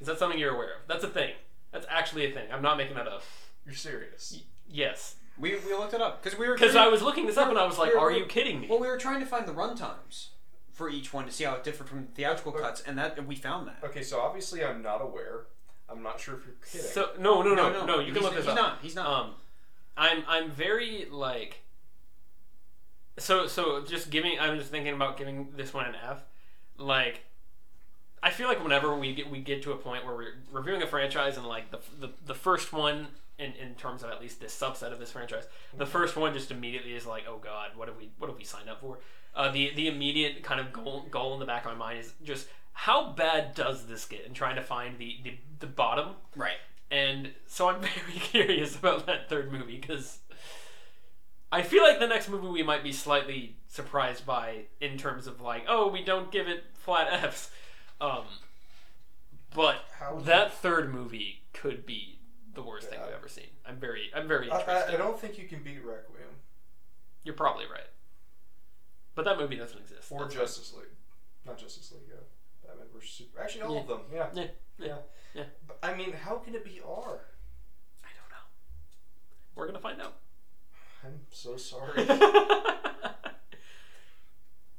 Speaker 1: Is that something you're aware of? That's a thing. That's actually a thing. I'm not making that up.
Speaker 3: You're serious.
Speaker 1: Yes,
Speaker 2: we, we looked it up because we were
Speaker 1: because
Speaker 2: trying-
Speaker 1: I was looking this up and I was like,
Speaker 2: We're-
Speaker 1: "Are
Speaker 2: we're-
Speaker 1: you kidding me?"
Speaker 2: well, we were trying to find the runtimes for each one to see how it differed from theatrical cuts, and that and we found that.
Speaker 3: Okay, so obviously I'm not aware. I'm not sure if you're kidding.
Speaker 1: So no, no, no, no. you
Speaker 2: he's,
Speaker 1: can look this
Speaker 2: he's
Speaker 1: up.
Speaker 2: not. He's not.
Speaker 1: Um, I'm I'm very like. So so just giving. I'm just thinking about giving this one an F. Like, I feel like whenever we get we get to a point where we're reviewing a franchise and like the the, the first one. In, in terms of at least this subset of this franchise, the first one just immediately is like, oh god, what have we what have we signed up for? Uh, the the immediate kind of goal goal in the back of my mind is just how bad does this get? And trying to find the the, the bottom
Speaker 2: right.
Speaker 1: and so I'm [LAUGHS] very curious about that third movie because I feel like the next movie we might be slightly surprised by in terms of like, oh, we don't give it flat Fs. Um, but
Speaker 3: How is
Speaker 1: that third movie could be the worst thing
Speaker 3: Yeah.
Speaker 1: I've ever seen. I'm very, I'm very
Speaker 3: I,
Speaker 1: interested.
Speaker 3: I, I don't think you can beat Requiem
Speaker 1: You're probably right, but that movie doesn't exist.
Speaker 3: or
Speaker 1: That's-
Speaker 3: Justice League. Not Justice League. Uh, Batman versus Super. Actually, all of them. Yeah.
Speaker 1: Yeah, yeah, yeah.
Speaker 3: But, I mean, how can it be R?
Speaker 1: I don't know. We're gonna find out.
Speaker 3: I'm
Speaker 1: [LAUGHS]
Speaker 3: so sorry.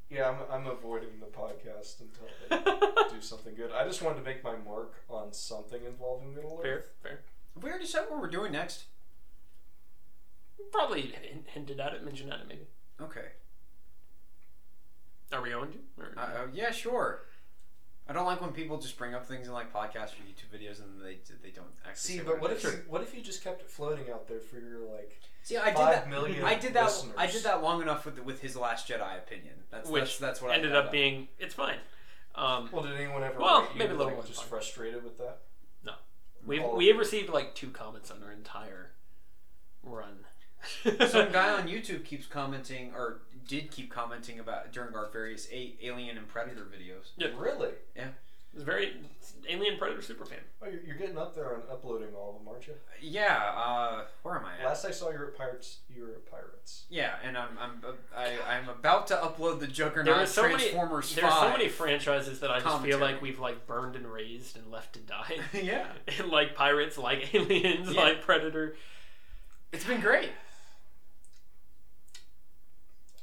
Speaker 3: yeah, I'm, I'm avoiding the podcast until they do something good. I just wanted to make my mark on something involving Middle
Speaker 1: [LAUGHS] fair,
Speaker 3: Earth.
Speaker 1: fair.
Speaker 2: We already said what we're doing next.
Speaker 1: Probably hin- hinted at it, mentioned at it, maybe.
Speaker 2: Okay.
Speaker 1: Are we going to? Or-
Speaker 2: Uh, uh, yeah, sure. I don't like when people just bring up things in like podcasts or YouTube videos and they they don't actually
Speaker 3: See,
Speaker 2: say
Speaker 3: but what
Speaker 2: it
Speaker 3: if
Speaker 2: is.
Speaker 3: you, what if you just kept it floating out there for your like?
Speaker 2: See, I did
Speaker 3: five
Speaker 2: that.
Speaker 3: million
Speaker 2: I did that. I did
Speaker 3: listeners.
Speaker 2: that long enough with with his Last Jedi opinion. That's
Speaker 1: which
Speaker 2: that's, that's what
Speaker 1: ended
Speaker 2: I
Speaker 1: up being it's fine. Um,
Speaker 3: Well, did anyone ever?
Speaker 1: Well,
Speaker 3: rate you,
Speaker 1: maybe a little
Speaker 3: like,
Speaker 1: more
Speaker 3: just
Speaker 1: fun.
Speaker 3: frustrated with that.
Speaker 1: we've
Speaker 3: all of
Speaker 1: we have
Speaker 3: it.
Speaker 1: received like two comments on our entire run.
Speaker 2: [LAUGHS] Some guy on YouTube keeps commenting or did keep commenting about during our various a- Alien and Predator videos.
Speaker 1: Yeah.
Speaker 3: Really?
Speaker 1: It's very Alien Predator superfan.
Speaker 3: Oh, you're, you're getting up there on uploading all of them, aren't you?
Speaker 2: Yeah. Uh, where am I at?
Speaker 3: Last I saw, you were at Pirates. You were at Pirates.
Speaker 2: Yeah, and I'm I'm I, I'm about to upload the Juggernaut
Speaker 1: There are so many-
Speaker 2: Transformers
Speaker 1: There are so
Speaker 2: [LAUGHS] Five.
Speaker 1: many franchises that I just feel
Speaker 2: Commentary.
Speaker 1: like we've like burned and raised and left to die. [LAUGHS]
Speaker 2: yeah,
Speaker 1: and like pirates, like [LAUGHS] aliens,
Speaker 2: Yeah.
Speaker 1: like
Speaker 2: [LAUGHS]
Speaker 1: Predator.
Speaker 2: it's been [LAUGHS] great.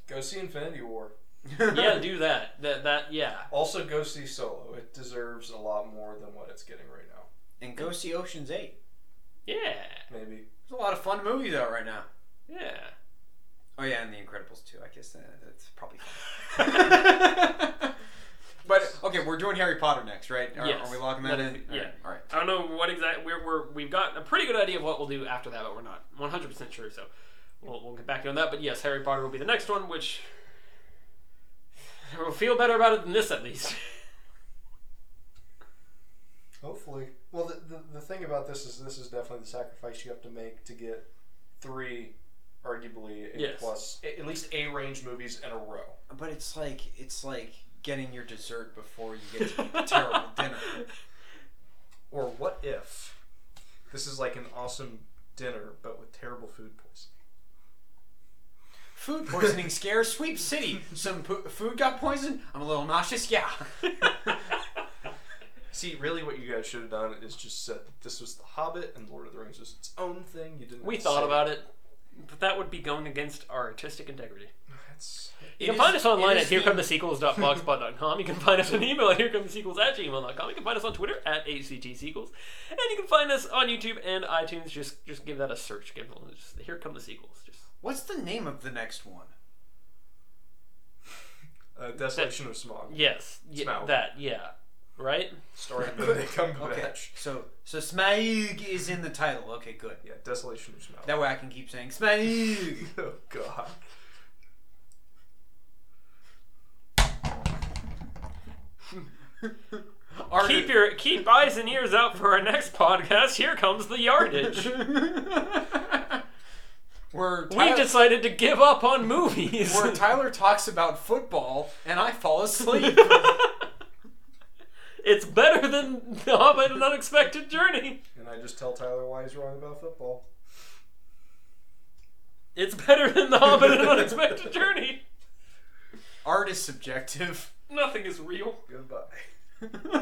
Speaker 3: Go see Infinity War.
Speaker 1: Yeah, do that. That that yeah.
Speaker 3: Also, go see Solo. It deserves a lot more than what it's getting right now.
Speaker 2: and go see Ocean's Eight.
Speaker 1: Yeah.
Speaker 3: Maybe.
Speaker 2: There's a lot of fun movies out right now.
Speaker 1: Yeah.
Speaker 2: Oh yeah, and The Incredibles too. I guess uh, that's probably.
Speaker 1: [LAUGHS]
Speaker 2: fun. [LAUGHS] but okay, we're doing Harry Potter next, right? Are,
Speaker 1: Yes.
Speaker 2: are we logging that
Speaker 1: Let
Speaker 2: in?
Speaker 1: it be-
Speaker 2: All right,
Speaker 1: yeah.
Speaker 2: All right.
Speaker 1: I don't know what exact we're, we're we've got a pretty good idea of what we'll do after that, but we're not 100 percent sure. So we'll we'll get back to you on that. But yes, Harry Potter will be the next one, which we'll feel better about it than this at least.
Speaker 3: Hopefully. Well, the, the, the thing about this is this is definitely the sacrifice you have to make to get three, arguably, A
Speaker 1: Yes.
Speaker 3: plus, a- at least A range movies in a row.
Speaker 2: But it's like it's like getting your dessert before you get to eat
Speaker 1: [LAUGHS]
Speaker 2: a [LAUGHS] terrible dinner.
Speaker 3: Or what if this is like an awesome dinner but with terrible food poisoning?
Speaker 2: Food poisoning scare sweep city. Some po- food got poisoned. I'm a little
Speaker 1: [LAUGHS]
Speaker 2: nauseous. Yeah.
Speaker 3: See, really, what you guys should have done is just said that this was The Hobbit and Lord of the Rings was its own thing. You didn't.
Speaker 1: we
Speaker 3: have to
Speaker 1: thought
Speaker 3: say
Speaker 1: about it, but that would be going against our artistic integrity.
Speaker 3: That's-
Speaker 1: You
Speaker 2: It
Speaker 1: can
Speaker 2: is-
Speaker 1: find us online
Speaker 2: it
Speaker 1: at
Speaker 2: is
Speaker 1: herecomethesequels.blogspot.com. You can find us on email at herecomethesequels@gmail.com. You can find us on Twitter at hctsequels, and you can find us on YouTube and iTunes. Just just give that a search. Give it- just, here come the sequels. Just
Speaker 2: What's the name of the next one?
Speaker 3: Uh, Desolation of Smog.
Speaker 1: yes, y-
Speaker 3: Smell.
Speaker 1: that yeah, right.
Speaker 3: Starring
Speaker 1: [LAUGHS]
Speaker 3: Benedict Cumberbatch.
Speaker 2: Okay. So so Smaug is in the title. Okay, good.
Speaker 3: Yeah, Desolation of Smog.
Speaker 2: That way I can keep saying Smaug.
Speaker 3: [LAUGHS] oh God.
Speaker 2: Art-
Speaker 1: Keep your keep eyes and ears out for our next podcast. Here comes the [LAUGHS] yardage.
Speaker 2: [LAUGHS] Where
Speaker 1: We
Speaker 2: Tyler,
Speaker 1: decided to give up on movies. [LAUGHS]
Speaker 2: where Tyler talks about football and I fall
Speaker 1: [LAUGHS]
Speaker 2: asleep.
Speaker 1: it's better than The Hobbit: An Unexpected Journey.
Speaker 3: And I just tell Tyler why he's wrong about football.
Speaker 1: It's better than The Hobbit: An Unexpected Journey.
Speaker 2: Art is subjective.
Speaker 1: Nothing is real.
Speaker 3: Goodbye. [LAUGHS]